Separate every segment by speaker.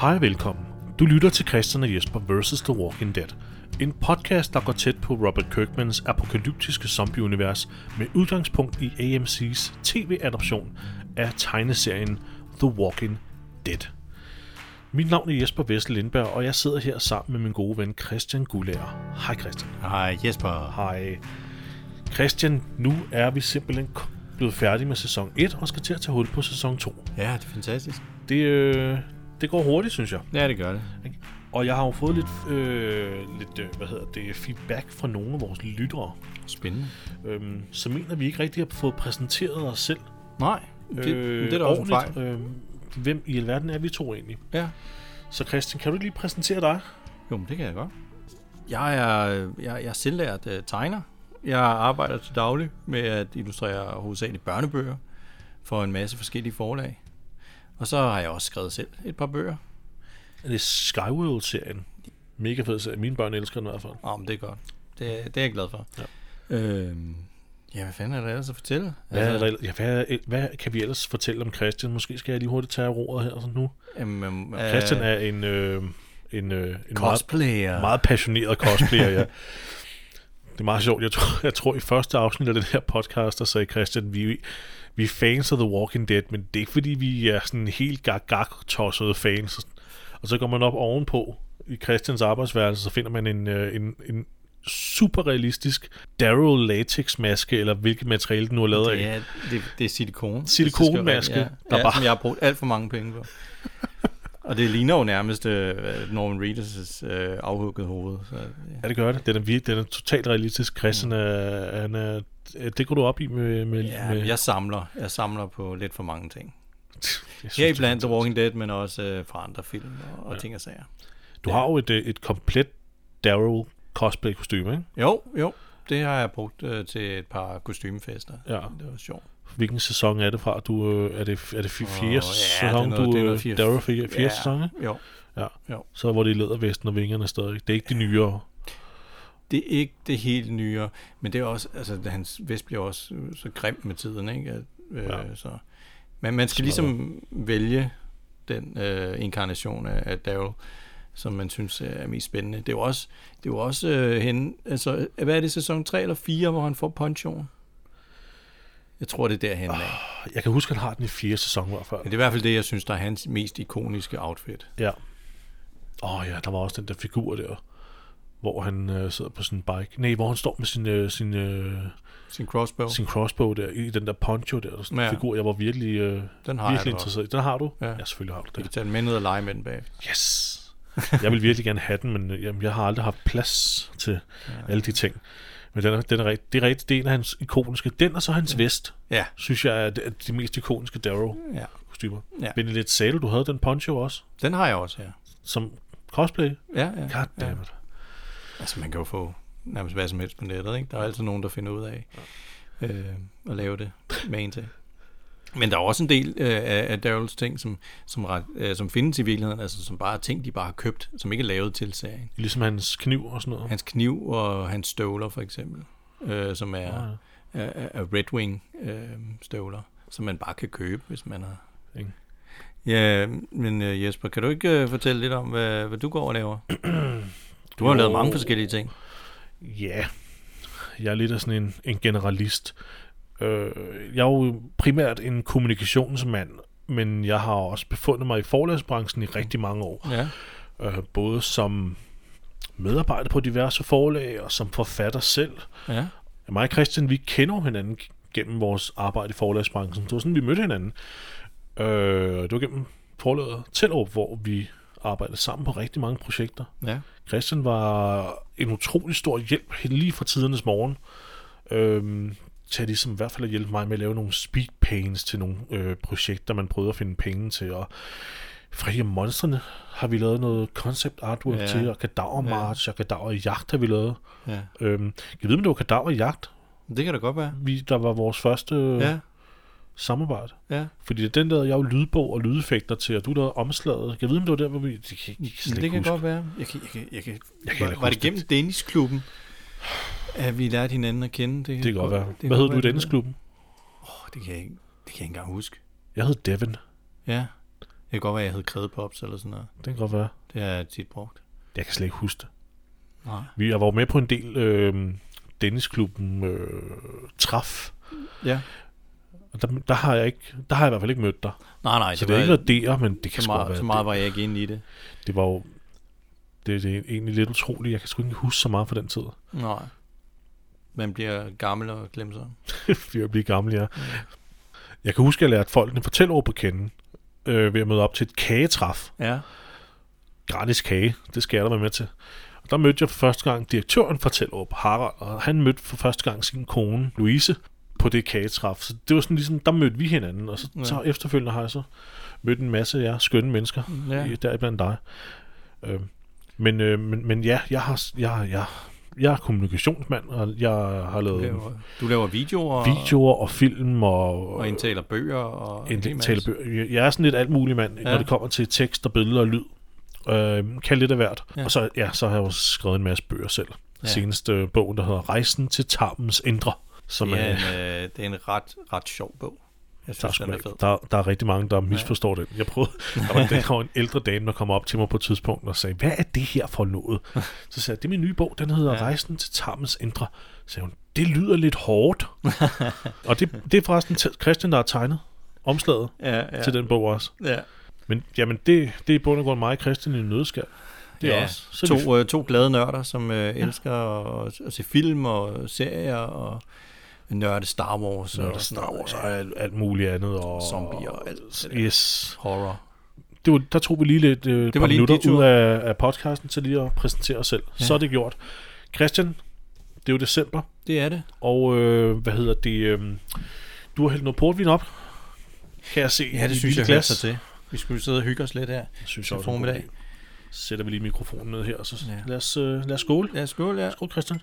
Speaker 1: Hej og velkommen. Du lytter til Christian og Jesper vs. The Walking Dead. En podcast, der går tæt på Robert Kirkmans apokalyptiske zombieunivers med udgangspunkt i AMC's tv-adoption af tegneserien The Walking Dead. Mit navn er Jesper Vessel Lindberg, og jeg sidder her sammen med min gode ven Christian Gullager. Hej Christian.
Speaker 2: Hej Jesper.
Speaker 1: Hej. Christian, nu er vi simpelthen blevet færdige med sæson 1 og skal til at tage hul på sæson 2.
Speaker 2: Ja, det er fantastisk.
Speaker 1: Det, øh, det går hurtigt, synes jeg.
Speaker 2: Ja, det gør det.
Speaker 1: Ikke? Og jeg har jo fået lidt, øh, lidt øh, hvad hedder det, feedback fra nogle af vores lyttere,
Speaker 2: Spændende.
Speaker 1: øhm, som mener, at vi ikke rigtig har fået præsenteret os selv.
Speaker 2: Nej, det, øh, det er da også en
Speaker 1: ordentligt.
Speaker 2: fejl.
Speaker 1: Øhm, hvem i alverden er vi to egentlig?
Speaker 2: Ja.
Speaker 1: Så Christian, kan du ikke lige præsentere dig?
Speaker 2: Jo, men det kan jeg godt. Jeg er, jeg, jeg er selvlært øh, tegner. Jeg arbejder til daglig med at illustrere hovedsageligt børnebøger for en masse forskellige forlag. Og så har jeg også skrevet selv et par bøger.
Speaker 1: Det er Skyworld-serien. Mega fed serie. Mine børn elsker den i hvert fald.
Speaker 2: Åh, men det er godt. Det, det er jeg glad for.
Speaker 1: Ja.
Speaker 2: Øhm, ja, hvad fanden er der ellers at fortælle? Altså,
Speaker 1: Hvad, er der, ja, hvad, er- hvad kan vi ellers fortælle om Christian? Måske skal jeg lige hurtigt tage roret her sådan nu.
Speaker 2: Øhm, øhm,
Speaker 1: Christian
Speaker 2: øh,
Speaker 1: er en, øh, en, øh, en meget
Speaker 2: cosplayer.
Speaker 1: Meget passioneret cosplayer, ja. Det er meget sjovt. Jeg tror, jeg tror i første afsnit af den her podcast, der sagde Christian, vi, vi er fans af The Walking Dead, men det er ikke fordi, vi er sådan helt gag-gag-tossede fans. Og så går man op ovenpå i Christians arbejdsværelse, så finder man en, øh, en, en super realistisk Daryl latex maske eller hvilket materiale den nu er lavet af.
Speaker 2: Ja, det, det er silikon.
Speaker 1: Silikonmaske,
Speaker 2: Ja,
Speaker 1: der
Speaker 2: der ja,
Speaker 1: bare-
Speaker 2: bare... som jeg har brugt alt for mange penge på. Og det ligner jo nærmest øh, Norman Reedus' øh, afhugget hoved. Så, ja.
Speaker 1: Ja, det gør det. Den er, vir- den er totalt realistisk. Christian er, han er, det går du op i med... med,
Speaker 2: Mm. Ja,
Speaker 1: med
Speaker 2: men jeg samler. Jeg samler på lidt for mange ting.
Speaker 1: Jeg synes, det er
Speaker 2: Her blandt The Walking Dead, men også øh, fra andre film og, og ja. ting og sager.
Speaker 1: Du har jo et, øh, et komplet Daryl cosplay kostume, ikke?
Speaker 2: Jo, jo. Det har jeg brugt øh, til et par kostymefester.
Speaker 1: Ja.
Speaker 2: Det var sjovt.
Speaker 1: Hvilken sæson er det fra? Du, øh, er det, er det fi-
Speaker 2: Åh,
Speaker 1: fjerde
Speaker 2: ja,
Speaker 1: oh, sæson,
Speaker 2: det er
Speaker 1: du
Speaker 2: noget- det er
Speaker 1: øh,
Speaker 2: noget fjerde-
Speaker 1: Daryl fjerde, fjerde sæson, ikke?
Speaker 2: Jo.
Speaker 1: Så hvor det er lædervesten og vingerne stadig. Det er ikke de nyere.
Speaker 2: Det er ikke det helt nyere, men det er også, altså da hans vest bliver også øh, så grim med tiden, ikke? At, øh,
Speaker 1: Ja.
Speaker 2: ja. så. Men man skal ligesom vælge den øh, inkarnation af, af Daryl, som man synes er mest spændende. Det er jo også, det er jo også øh, henne, altså hvad er det, sæson 3 eller 4, hvor han får ponchoen? Jeg tror, det er derhen. Oh.
Speaker 1: Jeg kan huske, han har den i fjerde sæson i hvert fald.
Speaker 2: Men det er i hvert fald det, jeg synes, der er hans mest ikoniske outfit.
Speaker 1: Ja. Åh oh, ja, der var også den der figur der, hvor han øh, sidder på sin bike. Nej, hvor han står med sin, øh, sin, øh,
Speaker 2: Sin crossbow, Sin...
Speaker 1: sin crossbow der, i den der poncho der. Sådan en
Speaker 2: Ja.
Speaker 1: figur, jeg var virkelig, øh,
Speaker 2: den
Speaker 1: virkelig
Speaker 2: har jeg da også.
Speaker 1: interesseret i. Den har du?
Speaker 2: Ja.
Speaker 1: ja selvfølgelig har du det.
Speaker 2: Vi kan tage den med ned og lege med den bag.
Speaker 1: Yes! Jeg vil virkelig gerne have den, men øh, jamen, jeg har aldrig haft plads til alle de ting. Men den er, den er, rigt- det er rigtigt, det er en af hans ikoniske. Den og så hans vest,
Speaker 2: Ja,
Speaker 1: synes jeg er de, er de mest ikoniske daryl
Speaker 2: ja.
Speaker 1: kostumer
Speaker 2: Ja.
Speaker 1: Benedikt Sale, du havde den poncho også,
Speaker 2: Den har jeg også her.
Speaker 1: som cosplay.
Speaker 2: Ja, ja.
Speaker 1: God
Speaker 2: ja.
Speaker 1: damn it.
Speaker 2: Altså, man kan jo få nærmest hvad som helst på nettet, ikke? Der er altid nogen, der finder ud af øh, at lave det med en til. Men der er også en del øh, af, af Daryls ting, som, som, ret, øh, som findes i virkeligheden, altså som bare er ting, de bare har købt, som ikke er lavet til serien.
Speaker 1: Ligesom hans kniv og sådan noget.
Speaker 2: Hans kniv og hans støvler, for eksempel, øh, som er,
Speaker 1: Ja, ja.
Speaker 2: er, er er Red Wing øh, støvler, som man bare kan købe, hvis man har...
Speaker 1: Ikke?
Speaker 2: Ja, men øh, Jesper, kan du ikke øh, fortælle lidt om, hvad, hvad du går og laver? Du har jo. lavet
Speaker 1: Jo.
Speaker 2: mange forskellige ting.
Speaker 1: Ja, jeg er lidt af sådan en, en generalist. Øh, jeg er jo primært en kommunikationsmand, men jeg har også befundet mig i forlagsbranchen i rigtig mange år.
Speaker 2: Ja.
Speaker 1: øh, både som medarbejder på diverse forlag og som forfatter selv.
Speaker 2: ja.
Speaker 1: Mig og Christian, vi kender jo hinanden gennem vores arbejde i forlagsbranchen. Det var sådan, vi mødte hinanden. Øh, det var gennem forlaget Tellerup, hvor vi arbejdede sammen på rigtig mange projekter.
Speaker 2: Ja.
Speaker 1: Christian var en utrolig stor hjælp lige fra tidernes morgen. Øhm, til ligesom i hvert fald at hjælpe mig med at lave nogle speed pains til nogle øh, projekter, man prøvede at finde penge til. Og fra her monstrene har vi lavet noget concept artwork ja.
Speaker 2: Ja.
Speaker 1: til, og Kadaver
Speaker 2: Ja.
Speaker 1: March ja. og Kadaver Jagt har vi lavet.
Speaker 2: ja.
Speaker 1: Øhm, jeg ved, om det var Kadaver Jagt,
Speaker 2: Det kan da godt være.
Speaker 1: vi, der var vores første øh, ja.
Speaker 2: Ja,
Speaker 1: samarbejde.
Speaker 2: ja.
Speaker 1: Fordi den lavede jeg jo lydbog og lydeffekter til, og du lavede omslaget. Jeg ved, om det var der, hvor vi... Det kan, jeg- jeg kan slet
Speaker 2: Det, det
Speaker 1: ikke
Speaker 2: kan
Speaker 1: huske.
Speaker 2: godt være. Jeg kan, jeg kan, jeg kan,
Speaker 1: Jeg kan heller ikke
Speaker 2: var det
Speaker 1: huske det.
Speaker 2: gennem Dennis-klubben, at vi lærte hinanden at kende?
Speaker 1: Det kan godt være.
Speaker 2: kan
Speaker 1: Hvad
Speaker 2: godt
Speaker 1: hed du i
Speaker 2: det
Speaker 1: Dennis Klubben?
Speaker 2: Åh, det, kan jeg, ikke- det kan jeg ikke engang huske.
Speaker 1: Jeg hed Devin.
Speaker 2: Ja, Det kan godt være, at jeg hed Kredepops eller sådan noget.
Speaker 1: Det kan godt være.
Speaker 2: Det har jeg tit brugt.
Speaker 1: Jeg kan slet ikke huske det.
Speaker 2: Nej.
Speaker 1: Vi jeg var jo med på en del øh, Dennisklubben øh, Traf,
Speaker 2: Ja.
Speaker 1: og der, der, har jeg ikke, der har jeg i hvert fald ikke mødt dig.
Speaker 2: Nej, nej,
Speaker 1: Så
Speaker 2: det,
Speaker 1: det er
Speaker 2: var,
Speaker 1: ikke noget der, men det kan
Speaker 2: så,
Speaker 1: sgu godt
Speaker 2: meget,
Speaker 1: være.
Speaker 2: så meget var jeg ikke inde i det.
Speaker 1: det, det var jo det, det er egentlig lidt utroligt. Jeg kan sgu ikke huske så meget fra den tid.
Speaker 2: Nej. Man bliver gammel og glemsom.
Speaker 1: Fordi jeg bliver gammel, ja.
Speaker 2: Mm.
Speaker 1: Jeg kan huske, at jeg lærte folkene fortælle over på kende øh, ved at møde op til et kagetræf.
Speaker 2: Ja.
Speaker 1: Gratis kage, det skal jeg da være med til. Og der mødte jeg for første gang direktøren for Tellerup, Harald, og han mødte for første gang sin kone, Louise, på det kagetræf. Så det var sådan ligesom, der mødte vi hinanden, og så,
Speaker 2: Ja.
Speaker 1: ja. så efterfølgende har jeg så mødt en masse af jer skønne mennesker, ja.
Speaker 2: Ja.
Speaker 1: deriblandt dig. Øh, men, øh, men, men ja, jeg har, jeg, jeg, jeg er kommunikationsmand, og jeg har
Speaker 2: Du
Speaker 1: lavet
Speaker 2: laver, du laver videoer,
Speaker 1: videoer og film og,
Speaker 2: og indtaler bøger. Og
Speaker 1: en
Speaker 2: hel
Speaker 1: del
Speaker 2: masse.
Speaker 1: talebøger. Jeg er sådan lidt alt mulig mand, ja.
Speaker 2: Ja.
Speaker 1: når det kommer til tekst og billeder og lyd. Øh, kan lidt af hvert.
Speaker 2: Ja.
Speaker 1: Ja. Og så, ja, så har jeg jo skrevet en masse bøger selv.
Speaker 2: Ja.
Speaker 1: Ja. Seneste øh, bogen, der hedder Rejsen til Tarmens Indre, som
Speaker 2: Det er,
Speaker 1: ja, er,
Speaker 2: en, øh, det er en ret, ret sjov bog. Jeg
Speaker 1: der, er
Speaker 2: synes,
Speaker 1: sgu
Speaker 2: den er
Speaker 1: ikke-
Speaker 2: fed.
Speaker 1: der, der er rigtig mange, der misforstår ja. den. Jeg prøvede, der var, der var en ældre dame, der kom op til mig på et tidspunkt og sagde, hvad er det her for noget? Så sagde jeg, det er min nye bog, den hedder
Speaker 2: Ja.
Speaker 1: ja. Rejsen til Tarmens Indre. Så sagde hun, det lyder lidt hårdt. og det, det er forresten t- Christian, der har tegnet omslaget
Speaker 2: Ja, ja.
Speaker 1: ja. til den bog også.
Speaker 2: Ja.
Speaker 1: Men jamen, det, det er i bund og grund mig og Christian i en nødskal. Det er
Speaker 2: ja,
Speaker 1: os. Så vi,
Speaker 2: to, øh, to glade nørder, som øh, elsker at, at se film og serier og nørde Star Wars
Speaker 1: så er der
Speaker 2: og sådan
Speaker 1: Star
Speaker 2: noget.
Speaker 1: Wars og alt, alt muligt andet. Og,
Speaker 2: Zombier og alt det der.
Speaker 1: Yes.
Speaker 2: horror.
Speaker 1: Det var, der tog vi lige lidt øh,
Speaker 2: var
Speaker 1: par
Speaker 2: lige en
Speaker 1: minutter
Speaker 2: detur.
Speaker 1: ud af, af podcasten til lige at præsentere os selv.
Speaker 2: Ja.
Speaker 1: Ja. Så er det gjort. Christian, det er jo december,
Speaker 2: Det er det.
Speaker 1: og øh, hvad hedder det? Øh, du har hældt noget portvin op, kan jeg se.
Speaker 2: Ja,
Speaker 1: i
Speaker 2: det synes
Speaker 1: lille
Speaker 2: jeg glas. sig til. Vi skulle sidde og hygge os lidt her.
Speaker 1: synes
Speaker 2: til
Speaker 1: jeg også er en god
Speaker 2: formiddag.
Speaker 1: idé. Så sætter vi lige mikrofonen ned her, og så
Speaker 2: Ja.
Speaker 1: ja. lad, os, øh, lad os skåle.
Speaker 2: Lad os skåle, ja.
Speaker 1: Skål, Christian.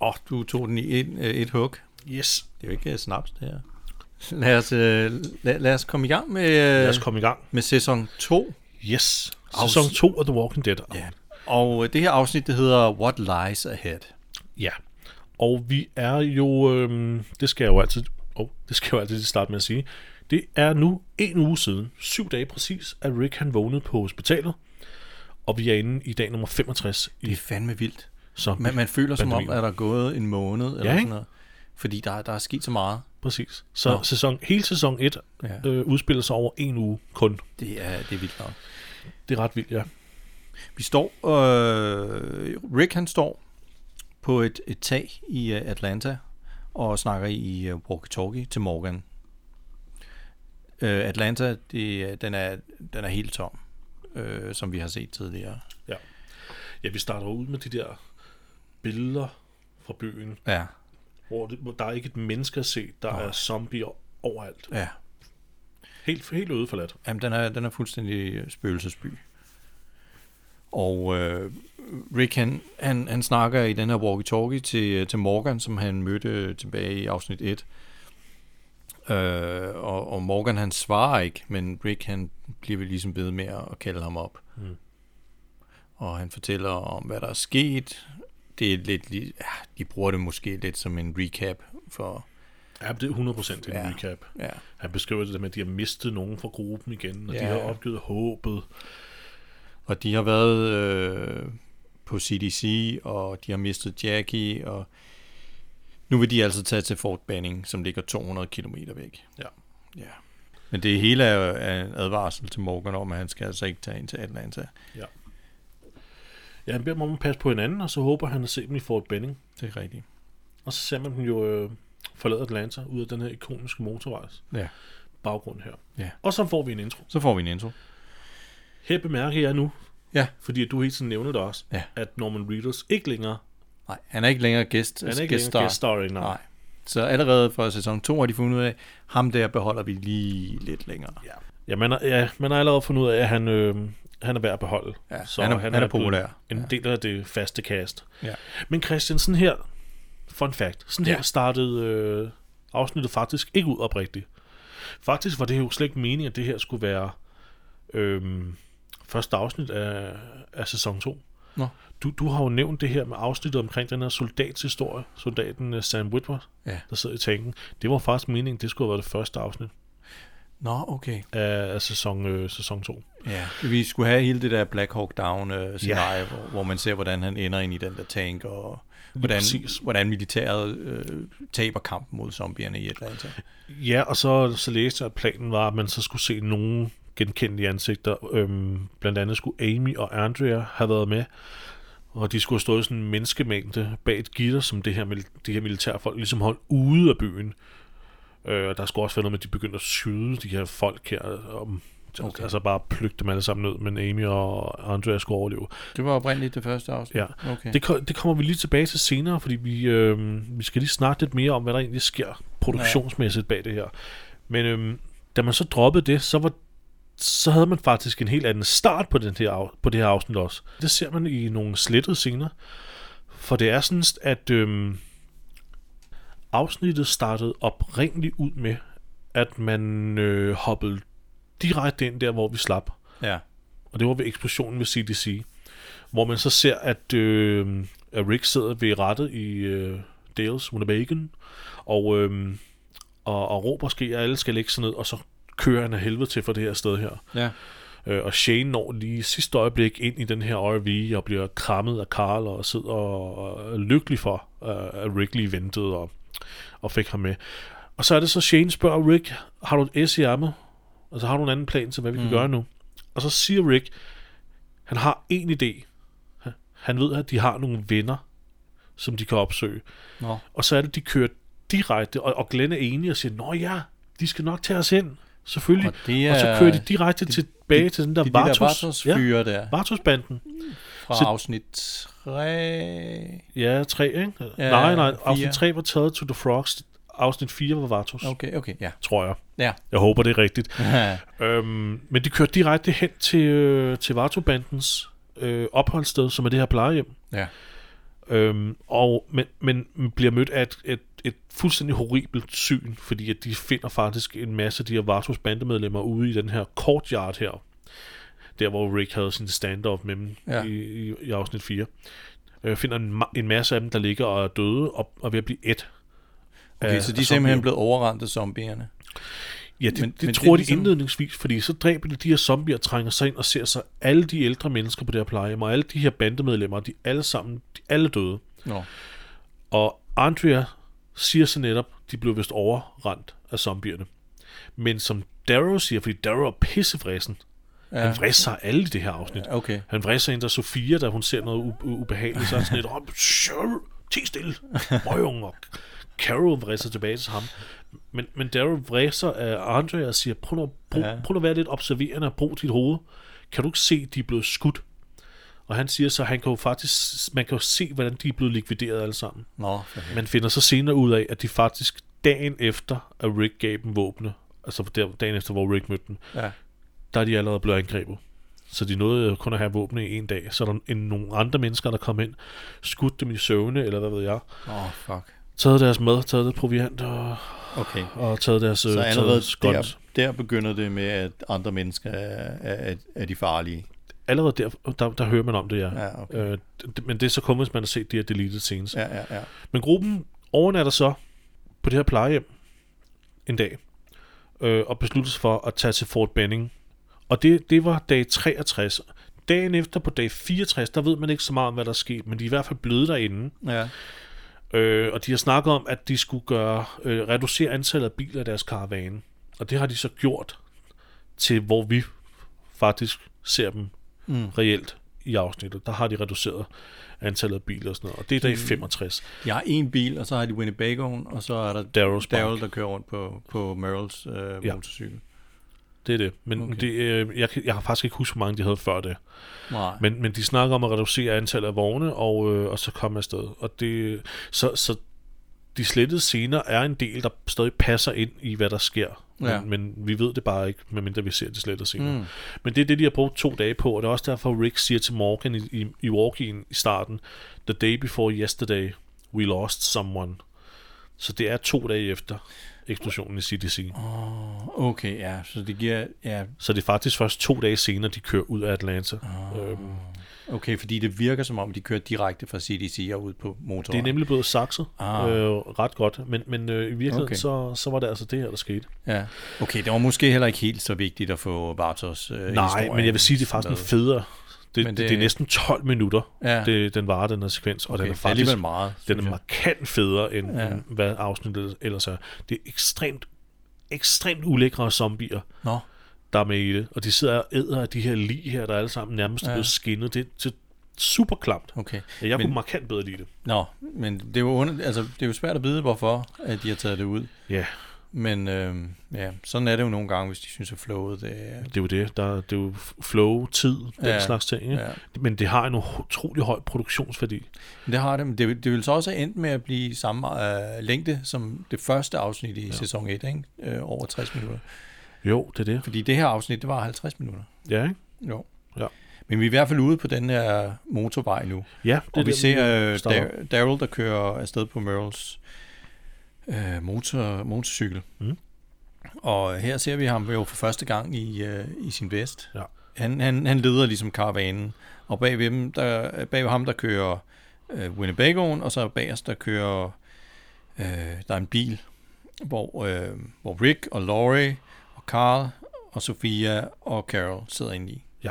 Speaker 2: Åh, du tog den i et, øh, et hug.
Speaker 1: Yes.
Speaker 2: Det er jo ikke øh, snaps, det her. Lad os, øh, lad, lad os komme i gang med,
Speaker 1: Lad
Speaker 2: øh,
Speaker 1: os komme i gang.
Speaker 2: med sæson 2.
Speaker 1: Yes.
Speaker 2: Afs-
Speaker 1: Sæson 2 af The Walking Dead.
Speaker 2: Ja. Og øh, det her afsnit, det hedder What Lies Ahead.
Speaker 1: ja. Og vi er jo, øhm, det skal jeg jo altid, oh, det skal jeg jo altid lige starte med at sige, det er nu en uge siden, syv dage præcis, at Rick han vågnede på hospitalet, og vi er inde i dag nummer 65
Speaker 2: Det er
Speaker 1: i
Speaker 2: fandme vildt.
Speaker 1: så
Speaker 2: Man, man føler som om,
Speaker 1: Pandemien.
Speaker 2: at der er gået en måned eller
Speaker 1: ikke?
Speaker 2: sådan noget. Fordi der, der er sket så meget.
Speaker 1: præcis. Så
Speaker 2: Nå.
Speaker 1: sæson, hele sæson 1
Speaker 2: Ja.
Speaker 1: øh, udspiller sig over en uge kun.
Speaker 2: Det er, det er vildt nok.
Speaker 1: Det er ret vildt, ja.
Speaker 2: Vi står, øh, Rick han står på et, et tag i øh, Atlanta og snakker i øh, walkie-talkie til Morgan. Øh, Atlanta, det, er- den, er, den er helt tom, øh, som vi har set tidligere.
Speaker 1: Ja, vi starter ud med de der billeder fra byen,
Speaker 2: Ja,
Speaker 1: hvor, det, hvor der er ikke et menneske at se, der
Speaker 2: Nej.
Speaker 1: er zombier overalt.
Speaker 2: ja.
Speaker 1: Helt, helt øde forladt.
Speaker 2: Jamen, den er, den er fuldstændig øh, spøgelsesby. Og øh, Rick, han, han, han snakker i den her walkie-talkie til, til Morgan, som han mødte øh, tilbage i afsnit 1. Øh, og, og Morgan, han svarer ikke, men Rick, han bliver vel ligesom ved med at kalde ham op. Mm.
Speaker 1: Mm.
Speaker 2: Og han fortæller om, hvad der er sket. Det er lidt, li- ja, de bruger det måske lidt som en recap for,
Speaker 1: Ja, men det er 100% en
Speaker 2: Ja.
Speaker 1: ja. recap.
Speaker 2: ja,
Speaker 1: Han beskriver det der med, at de har mistet nogen fra gruppen igen, og ja.
Speaker 2: Ja.
Speaker 1: de har opgivet håbet.
Speaker 2: Og de har været øh, på CDC, og de har mistet Jackie, og nu vil de altså tage til Fort Benning, som ligger 200 km væk.
Speaker 1: Ja.
Speaker 2: ja. Men det hele er, jo- er en advarsel til Morgan om, at han skal altså ikke tage ind til Atlanta.
Speaker 1: Ja, han beder dem om at passe på hinanden, og så håber han at se dem i Fort Benning.
Speaker 2: Det er rigtigt.
Speaker 1: Og så ser man dem jo øh, forlade Atlanta ud af den her ikoniske motorvejs
Speaker 2: Ja.
Speaker 1: baggrund her.
Speaker 2: Ja.
Speaker 1: Og så får vi en intro.
Speaker 2: Så får vi en intro.
Speaker 1: Her bemærker jeg nu,
Speaker 2: Ja.
Speaker 1: fordi at du hele tiden nævner det også,
Speaker 2: Ja.
Speaker 1: at Norman Reedus ikke længere
Speaker 2: Nej, han er ikke længere gæst.
Speaker 1: han er ikke længere guest starring. Nej.
Speaker 2: Nej. Så allerede fra sæson 2 har de fundet ud af, ham der beholder vi lige lidt længere.
Speaker 1: Ja. Ja, man har, ja, man har allerede fundet ud af, at han, øh, han er værd at beholde.
Speaker 2: Ja, så han er, han er,
Speaker 1: blevet
Speaker 2: populær.
Speaker 1: En ja. del af det faste cast.
Speaker 2: Ja.
Speaker 1: Men Christian, sådan her, fun fact, sådan her
Speaker 2: Ja.
Speaker 1: startede øh, afsnittet faktisk ikke ud oprigtigt. Faktisk var det jo slet ikke meningen, at det her skulle være øh, første afsnit af, af sæson 2.
Speaker 2: Nå.
Speaker 1: Du, du har jo nævnt det her med afsnittet omkring den her soldatshistorie, soldaten øh, Sam Whitworth,
Speaker 2: Ja.
Speaker 1: der sidder i tanken. Det var faktisk meningen, det skulle have været det første afsnit.
Speaker 2: Nå, okay.
Speaker 1: af, af sæson, øh, sæson 2.
Speaker 2: Ja. Vi skulle have hele det der Black Hawk Down-scenarie, øh, ja. hvor, hvor man ser, hvordan han ender ind i den der tank, og hvordan,
Speaker 1: præcis.
Speaker 2: hvordan militæret øh, taber kampen mod zombierne i Atlanta.
Speaker 1: Ja, og så, så læste jeg, at planen var, at man så skulle se nogle genkendelige ansigter. Øhm, blandt andet skulle Amy og Andrea have været med, og de skulle have stået i sådan en menneskemængde bag et gitter, som det her, mil- de her militærfolk ligesom holdt ude af byen. Øh, og der skulle også være noget med, at de begyndte at skyde de her folk her, om, okay.
Speaker 2: Okay.
Speaker 1: altså bare plygte dem alle sammen ned, men Amy og Andrea skulle overleve.
Speaker 2: Det var oprindeligt det første afsnit?
Speaker 1: Ja.
Speaker 2: Okay.
Speaker 1: Det, ko- det kommer vi lige tilbage til senere, fordi vi, øh, vi skal lige snakke lidt mere om, hvad der egentlig sker produktionsmæssigt bag det her. Men øh, da man så droppede det, så var så havde man faktisk en helt anden start på, den her, af- på det her afsnit også. Det ser man i nogle slettede scener. For det er sådan, at øh, afsnittet startede oprindeligt ud med, at man øh, hoppede direkte ind der, hvor vi slap
Speaker 2: ja.
Speaker 1: og det var ved eksplosionen ved CDC, hvor man så ser, at, øh, at Rick sidder ved rettet i øh, Dales Winnebago, og, øh, og, og råber sker, at alle skal lægge sig ned, og så kører han af helvede til for det her sted her.
Speaker 2: ja.
Speaker 1: Øh, og Shane når lige i sidste øjeblik ind i den her RV og bliver krammet af Carl og sidder og, og er lykkelig for, øh, at Rick lige ventede og, og fik ham med. Og så er det så, Shane spørger Rick, har du et S i ærmet? Altså har du en anden plan til, hvad vi kan gøre nu? Og så siger Rick, han har en idé. Han ved, at de har nogle venner, som de kan opsøge.
Speaker 2: Nå.
Speaker 1: Og så er det, de kører direkte, og, og Glenn er enig og siger, Nå ja, de skal nok tage os ind. Selvfølgelig.
Speaker 2: Og det
Speaker 1: og så
Speaker 2: er-
Speaker 1: kører de direkte tilbage til den der
Speaker 2: De, de der
Speaker 1: Vartos. Ja,
Speaker 2: Bartos-fyre der,
Speaker 1: Vartos-banden.
Speaker 2: fra
Speaker 1: Så-
Speaker 2: afsnit 3...
Speaker 1: Ja, tre, ikke? Ja,
Speaker 2: Ja,
Speaker 1: nej, nej.
Speaker 2: fire.
Speaker 1: Afsnit 3 var taget to the Frogs. Afsnit 4 var Vartos, okay.
Speaker 2: Okay, okay, ja.
Speaker 1: tror jeg.
Speaker 2: Ja.
Speaker 1: Jeg håber, det er rigtigt. Øhm, men de kører direkte hen til, øh, til Vartobandens øh, opholdssted, som er det her plejehjem.
Speaker 2: ja.
Speaker 1: Øhm, og, men, men bliver mødt af et, et, et fuldstændig horribelt syn, fordi at de finder faktisk en masse af de her Vartos bandemedlemmer ude i den her courtyard her. Der hvor Rick havde sin standoff med dem ja.
Speaker 2: Ja.
Speaker 1: i, i, i afsnit 4. Øh, finder en, ma- en masse af dem, der ligger og er døde og, og ved at blive et.
Speaker 2: Okay, så de er simpelthen blevet overrendt af zombierne.
Speaker 1: Ja, det, men,
Speaker 2: Men-
Speaker 1: det
Speaker 2: men
Speaker 1: tror
Speaker 2: det er
Speaker 1: de ligesom...
Speaker 2: ligesom-
Speaker 1: indledningsvis, fordi så dræber de de her zombier, trænger sig ind og ser sig alle de ældre mennesker på det her plejehjem, og alle de her bandemedlemmer, de er alle sammen, de er alle døde.
Speaker 2: Nå.
Speaker 1: Og Andrea siger så netop, de blev vist overrendt af zombierne. Men som Darrow siger, fordi Darrow er pissefræsen, ja.
Speaker 2: Ja.
Speaker 1: han vrisser alle i det her afsnit. Ja.
Speaker 2: Okay.
Speaker 1: Han vrisser ind der Sofia, da hun ser noget u- u- ubehageligt, så er han sådan lidt, oh, sure, ti stille, røvung, og Carol vrisser tilbage til ham. Men, men Darrow vrisser af Andrea og siger, prøv nu, at- prøv,
Speaker 2: Ja.
Speaker 1: prøv nu at være lidt observerende og brug dit hoved. Kan du ikke se, de er blevet skudt? Og han siger så, han kan jo faktisk, man kan jo se, hvordan de er blevet likvideret alle sammen.
Speaker 2: Nå, for helvede.
Speaker 1: Man finder så senere ud af, at de faktisk dagen efter, at Rick gav dem våbne, altså der, dagen efter, hvor Rick mødte dem,
Speaker 2: ja.
Speaker 1: der er de allerede blevet angrebet. Så de nåede kun at have våbne i en dag. Så er der en, nogle andre mennesker, der kom ind, skudt dem i søvne, eller hvad ved jeg,
Speaker 2: Åh, oh, fuck.
Speaker 1: taget deres mad, taget deres proviant og,
Speaker 2: Okay.
Speaker 1: og taget deres øh,
Speaker 2: Så
Speaker 1: taget
Speaker 2: allerede
Speaker 1: deres
Speaker 2: der, der begynder det med, at andre mennesker er, er, er de farlige.
Speaker 1: Allerede der, der, der hører man om det, ja. ja.
Speaker 2: Ja, okay.
Speaker 1: Øh, det- men det er så kun, hvis man har set de her deleted scenes.
Speaker 2: Ja, ja, ja.
Speaker 1: Men gruppen overnatter så på det her plejehjem en dag, øh, og beslutter sig for at tage til Fort Benning. Og det, det var dag 63. Dagen efter på dag 64, der ved man ikke så meget om, hvad der er sket, men de er i hvert fald blevet derinde.
Speaker 2: Ja,
Speaker 1: Øh, og de har snakket om, at de skulle gøre, øh, reducere antallet af biler i deres karavane. Og det har de så gjort til, hvor vi faktisk ser dem mm.
Speaker 2: Mm.
Speaker 1: reelt i afsnittet. Der har de reduceret antallet af biler og sådan noget. Og det er dag 65.
Speaker 2: Jeg har en bil, og så har de Winnebagoen, og så er der
Speaker 1: Darrow's Bank.
Speaker 2: Daryl, der kører rundt på, på Merles øh,
Speaker 1: Ja.
Speaker 2: motorcykel.
Speaker 1: Det er det. Men okay.
Speaker 2: Okay.
Speaker 1: det, øh, jeg, kan- jeg har faktisk ikke huske, hvor mange de havde før det.
Speaker 2: Nej.
Speaker 1: Men, men de snakker om at reducere antallet af vogne, og, øh, og så komme afsted. Og det, så, så de slettede scener er en del, der stadig passer ind i, hvad der sker.
Speaker 2: Ja.
Speaker 1: Men, men vi ved det bare ikke, medmindre vi ser de slettede scener.
Speaker 2: Mm.
Speaker 1: Men det er det, de har brugt to dage på, og det er også derfor, Rick siger til Morgan i, i, i walk-in i starten, The day before yesterday, we lost someone. Så det er to dage efter eksplosionen i CDC.
Speaker 2: Okay, ja, så det giver... Ja, Ah,
Speaker 1: Så det er faktisk først to dage senere, de kører ud af Atlanta. Oh. Øhm,
Speaker 2: Okay, fordi det virker som om, de kører direkte fra CDC og ud på
Speaker 1: Det er
Speaker 2: motorvejen.
Speaker 1: nemlig blevet sakset
Speaker 2: Ah.
Speaker 1: øh, ret godt, men, men øh, i virkeligheden
Speaker 2: Okay.
Speaker 1: okay. så, så var det altså det her, der skete.
Speaker 2: Ja. Okay, det var måske heller ikke helt så vigtigt at få Bartos øh,
Speaker 1: Nej,
Speaker 2: historie
Speaker 1: men jeg vil sige, det er faktisk en
Speaker 2: med.
Speaker 1: federe. Det,
Speaker 2: Men
Speaker 1: det,
Speaker 2: det-
Speaker 1: det, er næsten 12 minutter,
Speaker 2: Ja.
Speaker 1: ja. det, den varer, den her sekvens, og
Speaker 2: okay,
Speaker 1: den er
Speaker 2: det er
Speaker 1: faktisk
Speaker 2: alligevel meget.
Speaker 1: den
Speaker 2: synes
Speaker 1: er
Speaker 2: jeg.
Speaker 1: markant federe, end,
Speaker 2: Ja.
Speaker 1: ja. end hvad afsnittet ellers er. Det er ekstremt, ekstremt ulækre zombier,
Speaker 2: Nå,
Speaker 1: der er med i det, og de sidder og æder af de her lig her, der er alle sammen nærmest
Speaker 2: Ja.
Speaker 1: ja. blevet skinnet. Det, det er super klamt.
Speaker 2: okay.
Speaker 1: Ja, Jeg
Speaker 2: Men-
Speaker 1: men, kunne markant bedre lide det.
Speaker 2: Nå, men det er, jo under, altså, det er jo svært at vide, hvorfor at de har taget det ud.
Speaker 1: Ja,
Speaker 2: Men øh, ja, sådan er det jo nogle gange, hvis de synes, at flowet det er...
Speaker 1: det er jo det. Der, det er jo flow, tid, den
Speaker 2: Ja,
Speaker 1: slags ting. Ikke?
Speaker 2: Ja.
Speaker 1: Men det har en utrolig høj produktionsværdi.
Speaker 2: Men det har det, men det, vil- det vil så også have endt med at blive samme øh, længde som det første afsnit i ja. sæson 1, ikke? Øh, over 60 minutter.
Speaker 1: Jo, det er det.
Speaker 2: Fordi det her afsnit, det var 50 minutter.
Speaker 1: Ja, ikke?
Speaker 2: Jo.
Speaker 1: Ja.
Speaker 2: Men vi er i hvert fald ude på den her motorvej nu.
Speaker 1: Ja, det
Speaker 2: Og vi
Speaker 1: den,
Speaker 2: ser øh,
Speaker 1: starter.
Speaker 2: Dar- Daryl, der kører afsted på Merles øh, motor, motorcykel.
Speaker 1: Mhm.
Speaker 2: Og her ser vi ham jo for første gang i, øh, i sin vest.
Speaker 1: Ja.
Speaker 2: Han, han, han leder ligesom karavanen. Og bag ved, dem, der, bag ved ham, der kører øh, Winnebagoen, og så bag os, der kører øh, der er en bil, hvor, øh, hvor Rick og Laurie og Carl og Sofia og Carol sidder inde i.
Speaker 1: Ja.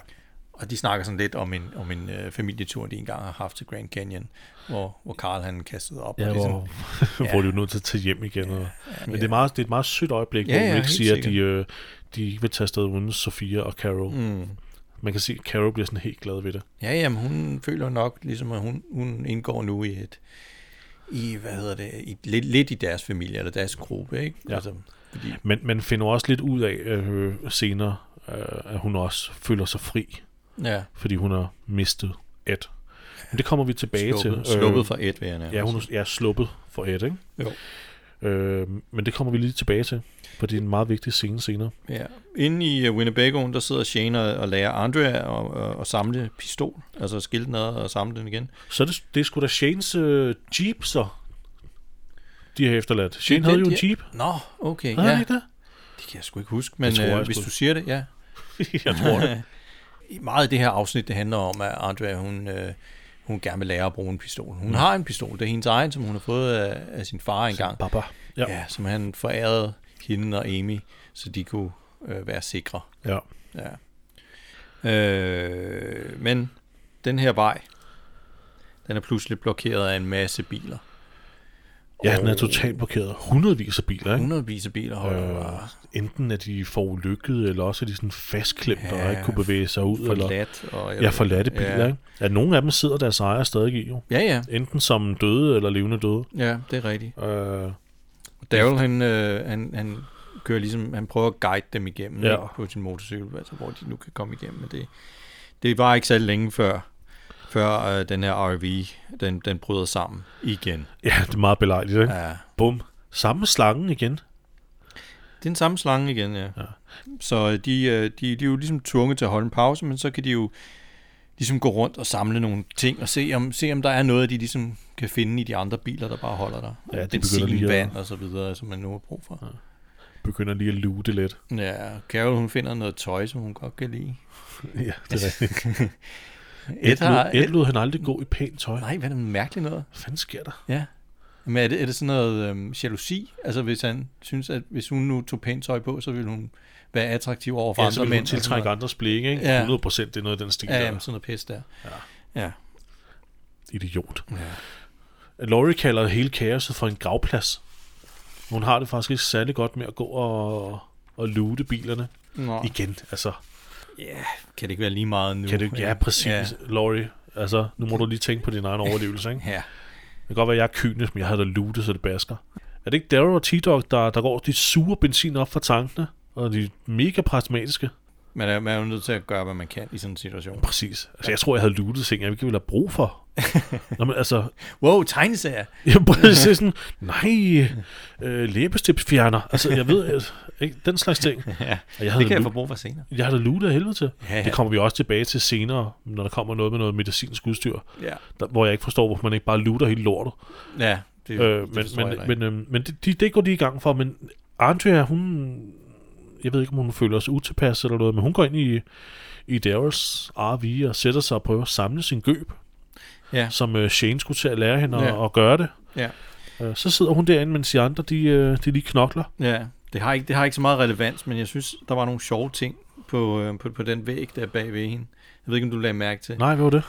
Speaker 2: Og de snakker sådan lidt om en, om en øh, familietur, de engang har haft til Grand Canyon, hvor, hvor Carl han kastede op.
Speaker 1: Ja,
Speaker 2: og
Speaker 1: hvor,
Speaker 2: Ja.
Speaker 1: hvor de er nødt til at tage hjem igen. Og, men det er,
Speaker 2: Ligesom. ja.
Speaker 1: meget, det er et meget sødt øjeblik,
Speaker 2: Ja,
Speaker 1: ja, hvor
Speaker 2: ja,
Speaker 1: Rick
Speaker 2: helt
Speaker 1: siger, at de, øh, de ikke vil tage afsted uden Sofia og Carol. Mm.
Speaker 2: Mm.
Speaker 1: Man kan se, at Carol bliver sådan helt glad ved det.
Speaker 2: Ja, jamen, hun føler nok, ligesom, at hun, hun indgår nu i et, i, hvad hedder det, i, lidt, lidt i deres familie, eller deres gruppe, ikke? Altså,
Speaker 1: Ja.
Speaker 2: fordi,
Speaker 1: Men man finder også lidt ud af øh, senere, øh, at hun også føler sig fri,
Speaker 2: ja,
Speaker 1: fordi hun har mistet Ed. Men det kommer vi tilbage
Speaker 2: sluppet,
Speaker 1: til. Øh,
Speaker 2: sluppet fra et, vil jeg nærmest
Speaker 1: Ja, hun
Speaker 2: sige.
Speaker 1: er ja, sluppet for Ed, ikke?
Speaker 2: Jo.
Speaker 1: Øh, men det kommer vi lige tilbage til, for det er en meget vigtig scene senere.
Speaker 2: Ja. Inde i øh, Winnebagoen, der sidder Shane og, og lærer Andrea at, at, at samle pistol, altså at skille den ad og samle den igen.
Speaker 1: Så er det, det er sgu da Shanes øh, Jeep, så de har efterladt.
Speaker 2: Det
Speaker 1: Shane
Speaker 2: er
Speaker 1: havde jo
Speaker 2: den,
Speaker 1: en
Speaker 2: de-
Speaker 1: Jeep.
Speaker 2: Nå, okay,
Speaker 1: Havde
Speaker 2: ja.
Speaker 1: han ikke det?
Speaker 2: Det kan jeg sgu ikke huske, men
Speaker 1: tror jeg
Speaker 2: øh, hvis
Speaker 1: sgu.
Speaker 2: du siger det, ja.
Speaker 1: jeg tror det.
Speaker 2: I Meget af det her afsnit, det handler om, at Andrea, hun, øh, hun gerne vil lære at bruge en pistol. Hun har en pistol, det er hendes egen, som hun har fået af, af sin far engang.
Speaker 1: Baba. Ja.
Speaker 2: Ja, som han forærede hende og Amy, så de kunne øh, være sikre.
Speaker 1: ja.
Speaker 2: Ja. Øh, men den her vej, den er pludselig blokeret af en masse biler.
Speaker 1: Ja, den er
Speaker 2: Og
Speaker 1: totalt blokeret. Hundredvis af biler, ikke?
Speaker 2: Hundredvis af biler holder øh, bare
Speaker 1: Enten er de forulykket, eller også er de sådan fastklemt
Speaker 2: Ja,
Speaker 1: ja, og ikke kunne bevæge sig ud. eller
Speaker 2: forladt. Og jeg
Speaker 1: Ja,
Speaker 2: ved-
Speaker 1: forladte biler,
Speaker 2: ja.
Speaker 1: ja. ikke? Ja, nogle af dem sidder deres ejer stadig i, jo.
Speaker 2: Ja, ja.
Speaker 1: Enten som døde eller levende døde.
Speaker 2: Ja, det er rigtigt.
Speaker 1: Øh,
Speaker 2: Daryl, han, øh, han, han kører ligesom, han prøver at guide dem igennem
Speaker 1: Ja.
Speaker 2: ja. på sin motorcykel, altså hvor de nu kan komme igennem. Men det, det var ikke særlig længe før, før øh, den her RV, den, den bryder sammen igen.
Speaker 1: ja, det er meget belejligt, ikke? Ja.
Speaker 2: Ja.
Speaker 1: Bum. Samme slangen igen.
Speaker 2: Det er den samme slange igen, ja. ja. Så øh, de, øh, de, de er jo ligesom tvunget til at holde en pause, men så kan de jo ligesom gå rundt og samle nogle ting og se om, se om der er noget, de ligesom kan finde i de andre biler, der bare holder der.
Speaker 1: Ja, de
Speaker 2: Benzin,
Speaker 1: begynder lige at-
Speaker 2: vand og så videre, som man nu har brug for.
Speaker 1: Begynder lige at lute lidt.
Speaker 2: Ja, ja Carol hun finder noget tøj, som hun godt kan lide.
Speaker 1: Ja, det er rigtigt.
Speaker 2: Ed har...
Speaker 1: Ed
Speaker 2: Ed,
Speaker 1: lod han aldrig gå i pænt tøj. Hvad
Speaker 2: nej, hvad er det mærkeligt noget?
Speaker 1: fanden sker der?
Speaker 2: Ja. Men er det, er det sådan noget øhm, jalousi? Altså hvis han synes, at hvis hun nu tog pænt tøj på, så ville hun være attraktiv over for
Speaker 1: Ja, så vil hun
Speaker 2: andre mænd. og sådan noget.
Speaker 1: tiltrække andres blik, ikke?
Speaker 2: Ja.
Speaker 1: 100 procent, det er noget af den stil
Speaker 2: Ja,
Speaker 1: der.
Speaker 2: jamen, sådan noget pis der. Ja. Ja.
Speaker 1: Idiot.
Speaker 2: ja.
Speaker 1: Laurie kalder hele kaoset for en gravplads. Hun har det faktisk ikke særlig godt med at gå og, og lute bilerne.
Speaker 2: Nå.
Speaker 1: Igen, altså.
Speaker 2: Ja, kan det ikke være lige meget nu?
Speaker 1: Kan det, ja, præcis,
Speaker 2: Ja.
Speaker 1: ja. Laurie. Altså, nu må du lige tænke på din egen overlevelse, ikke?
Speaker 2: ja.
Speaker 1: Det kan godt være, at jeg er kynisk, men jeg havde da lootet, så det basker. Er det ikke Daryl og T-Dog, der, der går de sure benzin op fra tankene? Og de er mega pragmatiske.
Speaker 2: Man er, man er jo nødt til at gøre, hvad man kan i sådan en situation.
Speaker 1: Præcis. Altså, jeg tror, jeg havde lootet ting, jeg ikke ville have brug for. Nå, men altså,
Speaker 2: Wow, tegnesager!
Speaker 1: jeg prøvede sådan, nej, øh, læbestiftfjerner. Altså, jeg ved, at, ikke, den slags ting.
Speaker 2: Ja,
Speaker 1: Og jeg
Speaker 2: det
Speaker 1: havde
Speaker 2: kan jeg
Speaker 1: jeg,
Speaker 2: få brug for senere.
Speaker 1: jeg havde lootet af helvede til.
Speaker 2: Ja, ja.
Speaker 1: Det kommer vi også tilbage til senere, når der kommer noget med noget medicinsk udstyr,
Speaker 2: Ja,
Speaker 1: der, hvor jeg ikke forstår, hvorfor man ikke bare looter hele lortet.
Speaker 2: ja det,
Speaker 1: Øh,
Speaker 2: det
Speaker 1: men øhm,
Speaker 2: forstår jeg heller
Speaker 1: men,
Speaker 2: ikke.
Speaker 1: men, øh, men det, de, det går de i gang for, men Andrea, hun jeg ved ikke, om hun føler sig utilpas eller noget, men hun går ind i, i Darrells RV og sætter sig og prøver at samle sin gøb,
Speaker 2: Ja.
Speaker 1: som øh, Shane skulle til at lære hende at,
Speaker 2: Ja.
Speaker 1: at gøre det.
Speaker 2: Ja.
Speaker 1: Øh, så sidder hun derinde, mens de andre, de, øh, de lige knokler.
Speaker 2: Ja, det har, ikke, det har ikke så meget relevans, men jeg synes, der var nogle sjove ting på, øh, på, på den væg, der er bag ved hende. Jeg ved ikke, om du lagde mærke til.
Speaker 1: Nej, hvad var det?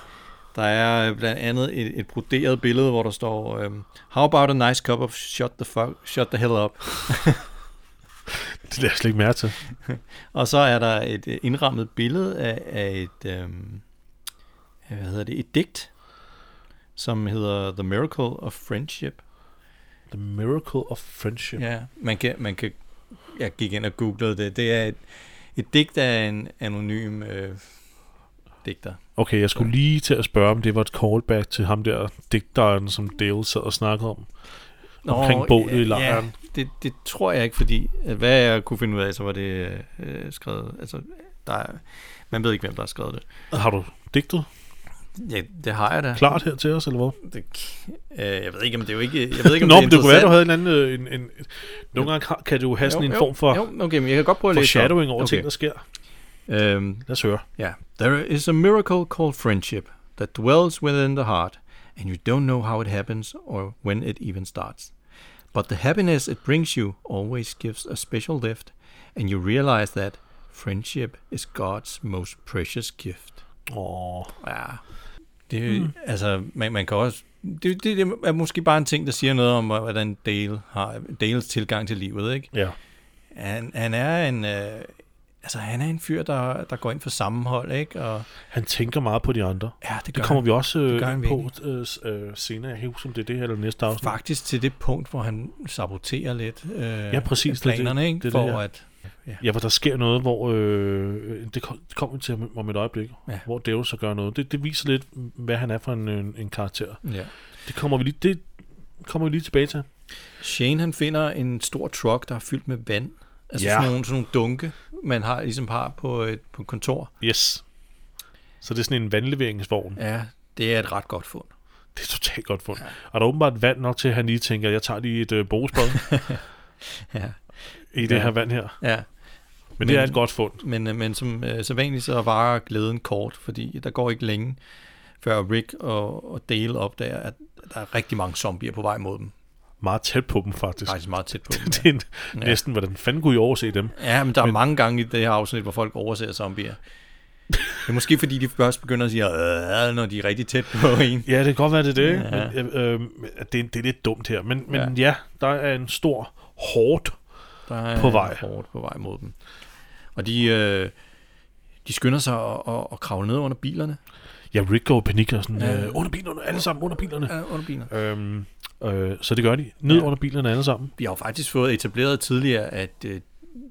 Speaker 2: Der er øh, blandt andet et, et broderet billede, hvor der står, øhm, How about a nice cup of shut the, fuck, shut the hell up?
Speaker 1: Det lader jeg slet ikke mærke til.
Speaker 2: Og så er der et øh, indrammet billede af, af et, øhm, hvad hedder det, et digt, som hedder The Miracle of Friendship.
Speaker 1: The Miracle of Friendship. Ja.
Speaker 2: Ja, man kan, man kan, jeg gik ind og googlede det. Det er et, et digt af en anonym øh, digter.
Speaker 1: Okay, jeg skulle lige til at spørge, om det var et callback til ham der digteren, som Dale sad og snakkede om.
Speaker 2: Nå,
Speaker 1: omkring bålet i lejren.
Speaker 2: Ja, det, det tror jeg ikke, fordi at hvad jeg kunne finde ud af, så var det øh, skrevet. Altså, der er, man ved ikke, hvem der har skrevet det.
Speaker 1: Har du digtet
Speaker 2: Ja, det har jeg da.
Speaker 1: klart her til os, eller hvad?
Speaker 2: Det, øh, jeg ved ikke, om det er jo ikke... Jeg ved ikke, om
Speaker 1: Nå,
Speaker 2: det er
Speaker 1: men det kunne være,
Speaker 2: interessant.
Speaker 1: du havde en anden... øh, En, en, nogle gange har- kan du have sådan en form for,
Speaker 2: Jo, okay, men jeg kan godt prøve at
Speaker 1: for
Speaker 2: læse
Speaker 1: shadowing over
Speaker 2: Okay.
Speaker 1: ting, der sker.
Speaker 2: op. Øhm,
Speaker 1: Lad os høre.
Speaker 2: Yeah. There is a miracle called friendship that dwells within the heart, and you don't know how it happens or when it even starts. But the happiness it brings you always gives a special lift, and you realize that friendship is God's most precious gift.
Speaker 1: Åh,
Speaker 2: Ja. Det, mm. altså, man, man kan også... Det, det, det er måske bare en ting, der siger noget om, hvordan Dale har, Dales tilgang til livet, ikke?
Speaker 1: ja.
Speaker 2: Han, han er en... Øh, altså, han er en fyr, der, der går ind for sammenhold, ikke? Og,
Speaker 1: Han tænker meget på de andre.
Speaker 2: ja, det,
Speaker 1: Det
Speaker 2: gør
Speaker 1: kommer vi også øh,
Speaker 2: gør
Speaker 1: ind
Speaker 2: han
Speaker 1: på øh, s- øh, senere. Jeg kan ikke huske, om det er det her eller næste afsnit.
Speaker 2: faktisk til det punkt, hvor han saboterer lidt øh, ja,
Speaker 1: præcis, det er det-
Speaker 2: planerne, ikke?
Speaker 1: det er det her.
Speaker 2: for at...
Speaker 1: Ja, hvor der sker noget, hvor... Øh, det, kom, det kommer vi til om- om et øjeblik,
Speaker 2: Ja.
Speaker 1: ja. hvor Dave så gør noget. Det, det viser lidt, hvad han er for en, øh, en, en karakter.
Speaker 2: Ja.
Speaker 1: Det kommer vi lige, det kommer vi lige tilbage til.
Speaker 2: Shane, han finder en stor truck, der er fyldt med vand. Altså
Speaker 1: Ja.
Speaker 2: sådan, nogle, sådan nogle dunke, man har, ligesom har på et, på et kontor.
Speaker 1: Yes. Så det er sådan en vandleveringsvogn. Ja.
Speaker 2: Ja, det er et ret godt fund.
Speaker 1: Det er totalt godt fundet. Ja. Og der er åbenbart vand nok til, at han lige tænker, jeg tager lige et øh, bogspad
Speaker 2: Ja.
Speaker 1: i det
Speaker 2: Ja.
Speaker 1: her vand her.
Speaker 2: ja.
Speaker 1: Men, Men det er
Speaker 2: Men-
Speaker 1: et godt fund.
Speaker 2: Men, øh, men som øh, så vanligt, så varer glæden kort, fordi der går ikke længe, før Rick og, og Dale opdager, at der er rigtig mange zombier på vej mod dem.
Speaker 1: Meget tæt på dem, faktisk.
Speaker 2: Faktisk meget tæt på dem.
Speaker 1: det er en,
Speaker 2: Ja.
Speaker 1: ja. næsten, hvordan fanden kunne I overse dem?
Speaker 2: Ja, men der er mange gange i det her afsnit, hvor folk overser zombier. Det er måske fordi, de først begynder at sige, "Øh," når de er rigtig tæt på en.
Speaker 1: Ja, det kan godt være, det er det.
Speaker 2: Ja.
Speaker 1: Ja. Men, øh, øh, at det, er- det er lidt dumt her. Men, men
Speaker 2: Ja.
Speaker 1: ja. ja, der er en stor, hårdt...
Speaker 2: Der er
Speaker 1: På vej.
Speaker 2: Hårdt på vej mod dem. Og de, øh, de skynder sig at, at, at kravle ned under bilerne.
Speaker 1: Ja, Rick går i panik og sådan,
Speaker 2: Ja.
Speaker 1: ja. øh, under bilerne, alle sammen under bilerne.
Speaker 2: Ja, under bilerne.
Speaker 1: Ja. Øhm, øh, så det gør de. Ned
Speaker 2: Ja.
Speaker 1: ja. under bilerne alle sammen.
Speaker 2: Vi har jo faktisk fået etableret tidligere, at øh,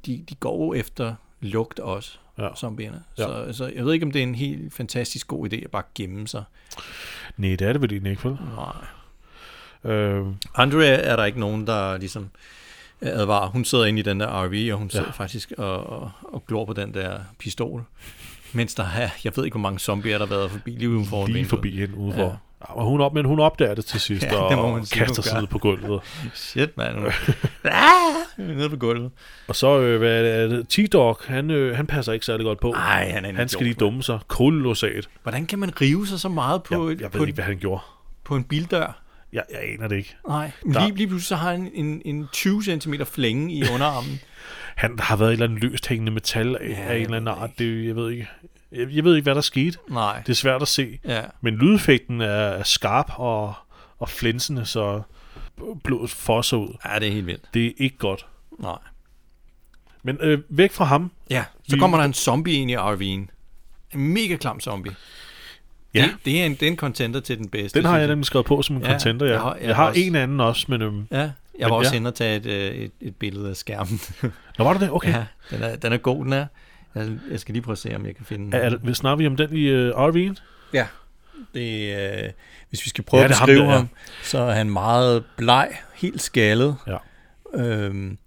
Speaker 2: de, de går jo efter lugt også,
Speaker 1: Ja.
Speaker 2: zombierne.
Speaker 1: Ja.
Speaker 2: Så, så jeg ved ikke, om det er en helt fantastisk god idé at bare gemme sig.
Speaker 1: Nej, det er det vel egentlig ikke, vel?
Speaker 2: Nej.
Speaker 1: Øh,
Speaker 2: Andrea er der ikke nogen, der ligesom advarer. Hun sidder inde i den der RV, og hun sidder ja.
Speaker 1: Ja.
Speaker 2: faktisk og, og, og glor på den der pistol. Mens der er, jeg ved ikke, hvor mange zombier, der har været forbi lige uden foran
Speaker 1: lige
Speaker 2: vinduet.
Speaker 1: forbi hende udenfor.
Speaker 2: Ja.
Speaker 1: Ja. Ja, og hun op, men hun opdager det til sidst,
Speaker 2: Ja,
Speaker 1: ja, og,
Speaker 2: det må
Speaker 1: og
Speaker 2: man sige, hun
Speaker 1: kaster sig
Speaker 2: gør.
Speaker 1: ned på gulvet.
Speaker 2: Shit, mand. Hun- Ah! Nede på gulvet.
Speaker 1: Og så, øh, hvad er det, T-Dog, han, øh, han passer ikke særlig godt på.
Speaker 2: Nej, han er en
Speaker 1: han skal
Speaker 2: idiot,
Speaker 1: lige dumme sig. Kolossalt.
Speaker 2: mand. Hvordan kan man rive sig så meget på,
Speaker 1: Jeg,
Speaker 2: et,
Speaker 1: jeg
Speaker 2: på,
Speaker 1: ved
Speaker 2: en,
Speaker 1: ikke, hvad han gjorde.
Speaker 2: på en bildør?
Speaker 1: Jeg, jeg aner det ikke.
Speaker 2: Nej. Men
Speaker 1: Der-
Speaker 2: Lige, lige pludselig så har han en, en 20 cm flænge i underarmen.
Speaker 1: Han der har været et eller andet løst hængende metal af, ja, af en
Speaker 2: jeg
Speaker 1: eller anden
Speaker 2: ved
Speaker 1: art. Det, jeg ved ikke. Jeg, jeg ved ikke, hvad der skete.
Speaker 2: Nej.
Speaker 1: Det er svært at se.
Speaker 2: Ja.
Speaker 1: Men lydeffekten er, er skarp og, og flinsende, så blodet fosser ud.
Speaker 2: ja, det er helt vildt.
Speaker 1: Det er ikke godt.
Speaker 2: Nej.
Speaker 1: Men øh, væk fra ham.
Speaker 2: Ja, så
Speaker 1: Vi-
Speaker 2: kommer der en zombie ind i RV'en. En mega klam zombie.
Speaker 1: Ja.
Speaker 2: Det, det er en, det er en contender til den bedste.
Speaker 1: Den har
Speaker 2: synes
Speaker 1: jeg nemlig skrevet på som en
Speaker 2: Ja,
Speaker 1: ja, contender. Jeg,
Speaker 2: jeg
Speaker 1: jeg
Speaker 2: har-
Speaker 1: har,
Speaker 2: jeg
Speaker 1: jeg
Speaker 2: har
Speaker 1: har
Speaker 2: også-
Speaker 1: en anden også, men... Øhm,
Speaker 2: Ja, jeg
Speaker 1: Men
Speaker 2: var også
Speaker 1: ja.
Speaker 2: inde og tage et, øh, et, et billede af skærmen.
Speaker 1: Nå, var det det? Okay. Ja.
Speaker 2: ja, den er, den er god, den er. Jeg, jeg skal lige prøve at se, om jeg kan finde den.
Speaker 1: Er, er, snakker vi om den i øh, RV'en?
Speaker 2: Ja. Det, øh, hvis vi skal prøve ja,
Speaker 1: Ja,
Speaker 2: at
Speaker 1: det er ham
Speaker 2: beskrive
Speaker 1: der,
Speaker 2: ham,
Speaker 1: ja.
Speaker 2: ham, så er han meget bleg, helt skaldet.
Speaker 1: Ja.
Speaker 2: Øhm,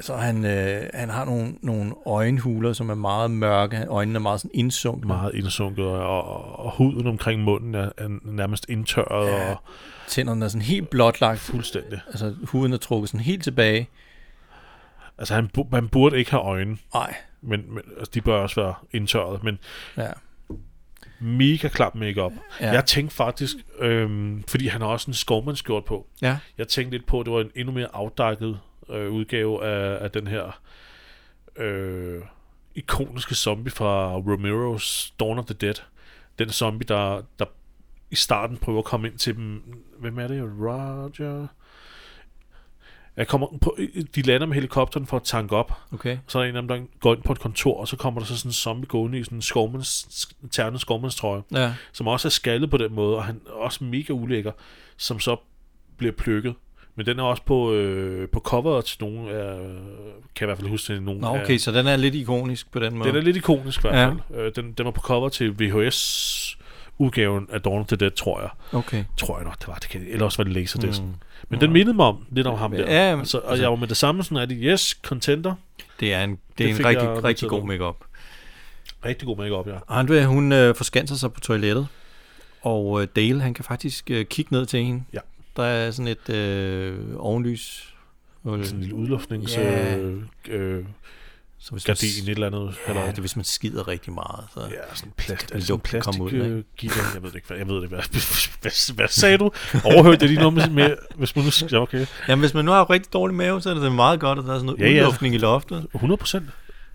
Speaker 2: så han, øh, han har nogle, nogle øjenhuler, som er meget mørke. Øjnene er meget sådan indsunkne.
Speaker 1: Meget indsunket, og, og, og huden omkring munden er, er nærmest indtørret
Speaker 2: Ja.
Speaker 1: ja. og
Speaker 2: Tænderne er sådan helt blotlagt.
Speaker 1: fuldstændig.
Speaker 2: Altså huden er trukket sådan helt tilbage.
Speaker 1: Altså, han, bu- man burde ikke have øjne,
Speaker 2: Nej.
Speaker 1: men, men altså, de bør også være indtørret, men
Speaker 2: Ja.
Speaker 1: mega klam makeup. Ja.
Speaker 2: Ja.
Speaker 1: Jeg tænkte faktisk, øhm, fordi han har også en skovmandskjort på,
Speaker 2: Ja.
Speaker 1: jeg tænkte lidt på, at det var en endnu mere afdakket øh, udgave af, af den her øh, ikoniske zombie fra Romero's Dawn of the Dead. Den zombie, der, der i starten prøver at komme ind til dem. Hvem er det? Roger? Jeg kommer på, de lander med helikopteren for at tanke op.
Speaker 2: Okay.
Speaker 1: Så er der en af dem, der går ind på et kontor, og så kommer der så sådan en zombie gående i sådan en skovmands, ternet skovmandstrøje
Speaker 2: Ja.
Speaker 1: som også er skaldet på den måde, og han er også mega ulækker, som så bliver plukket. Men den er også på, øh, på coveret til nogen, øh, kan jeg i hvert fald huske til nogen.
Speaker 2: Nå,
Speaker 1: af-
Speaker 2: okay, så den er lidt ikonisk på den måde.
Speaker 1: den er lidt ikonisk i hvert fald. Øh, den, den var på cover til VHS-udgaven af Dawn of the Dead, tror jeg.
Speaker 2: Okay.
Speaker 1: Tror jeg nok, det var. Det kan, eller også var det Laserdisc. Mm.
Speaker 2: Mm.
Speaker 1: Men den mindede mig om, lidt om ham der.
Speaker 2: Ja, men-
Speaker 1: altså, og jeg var med det samme sådan, at yes, contender.
Speaker 2: Det er en, det
Speaker 1: Det
Speaker 2: er
Speaker 1: fik
Speaker 2: en rigtig,
Speaker 1: jeg
Speaker 2: rigtig
Speaker 1: noteret
Speaker 2: god
Speaker 1: op.
Speaker 2: makeup.
Speaker 1: Rigtig god makeup, ja.
Speaker 2: Andrea, hun øh, forskanser sig på toilettet, og øh, Dale, han kan faktisk øh, kigge ned til hende.
Speaker 1: Ja.
Speaker 2: Der er sådan et øh, ovenlys. Øh,
Speaker 1: Sådan en lille udluftnings...
Speaker 2: Ja.
Speaker 1: Øh, øh,
Speaker 2: så hvis man,
Speaker 1: gardin, et eller andet.
Speaker 2: ja,
Speaker 1: halløj.
Speaker 2: det, er, hvis man skider rigtig meget. Så. Ja.
Speaker 1: Ja, sådan plast,
Speaker 2: Kan
Speaker 1: altså sådan
Speaker 2: lugten komme ud,
Speaker 1: plastik, øh,
Speaker 2: ikke?
Speaker 1: gitter. Jeg ved det ikke, hvad, jeg ved det, ikke, hvad, hvad, hvad sagde du? Overhørte jeg lige noget med, med hvis man nu siger, ja, okay,
Speaker 2: Jamen, hvis man nu har rigtig dårlig mave, så er det meget godt, at der er sådan noget
Speaker 1: Ja,
Speaker 2: ja,
Speaker 1: ja.
Speaker 2: udluftning i loftet,
Speaker 1: 100 procent.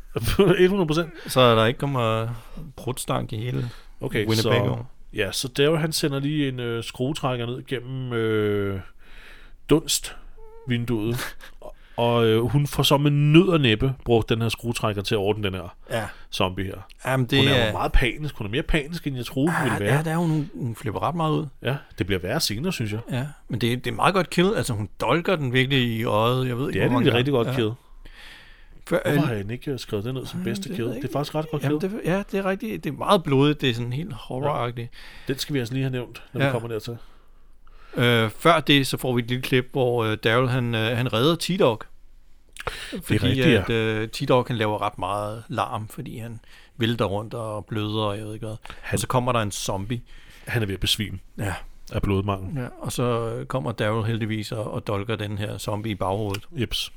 Speaker 1: 100 procent.
Speaker 2: så der ikke kommer brudstank i hele
Speaker 1: Okay,
Speaker 2: Winnipeg.
Speaker 1: så,
Speaker 2: over.
Speaker 1: ja, så Daryl han sender lige en øh, skruetrækker ned gennem øh, dunstvinduet, og, og øh, hun får så med nød og næppe brugt den her skruetrækker til at ordne den her
Speaker 2: Ja.
Speaker 1: zombie her.
Speaker 2: Jamen, det
Speaker 1: Hun er
Speaker 2: er...
Speaker 1: jo meget panisk, hun er mere panisk, end jeg troede, hun ville
Speaker 2: Ah,
Speaker 1: Uh, være.
Speaker 2: ja, der er hun, hun, hun flipper ret meget ud.
Speaker 1: Ja, det bliver værre senere, synes jeg.
Speaker 2: Ja, men det, det er meget godt kill. Altså, hun dolker den virkelig i øjet. Jeg ved
Speaker 1: Det
Speaker 2: ikke,
Speaker 1: er
Speaker 2: hvor mange
Speaker 1: det rigtig godt
Speaker 2: gange.
Speaker 1: kæde.
Speaker 2: Før, øh,
Speaker 1: Hvorfor har han ikke øh, skrevet den ned som bedste
Speaker 2: det
Speaker 1: kæde?
Speaker 2: ved jeg
Speaker 1: Det er faktisk ret godt
Speaker 2: Jamen,
Speaker 1: kæde.
Speaker 2: det, ja, det er rigtigt. Det er meget blodigt. Det er sådan helt horroragtigt.
Speaker 1: Den skal vi altså lige have nævnt, når ja. vi
Speaker 2: Ja.
Speaker 1: kommer dertil.
Speaker 2: Øh, før det, så får vi et lille klip, hvor øh, Daryl, han, øh, han redder T-Dog. Fordi
Speaker 1: rigtigt, ja.
Speaker 2: at, øh, T-Dog, han laver ret meget larm, fordi han vælter rundt og bløder, og jeg ved ikke hvad.
Speaker 1: Han-
Speaker 2: Og så kommer der en zombie.
Speaker 1: Han er ved at besvime
Speaker 2: Ja.
Speaker 1: af blodmangel.
Speaker 2: ja og så øh, kommer Daryl heldigvis og, og dolker den her zombie i baghovedet.
Speaker 1: Jeps.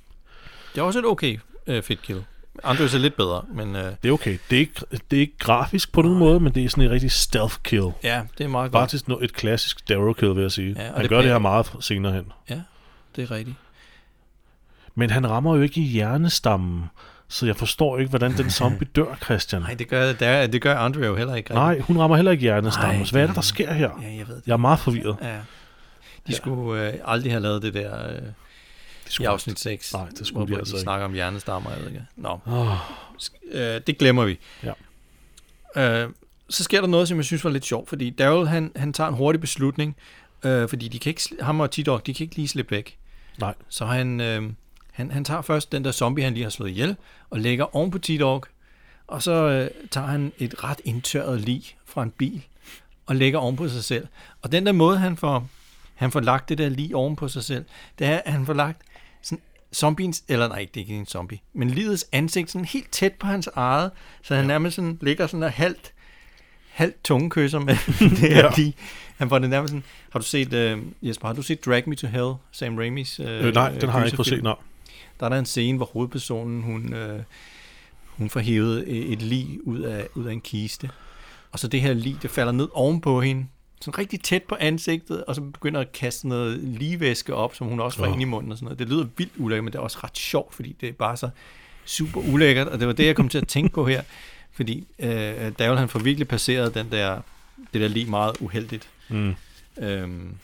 Speaker 2: Det er også et okay øh, fedt kill. Andrews er lidt bedre, men øh,
Speaker 1: Det er okay. Det er ikke, det er ikke grafisk på nogen måde, men det er sådan et rigtig stealth kill.
Speaker 2: ja, det er meget godt.
Speaker 1: Faktisk no- et klassisk Darrow kill, vil jeg sige.
Speaker 2: Ja,
Speaker 1: Ja, han
Speaker 2: og
Speaker 1: det
Speaker 2: det
Speaker 1: gør det
Speaker 2: bliver-
Speaker 1: her meget senere hen.
Speaker 2: Ja, det er rigtigt.
Speaker 1: Men han rammer jo ikke i hjernestammen, så jeg forstår ikke, hvordan den zombie dør, Christian.
Speaker 2: Nej, det gør, der, det gør Andre jo heller ikke rigtigt.
Speaker 1: Nej, hun rammer heller ikke hjernestammen.
Speaker 2: Nej,
Speaker 1: Så hvad er det,
Speaker 2: det-
Speaker 1: der sker her?
Speaker 2: Ja, jeg ved det.
Speaker 1: Jeg er meget forvirret.
Speaker 2: Ja. De skulle øh, aldrig have lavet det der øh,
Speaker 1: Det
Speaker 2: i
Speaker 1: skulle-
Speaker 2: afsnit 6.
Speaker 1: Nej, det skulle de
Speaker 2: hvor
Speaker 1: altså
Speaker 2: de
Speaker 1: ikke.
Speaker 2: snakker om hjernestammer, jeg ved ikke. Nå,
Speaker 1: Åh,
Speaker 2: sk- øh, det glemmer vi.
Speaker 1: Ja.
Speaker 2: Øh, så sker der noget, som jeg synes var lidt sjovt, fordi Daryl, han, han tager en hurtig beslutning, øh, fordi de kan ikke, sli- ham og T-Dog, de kan ikke lige slippe væk.
Speaker 1: Nej.
Speaker 2: Så han, øh, han, han tager først den der zombie, han lige har slået ihjel, og lægger oven på T-Dog, og så øh, tager han et ret indtørret lig fra en bil, og lægger oven på sig selv. Og den der måde, han får, han får lagt det der lige oven på sig selv, det er, at han får lagt sådan zombiens, eller nej, det er ikke en zombie, men livets ansigt sådan helt tæt på hans eget, så han nærmest sådan ligger sådan og halvt, halvt tungekysser med det her
Speaker 1: Ja.
Speaker 2: ja. lige. Han får det nærmest sådan, har du set, øh, Jesper, har du set Drag Me to Hell, Sam Raimis?
Speaker 1: øh, nej, den har jeg ikke fået set.
Speaker 2: gyserfilm?
Speaker 1: Nej.
Speaker 2: Der er der en scene, hvor hovedpersonen, hun, øh, hun får hævet et et lig ud af, ud af en kiste. Og så det her lig, det falder ned ovenpå hende, sådan rigtig tæt på ansigtet, og så begynder at kaste noget ligevæske op, som hun også får
Speaker 1: Åh.
Speaker 2: oh. ind i munden og sådan noget. Det lyder vildt ulækkert, men det er også ret sjovt, fordi det er bare så super ulækkert, og det var det, jeg kom til at tænke på her. Fordi øh, Davel, han får virkelig passeret den der, det der lig meget uheldigt.
Speaker 1: Mm.
Speaker 2: Øhm.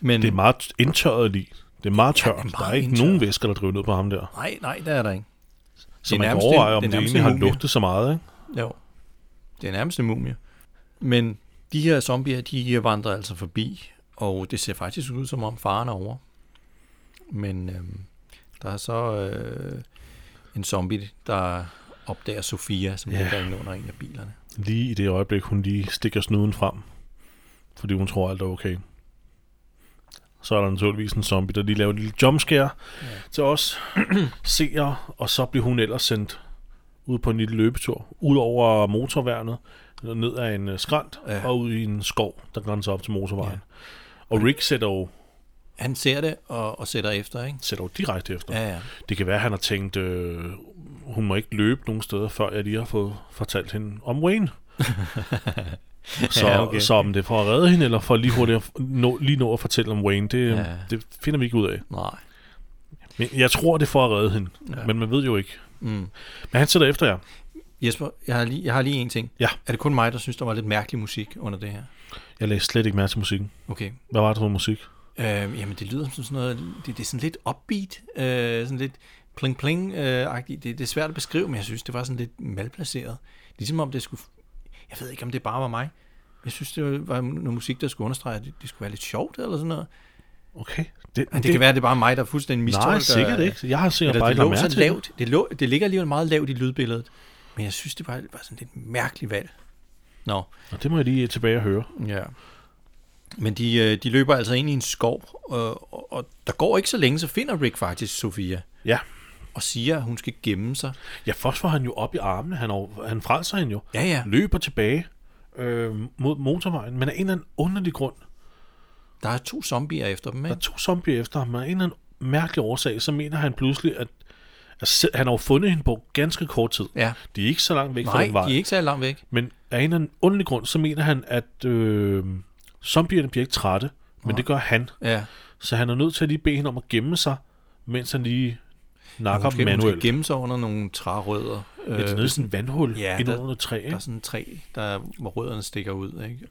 Speaker 2: Men,
Speaker 1: Det er meget indtørret lige. Det er meget tørt.
Speaker 2: det er meget
Speaker 1: der er ikke
Speaker 2: indtørret.
Speaker 1: nogen væsker, der driver ned på ham der.
Speaker 2: nej, nej, der er der ikke.
Speaker 1: Så
Speaker 2: er
Speaker 1: man kan
Speaker 2: nærmest en-
Speaker 1: overveje, om
Speaker 2: det er
Speaker 1: det,
Speaker 2: nærmest
Speaker 1: egentlig
Speaker 2: en
Speaker 1: har
Speaker 2: mumie.
Speaker 1: lugtet så meget. Ikke?
Speaker 2: Jo. Det er nærmest en mumie. Men de her zombier, de vandrer altså forbi, og det ser faktisk ud som om faren er over. Men øhm, der er så øh, en zombie, der opdager Sofia, som
Speaker 1: Ja.
Speaker 2: ligger inde under en af bilerne.
Speaker 1: Lige i det øjeblik, hun lige stikker snuden frem, fordi hun tror, alt er okay. Så er der naturligvis en zombie, der lige laver et lille jumpscare ja. til os seere, og så bliver hun ellers sendt ud på en lille løbetur, ud over motorværnet, ned ad en øh, skrant ja.
Speaker 2: Ja.
Speaker 1: og ud i en skov, der grænser op til motorvejen. Ja. Og Rick sætter jo
Speaker 2: han ser det og, og sætter efter, ikke?
Speaker 1: Sætter jo direkte efter.
Speaker 2: Ja, ja.
Speaker 1: Det kan være, at han har tænkt, øh, hun må ikke løbe nogen steder, før jeg lige har fået fortalt hende om Wayne. så,
Speaker 2: Ja,
Speaker 1: ja,
Speaker 2: okay.
Speaker 1: okay. så om det er for at redde hende, eller for lige hurtigt at nå, lige nå at fortælle om Wayne, det,
Speaker 2: Ja.
Speaker 1: ja. det finder vi ikke ud af.
Speaker 2: Nej.
Speaker 1: Men jeg tror, det er for at redde hende,
Speaker 2: Ja.
Speaker 1: ja. men man ved jo ikke.
Speaker 2: Mm.
Speaker 1: Men han sætter efter jer.
Speaker 2: Jesper, jeg har, lige, jeg har lige en ting.
Speaker 1: Ja.
Speaker 2: Er det kun mig, der synes, der var lidt mærkelig musik under det her?
Speaker 1: Jeg lagde slet ikke mærke til musikken.
Speaker 2: Okay.
Speaker 1: Hvad var det for noget musik?
Speaker 2: Øh, jamen, det lyder som sådan noget... Det, det er sådan lidt upbeat, øh, sådan lidt pling-pling-agtigt. Det, det er svært at beskrive, men jeg synes, det var sådan lidt malplaceret. Ligesom om det skulle... Jeg ved ikke, om det bare var mig. Jeg synes, det var noget musik, der skulle understrege, at det, det skulle være lidt sjovt eller sådan noget.
Speaker 1: Okay. Det,
Speaker 2: Men det, det kan være, at det er bare mig, der fuldstændig mistolker...
Speaker 1: Nej, sikkert ikke. Jeg har sikkert
Speaker 2: Eller
Speaker 1: bare
Speaker 2: det
Speaker 1: ikke lagt
Speaker 2: lå
Speaker 1: mærke
Speaker 2: så
Speaker 1: til det.
Speaker 2: lavt. Det, lå, det ligger alligevel meget lavt i lydbilledet. Men jeg synes, det var, var sådan lidt mærkeligt valg. Nå,
Speaker 1: Og det må jeg lige tilbage og høre.
Speaker 2: ja. Men de, øh, de løber altså ind i en skov, øh, og, og, og der går ikke så længe, så finder Rick faktisk Sofia
Speaker 1: Ja.
Speaker 2: og siger, at hun skal gemme sig.
Speaker 1: Ja, først får han jo op i armene. Han, er- han frelser hende jo.
Speaker 2: Ja, ja.
Speaker 1: Løber tilbage øh, mod motorvejen, men af en eller anden underlig grund.
Speaker 2: Der er to zombier efter dem,
Speaker 1: Der er
Speaker 2: ikke?
Speaker 1: to zombier efter ham, og af en eller anden mærkelig årsag, så mener han pludselig, at, at se- han har jo fundet hende på ganske kort tid.
Speaker 2: Ja.
Speaker 1: De er ikke så langt væk fra
Speaker 2: Nej,
Speaker 1: den vej.
Speaker 2: de er ikke så langt væk.
Speaker 1: Men af en eller anden underlig grund, så mener han, at øh, zombierne bliver ikke trætte, men det gør han.
Speaker 2: Ja.
Speaker 1: Så han er nødt til at lige bede hende om at gemme sig, mens han lige nakker
Speaker 2: Hun
Speaker 1: dem
Speaker 2: skal, hun skal
Speaker 1: manuelt.
Speaker 2: gemme sig under nogle trærødder.
Speaker 1: Ja, det er nede i sådan et vandhul
Speaker 2: øh, Ja,
Speaker 1: ja, ind
Speaker 2: der-
Speaker 1: under noget træ,
Speaker 2: der er
Speaker 1: ikke?
Speaker 2: sådan et træ, der, hvor rødderne stikker ud, ikke?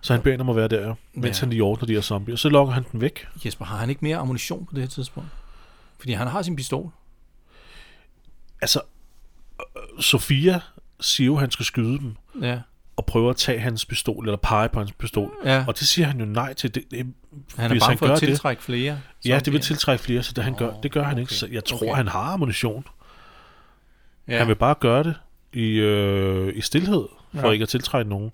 Speaker 1: Så han beder hende om at være der, mens
Speaker 2: Ja.
Speaker 1: han lige ordner de her zombier. Så lokker han den væk.
Speaker 2: Jesper, har han ikke mere ammunition på det her tidspunkt? Fordi han har sin pistol.
Speaker 1: Altså, øh, Sofia siger jo, at han skal skyde dem,
Speaker 2: Ja.
Speaker 1: og prøver at tage hans pistol, eller pege på hans pistol.
Speaker 2: Ja.
Speaker 1: Og det siger han jo nej til. Det, det,
Speaker 2: Han er
Speaker 1: hvis
Speaker 2: bange for at
Speaker 1: gør
Speaker 2: tiltrække det. flere.
Speaker 1: Det, ja, det vil
Speaker 2: zombier.
Speaker 1: tiltrække flere, så det, han gør, det gør han ikke.
Speaker 2: okay,
Speaker 1: Så jeg tror,
Speaker 2: okay.
Speaker 1: han har ammunition.
Speaker 2: Ja.
Speaker 1: Han vil bare gøre det i, øh, i stillhed, for
Speaker 2: Ja.
Speaker 1: ja. ikke at tiltrække nogen.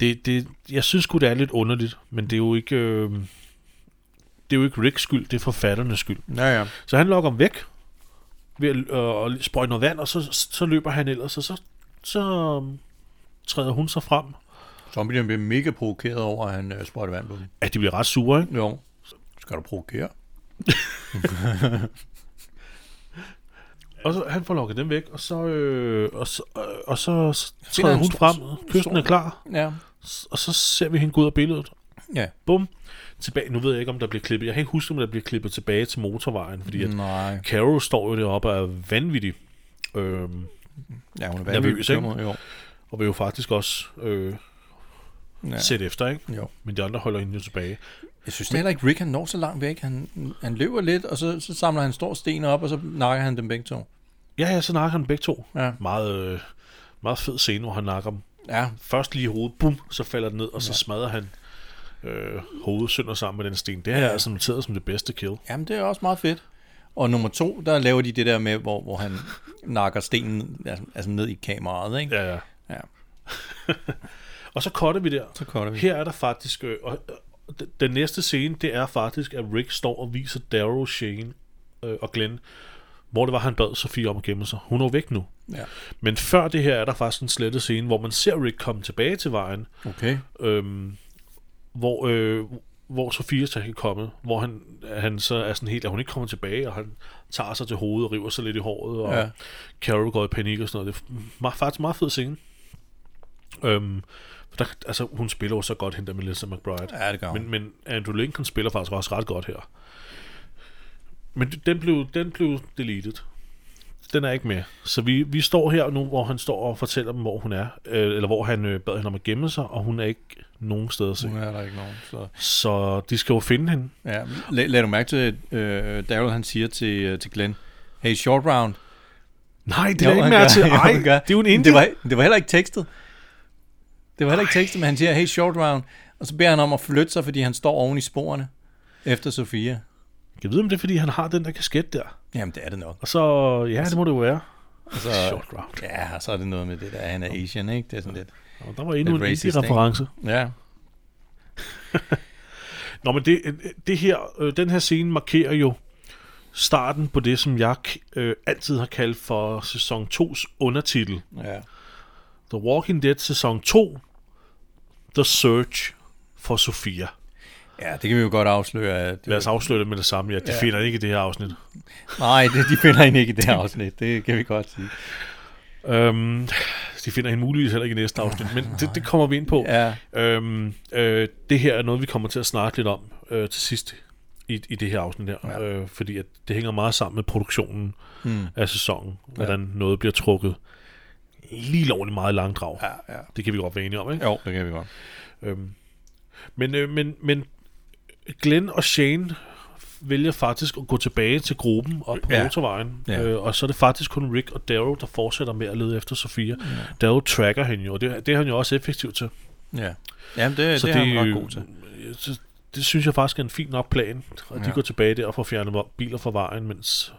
Speaker 1: Det, det, jeg synes sgu, det er lidt underligt, men det er jo ikke... Øh, det er jo ikke Ricks skyld, det er forfatternes skyld.
Speaker 2: Ja, ja.
Speaker 1: Så han lokker ham væk ved at øh, at sprøjte noget vand, og så, så løber han ellers, og så, så øh, træder hun sig frem.
Speaker 2: Zombierne bliver mega provokeret over, at han øh, sprøjter vand på dem.
Speaker 1: At de bliver ret sure, ikke?
Speaker 2: Jo. Skal du provokere?
Speaker 1: Og så, han får lukket dem væk, og så, øh, og så, øh, og så s-
Speaker 2: Finder
Speaker 1: træder
Speaker 2: han
Speaker 1: hun
Speaker 2: stor-
Speaker 1: frem, kysten er
Speaker 2: stor-
Speaker 1: klar,
Speaker 2: Ja.
Speaker 1: s- og så ser vi hende gå ud af billedet.
Speaker 2: Ja.
Speaker 1: Bum. Tilbage. Nu ved jeg ikke, om der bliver klippet. Jeg kan ikke huske, om der bliver klippet tilbage til motorvejen, fordi at
Speaker 2: Nej.
Speaker 1: Caro står jo deroppe og er vanvittig. Øhm,
Speaker 2: Ja, hun er
Speaker 1: Nervøs, ikke?
Speaker 2: bekymret, Jo.
Speaker 1: og vil jo faktisk også øh,
Speaker 2: Ja.
Speaker 1: ja. sætte efter, ikke?
Speaker 2: jo.
Speaker 1: Men de andre holder hende jo tilbage.
Speaker 2: Jeg synes da heller ikke, Rick han når så langt væk. Han, han løber lidt, og så, så samler han store sten op, og så nakker han dem begge to.
Speaker 1: Ja, ja, så nakker han dem begge to.
Speaker 2: Ja.
Speaker 1: Meget, øh, meget fed scene, hvor han nakker dem.
Speaker 2: Ja.
Speaker 1: Først lige i hovedet, bum, så falder den ned, og så smadrer han øh, hovedet sønder sammen med den sten. Det har jeg altså noteret som det bedste kill.
Speaker 2: Jamen, det er også meget fedt. Og nummer to, der laver de det der med, hvor, hvor han nakker stenen altså, altså ned i kameraet, ikke?
Speaker 1: Ja, ja.
Speaker 2: ja.
Speaker 1: Og så cutter vi der.
Speaker 2: Så cutter vi.
Speaker 1: Her er der faktisk... Øh, og, og d- den næste scene, det er faktisk, at Rick står og viser Daryl, Shane øh, og Glenn, hvor det var, han bad Sofie om at gemme sig. Hun er jo væk nu.
Speaker 2: Ja.
Speaker 1: Men før det her er der faktisk en slette scene, hvor man ser Rick komme tilbage til vejen,
Speaker 2: Okay.
Speaker 1: øhm, hvor, øh, hvor Sofia så kan komme, hvor han, han så er sådan helt, at hun ikke kommer tilbage, og han tager sig til hovedet og river sig lidt i håret, og
Speaker 2: Ja.
Speaker 1: ja. Carol går i panik og sådan noget. Det er f- ma- faktisk en meget fed scene. Øhm, for der, altså, hun spiller jo så godt, hende der Melissa McBride.
Speaker 2: Ja, det gør hun.
Speaker 1: Men, men Andrew Lincoln spiller faktisk også ret godt her. Men d- den blev, den blev deleted. Den er ikke med. Så vi, vi står her nu, hvor han står og fortæller dem, hvor hun er. Øh, eller hvor han øh, bad hende om at gemme sig, og hun er ikke nogen steder at se.
Speaker 2: Nu er der ikke nogen, så...
Speaker 1: Så de skal jo finde hende.
Speaker 2: Ja, lad, lad du mærke til, at øh, Daryl han siger til, øh, til Glenn, hey, short round.
Speaker 1: Nej, det
Speaker 2: Jo,
Speaker 1: er ikke
Speaker 2: han
Speaker 1: mere
Speaker 2: gør.
Speaker 1: til.
Speaker 2: Jo,
Speaker 1: Ej,
Speaker 2: han gør.
Speaker 1: det er jo en
Speaker 2: Men
Speaker 1: indie.
Speaker 2: det, var, det var heller ikke tekstet. Det var heller ikke tekstet, men han siger, hey, short round. Og så beder han om at flytte sig, fordi han står oven i sporene efter Sofia.
Speaker 1: Jeg ved, om det er, fordi han har den der kasket der.
Speaker 2: Jamen, det er det nok.
Speaker 1: Og så, ja, det må det jo være.
Speaker 2: Altså,
Speaker 1: Short round.
Speaker 2: ja, og så er det noget med det der, han er Asian, ikke? Det er sådan lidt.
Speaker 1: Og der var endnu
Speaker 2: Lidt
Speaker 1: en
Speaker 2: racist,
Speaker 1: indie reference.
Speaker 2: Ja,
Speaker 1: Nå, men det, det her, øh, den her scene markerer jo starten på det, som jeg øh, altid har kaldt for sæson 2's undertitel.
Speaker 2: ja.
Speaker 1: The Walking Dead sæson 2, The Search for Sofia.
Speaker 2: Ja, det kan vi jo godt afsløre. At,
Speaker 1: Lad os afsløre det med det samme. Ja, de
Speaker 2: Ja.
Speaker 1: ja. finder ikke i det her afsnit.
Speaker 2: nej, det, de finder hende ikke i det her afsnit. Det kan vi godt sige.
Speaker 1: Øhm, de finder hende muligvis heller ikke i næste afsnit, men det, det kommer vi ind på.
Speaker 2: Ja,
Speaker 1: Øhm, øh, det her er noget, vi kommer til at snakke lidt om øh, til sidst i, i det her afsnit her,
Speaker 2: Ja.
Speaker 1: ja. øh, fordi at det hænger meget sammen med produktionen
Speaker 2: mm.
Speaker 1: af sæsonen, hvordan ja. noget bliver trukket lige lovligt meget i langdrag. Ja.
Speaker 2: ja, ja.
Speaker 1: Det kan vi godt være enige om, ikke?
Speaker 2: Jo, det kan vi godt.
Speaker 1: Øhm, men, øh, men, men Glenn og Shane vælger faktisk at gå tilbage til gruppen op på
Speaker 2: Ja.
Speaker 1: ja. motorvejen,
Speaker 2: Ja.
Speaker 1: ja. Øh, og så er det faktisk kun Rick og Daryl, der fortsætter med at lede efter Sofia. Ja. Daryl tracker hende jo, og det, det er han jo også effektiv til.
Speaker 2: Ja, Jamen, det,
Speaker 1: Så
Speaker 2: det, det er
Speaker 1: det-
Speaker 2: han ret god til.
Speaker 1: Øh, så Det synes jeg faktisk er en fin nok plan, og de
Speaker 2: Ja.
Speaker 1: går tilbage der og får fjernet vo- biler fra vejen, mens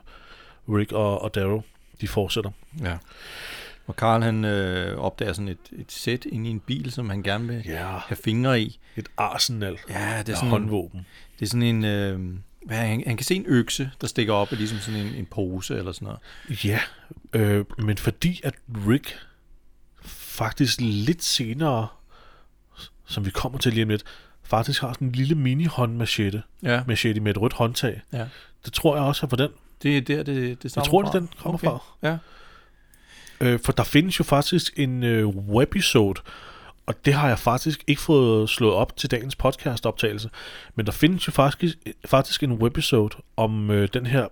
Speaker 1: Rick og, og Daryl, de fortsætter.
Speaker 2: Ja. Og Karl han øh, opdager sådan et, et sæt inde i en bil, som han gerne vil
Speaker 1: Ja,
Speaker 2: have fingre i.
Speaker 1: et arsenal
Speaker 2: Ja, det er
Speaker 1: af
Speaker 2: sådan, en,
Speaker 1: håndvåben.
Speaker 2: det er sådan en øh, hvad, han, han kan se en økse, der stikker op af ligesom sådan en, en pose eller sådan noget.
Speaker 1: Ja, øh, men fordi at Rick faktisk lidt senere, som vi kommer til lige om lidt, faktisk har sådan en lille mini håndmachete
Speaker 2: Ja,
Speaker 1: machete med et rødt håndtag.
Speaker 2: Ja.
Speaker 1: Det tror jeg også er for den.
Speaker 2: det er der, det, det
Speaker 1: Jeg
Speaker 2: stammer
Speaker 1: tror,
Speaker 2: fra.
Speaker 1: det er den kommer okay. fra.
Speaker 2: Ja.
Speaker 1: Øh, for der findes jo faktisk en øh, webisode, og det har jeg faktisk ikke fået slået op til dagens podcastoptagelse, men der findes jo faktisk, faktisk en webisode om øh, den her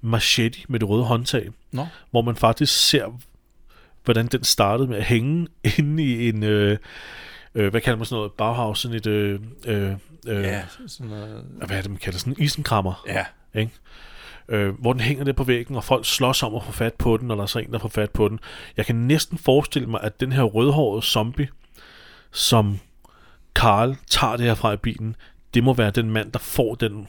Speaker 1: machete med det røde håndtag,
Speaker 2: Nå.
Speaker 1: hvor man faktisk ser, hvordan den startede med at hænge inde i en, øh, øh, hvad kalder man sådan noget, Bauhaus, sådan et, øh, øh, øh,
Speaker 2: Ja, sådan noget.
Speaker 1: hvad er det, man kalder sådan en isenkrammer,
Speaker 2: Ja.
Speaker 1: øh, hvor den hænger der på væggen, og folk slås om at få fat på den, og der er så en, der får fat på den. Jeg kan næsten forestille mig, at den her rødhårede zombie, som Karl tager det her fra i bilen, det må være den mand, der får den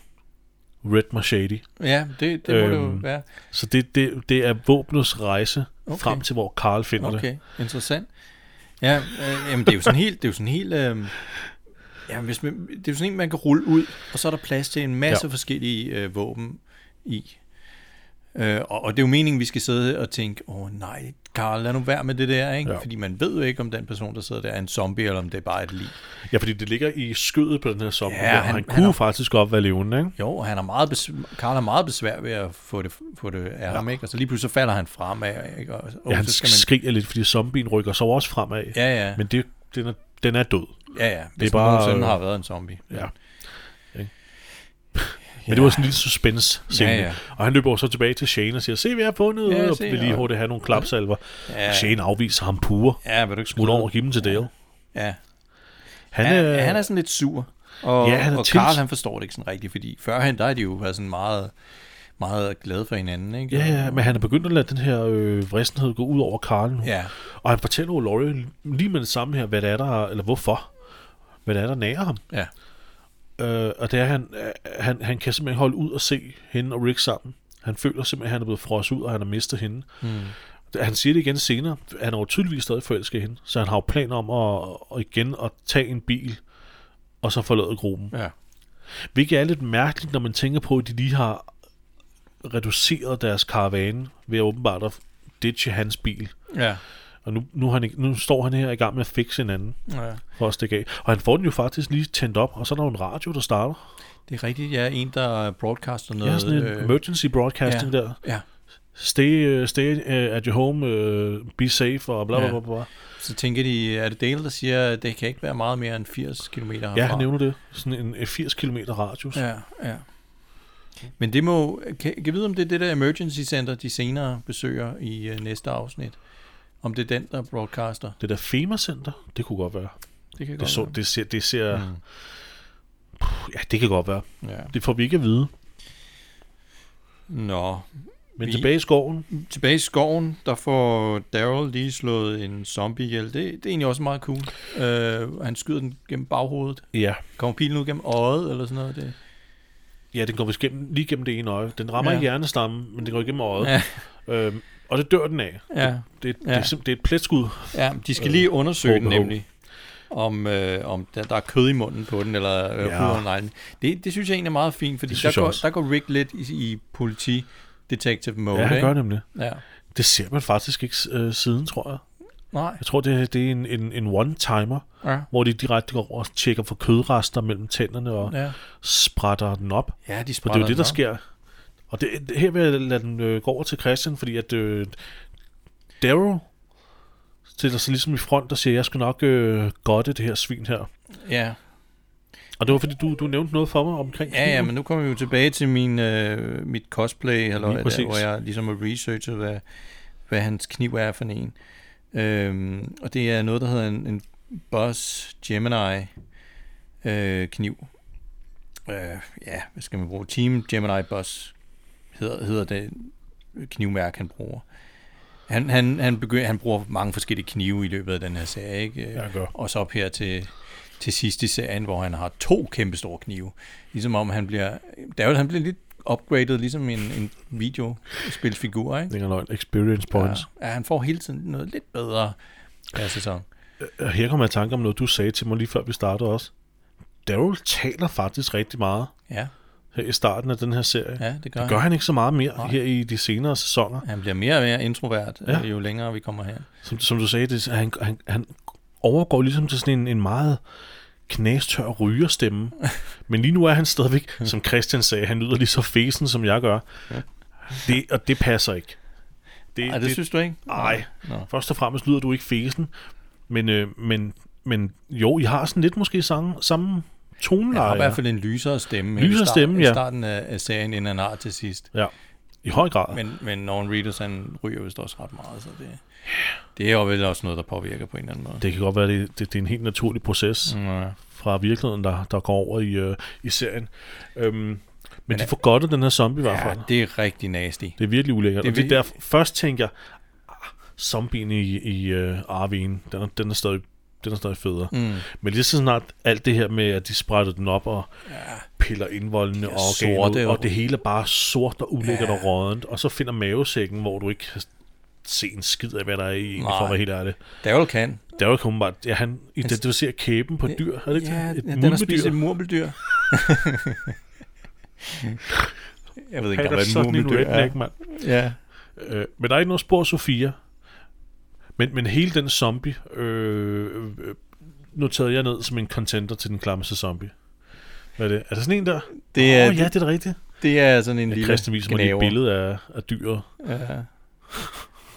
Speaker 1: Red Machete.
Speaker 2: Ja, det, det må det jo
Speaker 1: Øhm,
Speaker 2: være.
Speaker 1: Så det, det, det er våbnets rejse
Speaker 2: Okay.
Speaker 1: okay. frem til, hvor Karl finder okay. det.
Speaker 2: Okay, interessant. Ja, øh, jamen det er jo sådan helt, det er jo sådan helt, øh, ja, hvis man, det er jo sådan en, man kan rulle ud, og så er der plads til en masse ja.
Speaker 1: Ja.
Speaker 2: forskellige øh, våben i. Øh, og, og det er jo meningen, vi skal sidde og tænke, åh oh, nej, Karl, lad nu være med det der, ikke? Ja.
Speaker 1: Ja.
Speaker 2: Fordi man ved jo ikke, om den person, der sidder der, er en zombie, eller om det er bare et lig.
Speaker 1: Ja, fordi det ligger i skødet på den her zombie,
Speaker 2: Ja,
Speaker 1: ja, han,
Speaker 2: han-
Speaker 1: han
Speaker 2: han
Speaker 1: kunne han
Speaker 2: har-
Speaker 1: faktisk godt være levende, ikke?
Speaker 2: Jo, og han er meget besv- Karl er meget besvær ved at få det, få det af ham, ikke? Og så lige pludselig så falder han fremad, ikke? Og, oh,
Speaker 1: Ja, han
Speaker 2: så
Speaker 1: skal
Speaker 2: skal
Speaker 1: man...
Speaker 2: man...
Speaker 1: skriger lidt, fordi zombien rykker sig også fremad. Ja.
Speaker 2: Ja, ja.
Speaker 1: Men det, den, er, den er død.
Speaker 2: Ja, ja. Hvis det er
Speaker 1: bare-
Speaker 2: bare... nogensinde har været en zombie.
Speaker 1: Ja. Ikke? Men det var sådan en lille suspense scene.
Speaker 2: Ja, ja.
Speaker 1: Og han løber jo så tilbage til Shane og siger, se hvad jeg har fundet,
Speaker 2: Ja,
Speaker 1: ja, og
Speaker 2: se,
Speaker 1: vil lige
Speaker 2: og-
Speaker 1: hurtigt have nogle klapsalver.
Speaker 2: Ja,
Speaker 1: Ja. Shane afviser ham pure,
Speaker 2: ja vil du ikke
Speaker 1: smutter over og giver dem til Dale.
Speaker 2: Ja.
Speaker 1: Han,
Speaker 2: Han,
Speaker 1: øh,
Speaker 2: er, han er sådan lidt sur. Og,
Speaker 1: Ja, han er
Speaker 2: og
Speaker 1: tils-
Speaker 2: Carl, han forstår det ikke sådan rigtigt, fordi førhen, der er de jo været sådan meget, meget glade for hinanden, ikke?
Speaker 1: Ja, ja, men han er begyndt at lade den her øh, vristenhed gå ud over Karl nu.
Speaker 2: Ja,
Speaker 1: Og han fortæller jo Laurie lige med det samme her, hvad det er, der, eller hvorfor, hvad det er, der nærer ham.
Speaker 2: ja,
Speaker 1: Øh, og det er, han, øh, han, han kan simpelthen holde ud og se hende og Rick sammen. Han føler simpelthen, at han er blevet frosset ud, og han har mistet hende. Mm. Han siger det igen senere. Han er jo tydeligvis stadig forelsket i hende, så han har jo planer om at, at igen at tage en bil, og så forlade gruppen.
Speaker 2: ja.
Speaker 1: Hvilket er lidt mærkeligt, når man tænker på, at de lige har reduceret deres karavane ved åbenbart at ditche hans bil.
Speaker 2: ja.
Speaker 1: Og nu, nu, er han, ikke- nu står han her i gang med at fikse en anden
Speaker 2: ja.
Speaker 1: for at stikke af. Og han får den jo faktisk lige tændt op, og så er der jo en radio, der starter.
Speaker 2: Det er rigtigt, ja. En, der broadcaster noget.
Speaker 1: Ja, sådan en øh, emergency broadcasting ja. der.
Speaker 2: ja.
Speaker 1: Stay, uh, stay uh, at your home, uh, be safe og bla bla bla.
Speaker 2: Ja.
Speaker 1: bla.
Speaker 2: Så tænker de, er det Dale, der siger, at det kan ikke være meget mere end 80 km herfra?
Speaker 1: Ja, han nævner det. Sådan en øh, 80 km radius. Ja.
Speaker 2: Ja, ja. Men det må, kan, kan vide, om det er det der emergency center, de senere besøger i uh, næste afsnit. Om det er den, der broadcaster.
Speaker 1: Det der FEMA Center, det kunne godt være.
Speaker 2: Det kan
Speaker 1: Det, så, det ser, det ser
Speaker 2: Mm.
Speaker 1: puh, ja, det kan godt være.
Speaker 2: Ja.
Speaker 1: Det får vi ikke at vide.
Speaker 2: Nå.
Speaker 1: Men vi...
Speaker 2: Vi-
Speaker 1: tilbage i skoven,
Speaker 2: Tilbage i skoven, der får Daryl lige slået en zombie ihjel. Det, det er egentlig også meget cool. Uh, han skyder den gennem baghovedet.
Speaker 1: ja.
Speaker 2: Kommer pilen ud gennem øjet eller sådan noget? Det.
Speaker 1: Ja, den går vist gennem, lige gennem det ene øje. Den rammer
Speaker 2: Ja.
Speaker 1: ja. hjernestammen, men den går igennem øjet.
Speaker 2: Ja,
Speaker 1: Ja. Øhm, og det dør den af.
Speaker 2: ja,
Speaker 1: Det, det,
Speaker 2: Ja.
Speaker 1: ja. det, er, simp- det er et pletskud.
Speaker 2: ja, de skal lige undersøge den
Speaker 1: HBH.
Speaker 2: nemlig. Om, øh, om der, der er kød i munden på den, eller øh,
Speaker 1: Ja.
Speaker 2: ja. neglen. Det, det synes jeg egentlig er meget fint, fordi
Speaker 1: Det
Speaker 2: der
Speaker 1: synes jeg
Speaker 2: går,
Speaker 1: også.
Speaker 2: der går Rick lidt i, i politi-detective mode.
Speaker 1: Ja, han
Speaker 2: ikke?
Speaker 1: gør nemlig.
Speaker 2: Ja.
Speaker 1: Det ser man faktisk ikke øh, siden, tror jeg.
Speaker 2: Nej.
Speaker 1: Jeg tror, det, her, det er en, en, en one-timer,
Speaker 2: Ja.
Speaker 1: hvor de direkte går over og tjekker for kødrester mellem tænderne og ja.
Speaker 2: Ja,
Speaker 1: sprætter den op.
Speaker 2: ja
Speaker 1: For
Speaker 2: de sprætter
Speaker 1: det er jo det,
Speaker 2: den
Speaker 1: der
Speaker 2: op.
Speaker 1: sker. Og det, det- her vil jeg lade den øh, gå over til Christian, fordi at øh, Darrow stiller sig ligesom i front og siger, jeg skal nok øh, godte det her svin her.
Speaker 2: Ja.
Speaker 1: Og det var fordi, du, du nævnte noget for mig omkring
Speaker 2: Ja, ja, men nu kommer vi jo tilbage til min, øh, mit cosplay, eller
Speaker 1: Lige præcis.
Speaker 2: der, hvor jeg ligesom har researchet, hvad, hvad hans kniv er for en. Øhm, og det er noget, der hedder en, en Boss Gemini øh, kniv. Øh, ja, hvad skal man bruge? Team Gemini Boss hedder, hedder det knivmærke, han bruger. Han, han, han, begynder, han bruger mange forskellige knive i løbet af den her serie, ikke? Øh,
Speaker 1: Ja, han gør.
Speaker 2: Og så op her til, til sidst i serien, hvor han har to kæmpe store knive. Ligesom om han bliver... David, han bliver lidt upgraded, ligesom en, en videospilfigur, ikke?
Speaker 1: Ingen løgn. Experience points.
Speaker 2: Ja, ja, han får hele tiden noget lidt bedre per sæson.
Speaker 1: Ja. Her kommer jeg i tanke om noget, du sagde til mig lige før vi startede også. Daryl taler faktisk rigtig meget
Speaker 2: Ja,
Speaker 1: her i starten af den her serie. Ja.
Speaker 2: ja det gør,
Speaker 1: Det gør han ikke så meget mere
Speaker 2: Nej.
Speaker 1: Nej. her i de senere sæsoner.
Speaker 2: han. Han bliver mere og mere introvert,
Speaker 1: Ja.
Speaker 2: ja. jo længere vi kommer her.
Speaker 1: Som, som du sagde, det, han, han, han overgår ligesom til sådan en, en meget knastør rygerstemme. Men lige nu er han stadigvæk, som Christian sagde, han lyder lige så fesen, som jeg gør. Det, og det passer ikke. Det,
Speaker 2: Ej, det, synes du ikke?
Speaker 1: Ej.
Speaker 2: Nå.
Speaker 1: Først og fremmest lyder du ikke fesen, men, øh, men, men jo, I har sådan lidt måske samme, samme
Speaker 2: Han har i
Speaker 1: toneleje.
Speaker 2: hvert fald en lysere stemme
Speaker 1: Lysere
Speaker 2: i, start,
Speaker 1: stemme,
Speaker 2: i
Speaker 1: ja.
Speaker 2: starten af, af serien, end han har til sidst.
Speaker 1: Ja, i høj grad. Men,
Speaker 2: Men, men Norman Reedus, han ryger vist også ret meget, så det, det er jo vel også noget, der påvirker på en eller anden måde.
Speaker 1: det kan godt være, det, det, det er en helt naturlig proces mm.
Speaker 2: Nå,
Speaker 1: fra virkeligheden, der, der går over i, øh, i serien. Øhm, men, men de
Speaker 2: er-
Speaker 1: får godt af den her zombie i hvert fald.
Speaker 2: ja, det er rigtig nasty.
Speaker 1: Det er virkelig ulækkert.
Speaker 2: Det
Speaker 1: Det
Speaker 2: er
Speaker 1: og det er
Speaker 2: virkelig-
Speaker 1: derfor, først tænker jeg, "Ah, zombien i, i uh, RV'en, den er, den, er stadig, den er stadig federe. Mm.
Speaker 2: Mm.
Speaker 1: Men lige så snart alt det her med, at de sprætter den op og
Speaker 2: Ja.
Speaker 1: piller indvoldene og
Speaker 2: sorte
Speaker 1: organer ud,
Speaker 2: og-
Speaker 1: og det hele er bare sort og ulækkert ja. og rådent, og så finder mavesækken, hvor du ikke kan se en skid af, hvad der er i, Nej.
Speaker 2: Nej.
Speaker 1: for at være helt ærlig.
Speaker 2: Daryl kan.
Speaker 1: Der er jo kun bare, ja, han identificerer kæben på et dyr, er det ikke
Speaker 2: Altså- ja,
Speaker 1: det? Et
Speaker 2: ja, den har spist
Speaker 1: mulmedyr.
Speaker 2: et murmeldyr. jeg ved ikke
Speaker 1: Han
Speaker 2: engang,
Speaker 1: er
Speaker 2: hvad et
Speaker 1: sådan en
Speaker 2: murmeldyr er.
Speaker 1: redneck, mand.
Speaker 2: Ja.
Speaker 1: Øh, men der er ikke noget spor af Sofia. Men, men hele den zombie øh, øh, noterede jeg ned som en contender til den klammeste zombie. Hvad er det? Er der sådan en der?
Speaker 2: Det er,
Speaker 1: Åh, ja, det er da rigtigt.
Speaker 2: det er sådan en
Speaker 1: Ja,
Speaker 2: lille
Speaker 1: Christian viser mig lige et billede af, af dyret.
Speaker 2: Ja.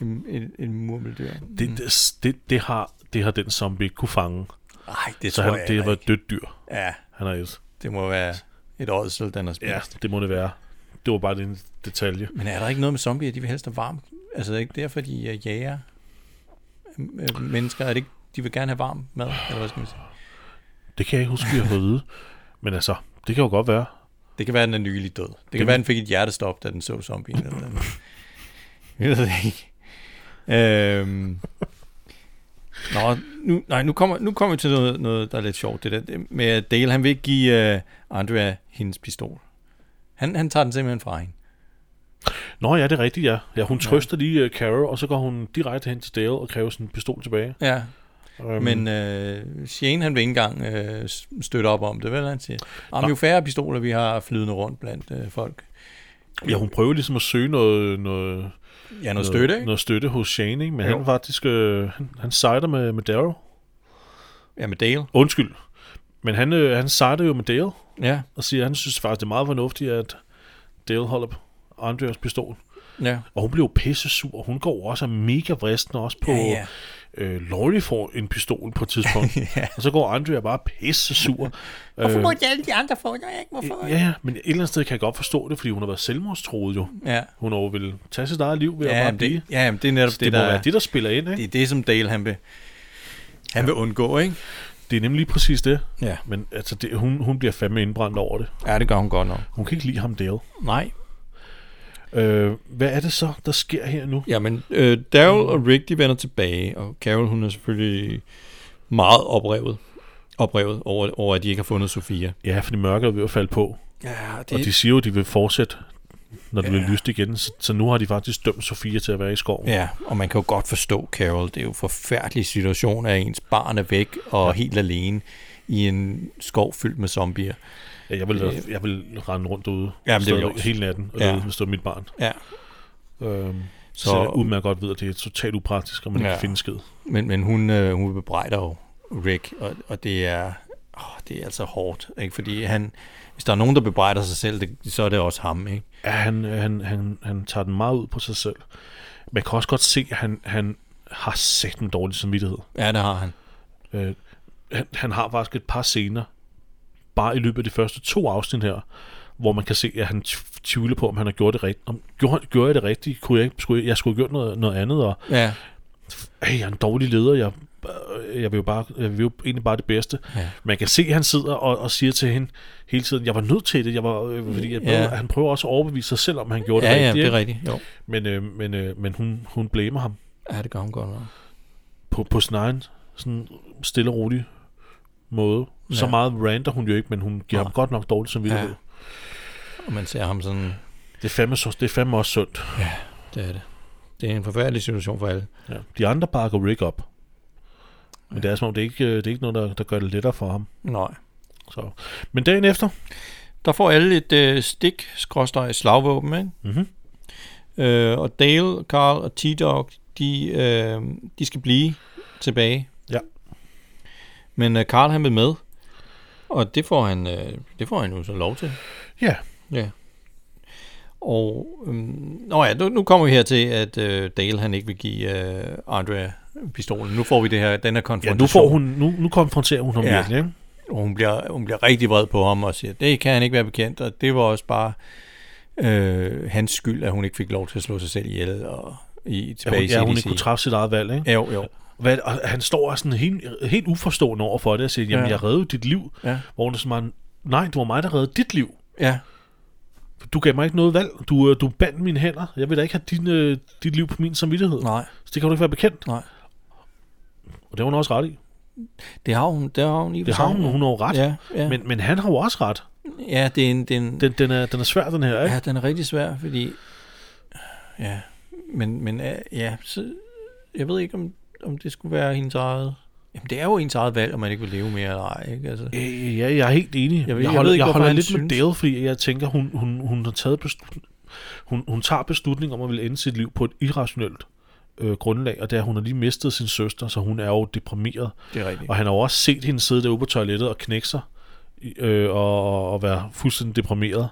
Speaker 2: En, en, en murmeldyr.
Speaker 1: Det, det, det, det, har, det har den zombie ikke kunne fange.
Speaker 2: Nej, Mm. det
Speaker 1: så
Speaker 2: tror
Speaker 1: han,
Speaker 2: jeg
Speaker 1: det
Speaker 2: heller
Speaker 1: var
Speaker 2: ikke.
Speaker 1: et dødt dyr,
Speaker 2: Ja,
Speaker 1: han har et.
Speaker 2: det må være et ådsel, den har spist.
Speaker 1: Ja, det må det være. Det var bare den detalje.
Speaker 2: Men er der ikke noget med zombier, de vil helst have varmt? Altså er det ikke derfor, de øh, jager øh, mennesker? Er det ikke, de vil gerne have varm mad, eller hvad skal man sige?
Speaker 1: Det kan jeg ikke huske, vi har fået at vide. Men altså, det kan jo godt være.
Speaker 2: Det kan være, den er nylig død. Det kan være, den fik et hjertestop, da den så zombien. Eller noget. Jeg ved det ikke. Øhm. Nå, nu, nej, nu kommer, nu kommer vi til noget, noget, der er lidt sjovt. Det der Det med, at Dale, han vil ikke give uh, Andrea hendes pistol. Han, han tager den simpelthen fra hende.
Speaker 1: Nå ja, det er rigtigt, ja. ja hun trøster lige uh, Carol, og så går hun direkte hen til Dale og kræver sin pistol tilbage.
Speaker 2: Ja,
Speaker 1: Um,
Speaker 2: Øhm. men øh, Shane, han vil ikke engang øh, støtte op om det, vel? Han siger, om jo færre pistoler, vi har flydende rundt blandt øh, folk.
Speaker 1: ja, hun prøver ligesom at søge noget, noget,
Speaker 2: Ja, noget støtte, ikke?
Speaker 1: noget støtte hos Shane, ikke? men
Speaker 2: Jo.
Speaker 1: han faktisk øh, han, han sejder med, med Daryl.
Speaker 2: Ja, med Dale.
Speaker 1: Undskyld. Men han, øh, han sejder jo med Dale
Speaker 2: Ja,
Speaker 1: og siger, at han synes faktisk, det er meget fornuftigt, at Dale holder Andreas pistol.
Speaker 2: ja.
Speaker 1: Og hun bliver jo pisse sur. Hun går jo også og er mega vristen også på...
Speaker 2: Ja, ja.
Speaker 1: Øh, Laurie får en pistol på et tidspunkt.
Speaker 2: Ja.
Speaker 1: Og så går Andrea bare pisse sur. Øh,
Speaker 3: Hvorfor
Speaker 2: Øh.
Speaker 3: må alle de andre få, når jeg ikke må få?
Speaker 1: Ja, ja, men et eller andet sted kan jeg godt forstå det, fordi hun har været selvmordstroet jo.
Speaker 2: ja.
Speaker 1: Hun har jo vil tage sit eget liv ved at
Speaker 2: Ja,
Speaker 1: bare
Speaker 2: men
Speaker 1: blive.
Speaker 2: det, ja, men det er netop
Speaker 1: Det,
Speaker 2: det,
Speaker 1: det må
Speaker 2: der,
Speaker 1: være det, der spiller ind, ikke?
Speaker 2: det
Speaker 1: Det,
Speaker 2: er det, som Dale han vil, han vil undgå, ikke?
Speaker 1: det er nemlig lige præcis det.
Speaker 2: Ja.
Speaker 1: Men altså, det, hun, hun bliver fandme indbrændt over det.
Speaker 2: ja, det gør hun godt nok.
Speaker 1: Hun kan ikke lide ham, Dale.
Speaker 2: Nej.
Speaker 1: Øh, hvad er det så, der sker her nu?
Speaker 2: Jamen, øh, Daryl og Rick, de vender tilbage, og Carol, hun er selvfølgelig meget oprevet, oprevet over, over, at de ikke har fundet Sofia.
Speaker 1: Ja, fordi mørket er ved at falde på.
Speaker 2: Ja,
Speaker 1: Og de siger jo, at de vil fortsætte, når det bliver lyst igen. Så, så nu har de faktisk dømt Sofia til at være i skoven.
Speaker 2: Ja, og man kan jo godt forstå Carol. Det er jo en forfærdelig situation, at ens barn er væk og ja. helt alene i en skov fyldt med zombier.
Speaker 1: Ja, jeg, vil, jeg vil rende rundt derude
Speaker 2: Øh. Jamen, det vil
Speaker 1: stadigvæk
Speaker 2: jeg også.
Speaker 1: hele natten, og
Speaker 2: Ja.
Speaker 1: ja. det er mit barn.
Speaker 2: Ja,
Speaker 1: Øhm, Så, så udmærket godt ved, at det er totalt upraktisk, og man ja.
Speaker 2: Ja.
Speaker 1: ikke finde skid.
Speaker 2: Men, men hun, øh, hun bebrejder jo Rick, og, og det er åh, det er altså hårdt, ikke? fordi han, hvis der er nogen, der bebrejder sig selv, det, så er det også ham. Ikke?
Speaker 1: Ja, han, han, han, han tager den meget ud på sig selv. Man kan også godt se, at han, han har sat en dårlig samvittighed.
Speaker 2: Ja, det har han.
Speaker 1: Øh, han, han har faktisk et par scener, bare i løbet af de første to afsnit her, hvor man kan se, at han tv- tvivler på, om han har gjort det rigtigt. Om, gjorde, gjorde jeg det rigtigt? Kunne jeg, ikke- skulle jeg, jeg skulle have gjort noget, noget andet, og
Speaker 2: Ja,
Speaker 1: hey, jeg er en dårlig leder, jeg, øh, jeg, vil jo bare, jeg vil jo egentlig bare det bedste.
Speaker 2: Ja.
Speaker 1: Man kan se, at han sidder og, og siger til hende hele tiden, jeg var nødt til det, jeg var, øh, fordi jeg,
Speaker 2: Ja.
Speaker 1: ja. han prøver også at overbevise sig selv, om han gjorde det
Speaker 2: ja, ja
Speaker 1: rigtigt.
Speaker 2: det er
Speaker 1: ikke?
Speaker 2: rigtigt. Jo.
Speaker 1: Men, øh, men, øh, men hun, hun blæmer ham
Speaker 2: Ja, det gør hun godt nok.
Speaker 1: på, på sin egen sådan stille og rolig måde. Ja. Så
Speaker 2: Ja.
Speaker 1: meget rander hun jo ikke, men hun giver
Speaker 2: Nej.
Speaker 1: ham godt nok dårligt samvittighed.
Speaker 2: Ja.
Speaker 1: Ja.
Speaker 2: Og man ser ham sådan,
Speaker 1: Det, er fandme, så, det er fandme også sundt.
Speaker 2: det er det. Det er en forfærdelig situation for alle.
Speaker 1: Ja. De andre bakker Rick op. Men det er som om, det er ikke, øh, det er ikke noget, der, der gør det lettere for ham.
Speaker 2: Nej.
Speaker 1: Så. Men dagen efter,
Speaker 2: Der får alle et øh, stik, skråstrej, slagvåben, ikke?
Speaker 1: mm-hmm.
Speaker 2: Øh, og Dale, Carl og T-Dog, de, øh, de skal blive tilbage.
Speaker 1: Ja.
Speaker 2: Men øh, Carl han vil med, og det får han, øh, det får han jo så lov til.
Speaker 1: ja,
Speaker 2: Ja. Og øhm, nå ja, nu, nu kommer vi her til, at øh, Dale han ikke vil give øh, Andrea pistolen. Nu får vi det her, den her
Speaker 1: ja
Speaker 2: konfrontation.
Speaker 1: nu, får hun, nu, nu konfronterer hun ham
Speaker 2: Ja.
Speaker 1: ja. virkelig. Ikke?
Speaker 2: Og hun bliver, hun bliver rigtig vred på ham og siger, det kan han ikke være bekendt, og det var også bare øh, hans skyld, at hun ikke fik lov til at slå sig selv ihjel og i,
Speaker 1: Ja,
Speaker 2: tilbage
Speaker 1: hun,
Speaker 2: i
Speaker 1: ja, hun
Speaker 2: CDC.
Speaker 1: ikke kunne træffe sit eget valg. Ikke?
Speaker 2: Ja, jo, jo.
Speaker 1: Hvad, og han står og sådan helt, helt uforstående over for det og siger, jamen
Speaker 2: Ja.
Speaker 1: ja. jeg reddede dit liv.
Speaker 2: Ja.
Speaker 1: Hvor hun er sådan, meget, nej, det var mig, der reddede dit liv.
Speaker 2: Ja,
Speaker 1: Du gav mig ikke noget valg. Du, øh, du bandt mine hænder. Jeg vil da ikke have din, øh, dit liv på min samvittighed.
Speaker 2: nej.
Speaker 1: Så det kan du ikke være bekendt.
Speaker 2: Nej.
Speaker 1: Og det har hun også ret i.
Speaker 2: Det har hun, det har hun i
Speaker 1: Det har hun, hun har jo ret.
Speaker 2: Ja, ja. Men,
Speaker 1: Men, men han har jo også ret.
Speaker 2: ja det er en, det er en,
Speaker 1: Den, den, er, den er svær, den her. Ikke?
Speaker 2: ja, den er rigtig svær, fordi... Ja, men, men øh, ja, så, jeg ved ikke, om, om det skulle være hendes eget... Jamen, det er jo ens eget valg, om man ikke vil leve mere eller ej, ikke? Altså,
Speaker 1: Øh, ja, jeg er helt enig.
Speaker 2: Jeg
Speaker 1: Jeg,
Speaker 2: ved-
Speaker 1: jeg,
Speaker 2: jeg
Speaker 1: holder,
Speaker 2: ved
Speaker 1: jeg,
Speaker 2: ikke,
Speaker 1: jeg
Speaker 2: hvorfor
Speaker 1: holder
Speaker 2: han
Speaker 1: lidt med
Speaker 2: synes-
Speaker 1: Dale, fordi jeg tænker, hun, hun, hun har taget beslutning. Hun, hun tager beslutning om at ville ende sit liv på et irrationelt øh, grundlag, og det er, at hun har lige mistet sin søster, så hun er jo deprimeret.
Speaker 2: det er rigtigt.
Speaker 1: Og han har jo også set hende sidde derude på toilettet og knække sig i- øh, og, og være fuldstændig deprimeret.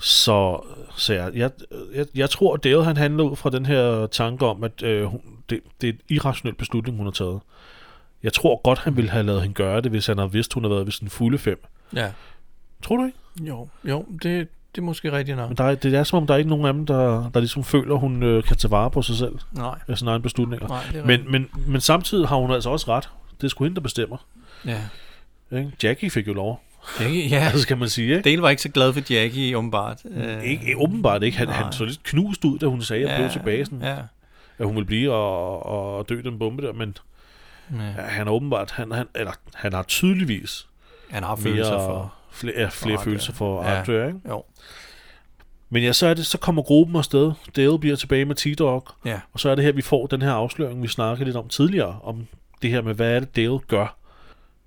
Speaker 1: Så, så jeg, jeg, jeg, jeg tror, at David han handler ud fra den her tanke om, at øh, hun, det, det er en irrationel beslutning, hun har taget. Jeg tror godt, han ville have lavet hende gøre det, hvis han havde vidst, hun havde været ved sin fulde fem.
Speaker 2: Ja.
Speaker 1: Tror du ikke?
Speaker 2: Jo, jo, det, det er måske rigtigt nok.
Speaker 1: Men der er, det er som om, der er ikke nogen af dem, der, der ligesom føler, hun øh, kan tage vare på sig selv
Speaker 2: Nej,
Speaker 1: af sine egne beslutninger.
Speaker 2: nej, det er rigtigt.
Speaker 1: Men, men, men samtidig har hun altså også ret. Det er sgu hende, der bestemmer.
Speaker 2: Ja.
Speaker 1: Ikke? Jackie fik jo lov.
Speaker 2: Ikke, ja.
Speaker 1: Altså, kan man sige, ikke?
Speaker 2: Dale var ikke så glad for Jackie, åbenbart. Øh,
Speaker 1: Ikke, ikke- åbenbart ikke. Han,
Speaker 2: Nej.
Speaker 1: han så lidt knust ud, da hun sagde, at ja, blev tilbage, sådan,
Speaker 2: Øh, Ja,
Speaker 1: at hun ville blive og, og dø den bombe der, men ja,
Speaker 2: ja.
Speaker 1: han er åbenbart, han, han, eller, han har tydeligvis
Speaker 2: Han har følelser
Speaker 1: mere,
Speaker 2: for...
Speaker 1: flere, ja, flere
Speaker 2: for Arthur.
Speaker 1: følelser for
Speaker 2: Ja.
Speaker 1: Arthur, ikke?
Speaker 2: Jo,
Speaker 1: Men ja, så, er det, så kommer gruppen afsted, Dale bliver tilbage med T-Dog,
Speaker 2: ja.
Speaker 1: og så er det her, vi får den her afsløring, vi snakkede lidt om tidligere, om det her med, hvad er det, Dale gør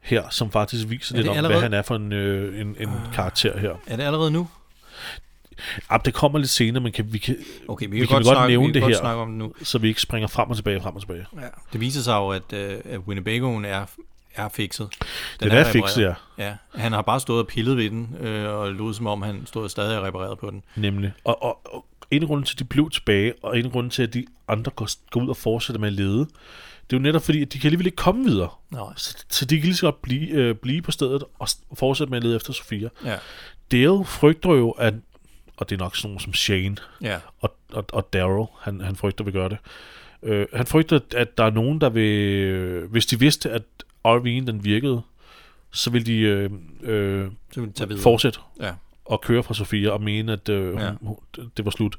Speaker 1: her, som faktisk viser
Speaker 2: Er det
Speaker 1: lidt om,
Speaker 2: allerede- Ah.
Speaker 1: hvad han er for en, øh, en, en karakter her.
Speaker 2: Er det allerede nu?
Speaker 1: Ab, det kommer lidt senere, men kan, vi kan,
Speaker 2: Okay, vi kan,
Speaker 1: kan
Speaker 2: godt,
Speaker 1: godt
Speaker 2: snakke,
Speaker 1: nævne
Speaker 2: vi kan
Speaker 1: det
Speaker 2: godt
Speaker 1: her.
Speaker 2: snakke om det nu.
Speaker 1: så vi ikke springer frem og tilbage, frem og tilbage.
Speaker 2: Ja. Det viser sig jo, at, øh, at Winnebagoen er, er fikset.
Speaker 1: Den det er, er fikset,
Speaker 2: repareret.
Speaker 1: ja.
Speaker 2: Ja, han har bare stået og pillet ved den, øh, og lød som om, han stod stadig og reparerede på den.
Speaker 1: Nemlig. Og, og, og en af grunden til, at de blev tilbage, og en af grunden til, at de andre går, går ud og fortsætter med at lede, det er jo netop fordi, at de kan alligevel ikke komme videre.
Speaker 2: Nej.
Speaker 1: Så, så de kan lige så godt blive, øh, blive på stedet og s- fortsætte med at lede efter Sofia.
Speaker 2: Ja,
Speaker 1: Dale frygter jo, at og det er nok sådan nogen som Shane
Speaker 2: ja,
Speaker 1: og, og, og Daryl, han, han frygter vil gøre det. Øh, han frygter, at der er nogen, der vil... Øh, hvis de vidste, at RV'en den virkede, så vil de øh, øh,
Speaker 2: så vil vi tage videre.
Speaker 1: fortsætte
Speaker 2: Ja,
Speaker 1: og køre fra Sofia og mene, at øh,
Speaker 2: Ja.
Speaker 1: ja. hun, det var slut.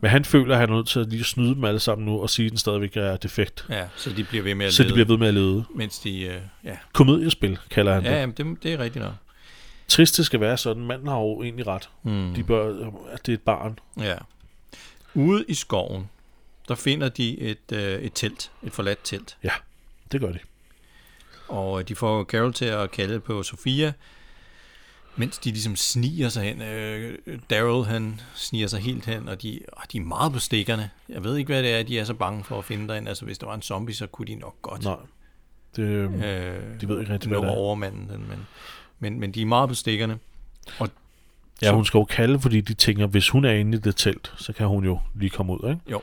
Speaker 1: Men han føler, at han er nødt til at lige at snyde dem alle sammen nu og sige, at den stadigvæk er defekt.
Speaker 2: ja, så de bliver ved med at
Speaker 1: Så
Speaker 2: lede,
Speaker 1: de bliver ved med at lede.
Speaker 2: mens de... Øh, ja,
Speaker 1: Komediespil kalder han
Speaker 2: ja
Speaker 1: det.
Speaker 2: jamen, det, det er rigtigt nok.
Speaker 1: Trist det skal være sådan. Manden har jo egentlig ret.
Speaker 2: Mm.
Speaker 1: De bør, øh, at det er et barn.
Speaker 2: Ja. Ude i skoven, der finder de et, øh, et telt, et forladt telt.
Speaker 1: Ja, det gør de.
Speaker 2: Og øh, de får Carol til at kalde på Sofia. Mens de ligesom sniger sig hen. Øh, Daryl, han sniger sig helt hen, og de, åh, de er meget på stikkerne. Jeg ved ikke, hvad det er, de er så bange for at finde dig. Altså, hvis der var en zombie, så kunne de nok godt.
Speaker 1: Nej. Det, øh,
Speaker 2: Øh,
Speaker 1: De ved ikke rigtig, hvad
Speaker 2: nå
Speaker 1: det er.
Speaker 2: overmanden, den, men, men, men de er meget på stikkerne. Og
Speaker 1: ja, hun skal jo kalde, fordi de tænker, hvis hun er inde i det telt, så kan hun jo lige komme ud, ikke?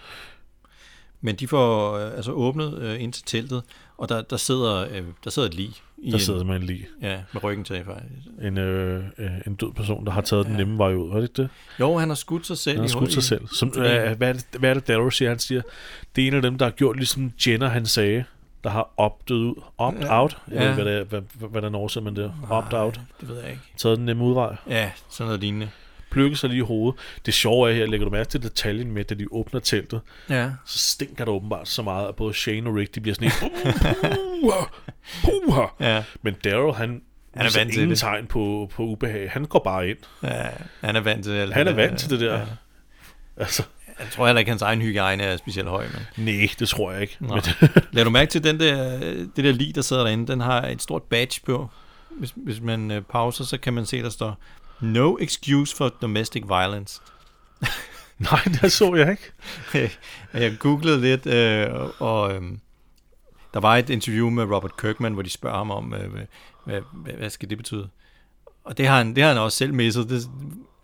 Speaker 2: Men de får øh, altså åbnet øh, ind til teltet, og der, der, sidder, øh, der sidder et lig. I
Speaker 1: Der sidder man lige.
Speaker 2: En, ja, med ryggen til faktisk.
Speaker 1: En, øh, øh, en død person, der har taget den
Speaker 2: Ja.
Speaker 1: nemme vej ud, var det ikke det?
Speaker 2: Jo, han har skudt sig selv.
Speaker 1: Han har
Speaker 2: i
Speaker 1: skudt
Speaker 2: hovedet.
Speaker 1: sig selv. Som,
Speaker 2: Fordi-
Speaker 1: øh, hvad, er det, hvad er det, Daryl siger? Han siger, det er en af dem, der har gjort ligesom Jenner, han sagde, der har optet ud. Opt
Speaker 2: Ja.
Speaker 1: out? Jeg ja. ved
Speaker 2: Ja.
Speaker 1: ikke, hvad, det er, hvad, hvad, hvordan oversætter man det?
Speaker 2: Nej,
Speaker 1: Opt out.
Speaker 2: Ah, Det ved jeg ikke.
Speaker 1: Taget den nemme udvej.
Speaker 2: Ja, sådan noget lignende.
Speaker 1: Pløkke sig lige i hovedet. Det sjove er her, lægger du mærke til detaljen med, da de åbner teltet,
Speaker 2: Ja.
Speaker 1: så stinker det åbenbart så meget, at både Shane og Rick, de bliver sådan en... Puha, puha.
Speaker 2: Ja,
Speaker 1: Men Daryl, han,
Speaker 2: Han er
Speaker 1: viser
Speaker 2: vant til
Speaker 1: ingen
Speaker 2: det.
Speaker 1: tegn på, på ubehag. Han går bare ind.
Speaker 2: ja, han er vant til alt det.
Speaker 1: Han er
Speaker 2: der.
Speaker 1: vant til det der. Ja. Altså,
Speaker 2: Jeg tror heller ikke, hans egen hygiejne er specielt høj. Men.
Speaker 1: nej, det tror jeg ikke.
Speaker 2: Nå.
Speaker 1: Men,
Speaker 2: Lad du mærke til den der, øh, det der lig, der sidder derinde, den har et stort badge på. Hvis, hvis man øh, pauser, så kan man se, der står No excuse for domestic violence.
Speaker 1: nej, det så jeg ikke.
Speaker 2: Jeg googlede lidt, øh, og øh, der var et interview med Robert Kirkman, hvor de spørger ham om, øh, hvad, hvad, hvad- hvad skal det betyde? Og det har han, det har han også selv misset. Det,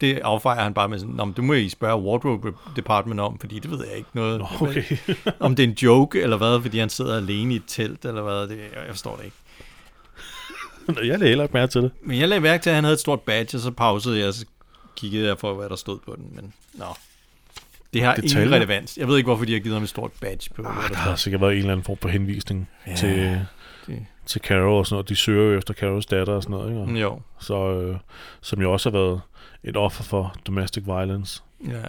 Speaker 2: det affejer han bare med sådan, "Nå, men det må I spørge wardrobe department om, fordi det ved jeg ikke noget.
Speaker 1: Nå, okay.
Speaker 2: Om det er en joke eller hvad, fordi han sidder alene i et telt eller hvad, det, jeg jeg forstår det ikke.
Speaker 1: Nå, Jeg lagde heller ikke mærke til det.
Speaker 2: Men jeg lagde mærke til, at han havde et stort badge, og så pausede jeg, og så kiggede jeg for, hvad der stod på den. Men nå, det har Detaljer. ingen
Speaker 1: Detaljer.
Speaker 2: relevans. Jeg ved ikke, hvorfor de har givet ham et stort badge på. hvad
Speaker 1: Ah, der
Speaker 2: står.
Speaker 1: har sikkert været en eller anden form for henvisning ja.
Speaker 2: Ja,
Speaker 1: til,
Speaker 2: det-
Speaker 1: til Carol og sådan noget. De søger jo efter Carols datter og sådan noget, ikke? Og
Speaker 2: Jo,
Speaker 1: Så, øh, som jo også har været et offer for domestic violence.
Speaker 2: ja.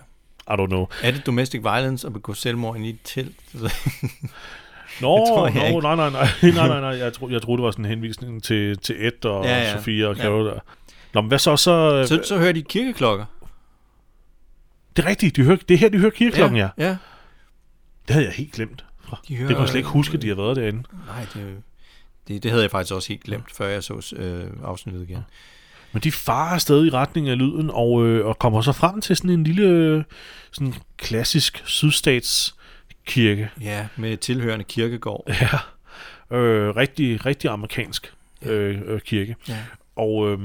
Speaker 1: I don't know.
Speaker 2: Er det domestic violence at begå selvmord inde i et telt?
Speaker 1: Nå,
Speaker 2: Det tror jeg
Speaker 1: nå
Speaker 2: ikke.
Speaker 1: nej, nej, nej, nej, nej, nej. Jeg, tro, jeg troede, det var sådan en henvisning til, til Ed og
Speaker 2: Ja,
Speaker 1: ja,
Speaker 2: ja.
Speaker 1: ja. Sofia og
Speaker 2: Ja.
Speaker 1: Carol. Ja. Nå, men hvad så? så,
Speaker 2: så,
Speaker 1: så
Speaker 2: så hører de kirkeklokker.
Speaker 1: det er rigtigt, de hører, det er her, de hører kirkeklokken, ja. ja.
Speaker 2: ja.
Speaker 1: Det havde jeg helt glemt.
Speaker 2: De
Speaker 1: Det kunne jeg slet ikke huske, at de har været derinde.
Speaker 2: øh, Nej, det, det, det havde jeg faktisk også helt glemt, før jeg så øh, afsnittet igen.
Speaker 1: Men de farer afsted i retning af lyden, og, øh, og kommer så frem til sådan en lille, øh, sådan klassisk sydstatskirke.
Speaker 2: Ja, med tilhørende kirkegård.
Speaker 1: Ja, øh, rigtig, rigtig amerikansk øh, øh, kirke.
Speaker 2: Ja,
Speaker 1: Og, øh,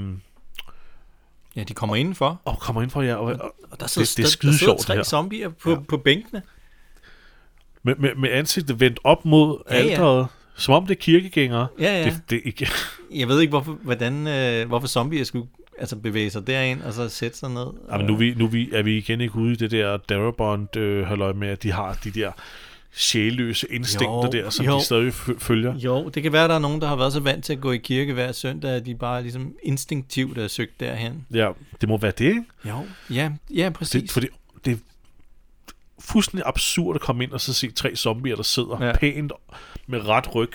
Speaker 2: ja de kommer indenfor.
Speaker 1: og kommer ind fra jer, og, og
Speaker 2: Og der sidder,
Speaker 1: Det- det er
Speaker 2: der-
Speaker 1: skide
Speaker 2: der sidder
Speaker 1: sjovt, det
Speaker 2: tre
Speaker 1: her.
Speaker 2: zombier på,
Speaker 1: Ja.
Speaker 2: ja. på bænkene.
Speaker 1: med, med, med ansigtet vendt op mod
Speaker 2: Ja,
Speaker 1: ja,
Speaker 2: ja.
Speaker 1: alderet, som om det er kirkegængere.
Speaker 2: Ja, ja.
Speaker 1: Det, det, er ikke,
Speaker 2: Jeg ved ikke, hvorfor, hvordan, øh, hvorfor zombier skulle altså, bevæge sig derind, og så sætte sig ned.
Speaker 1: Jamen, nu, er vi, nu er vi, er vi igen ikke ude i det der Darabond øh, halløj med, at de har de der sjælløse instinkter
Speaker 2: Jo,
Speaker 1: der, som
Speaker 2: jo.
Speaker 1: de stadig fø- følger.
Speaker 2: Jo, det kan være, der er nogen, der har været så vant til at gå i kirke hver søndag, at de bare ligesom instinktivt er søgt derhen.
Speaker 1: Ja, det må være det, ikke?
Speaker 2: Jo, ja, ja præcis.
Speaker 1: Det, fordi det er fuldstændig absurd at komme ind og så se tre zombier, der sidder
Speaker 2: Ja.
Speaker 1: ja. pænt med ret ryg.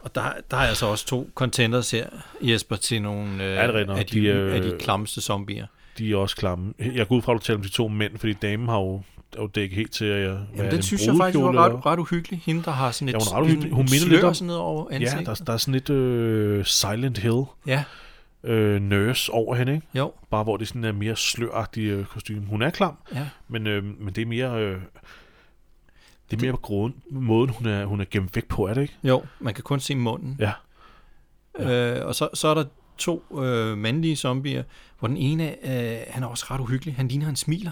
Speaker 2: Og der, der er altså også to contenders her, Jesper, til nogle øh,
Speaker 1: Ja, det er rigtigt.
Speaker 2: af, de,
Speaker 1: De,
Speaker 2: øh,
Speaker 1: øh,
Speaker 2: af de klamste zombier.
Speaker 1: De er også klamme. Jeg går ud fra, at du taler om de to mænd, fordi damen har jo, er jo dækket helt til at...
Speaker 2: Jamen, den synes jeg faktisk var ret, ret uhyggelig. Hende, der har sådan et,
Speaker 1: Ja, hun er ret uhyggelig. Hun
Speaker 2: et
Speaker 1: minder
Speaker 2: slør
Speaker 1: lidt om-
Speaker 2: sådan ned over
Speaker 1: Ja,
Speaker 2: ansigtet.
Speaker 1: der, der er sådan lidt øh, Silent Hill
Speaker 2: ja
Speaker 1: øh, nurse over hende, ikke?
Speaker 2: jo.
Speaker 1: Bare hvor det sådan er mere sløragtige øh, kostume. Hun er klam,
Speaker 2: Ja.
Speaker 1: men, øh, men det er mere... Øh, det er mere på grund, måden, hun er, hun er gemt væk på, er det ikke?
Speaker 2: Jo, man kan kun se munden.
Speaker 1: Ja.
Speaker 2: Øh, og så, så er der to øh, mandlige zombier, hvor den ene, øh, han er også ret uhyggelig. Han ligner, han smiler.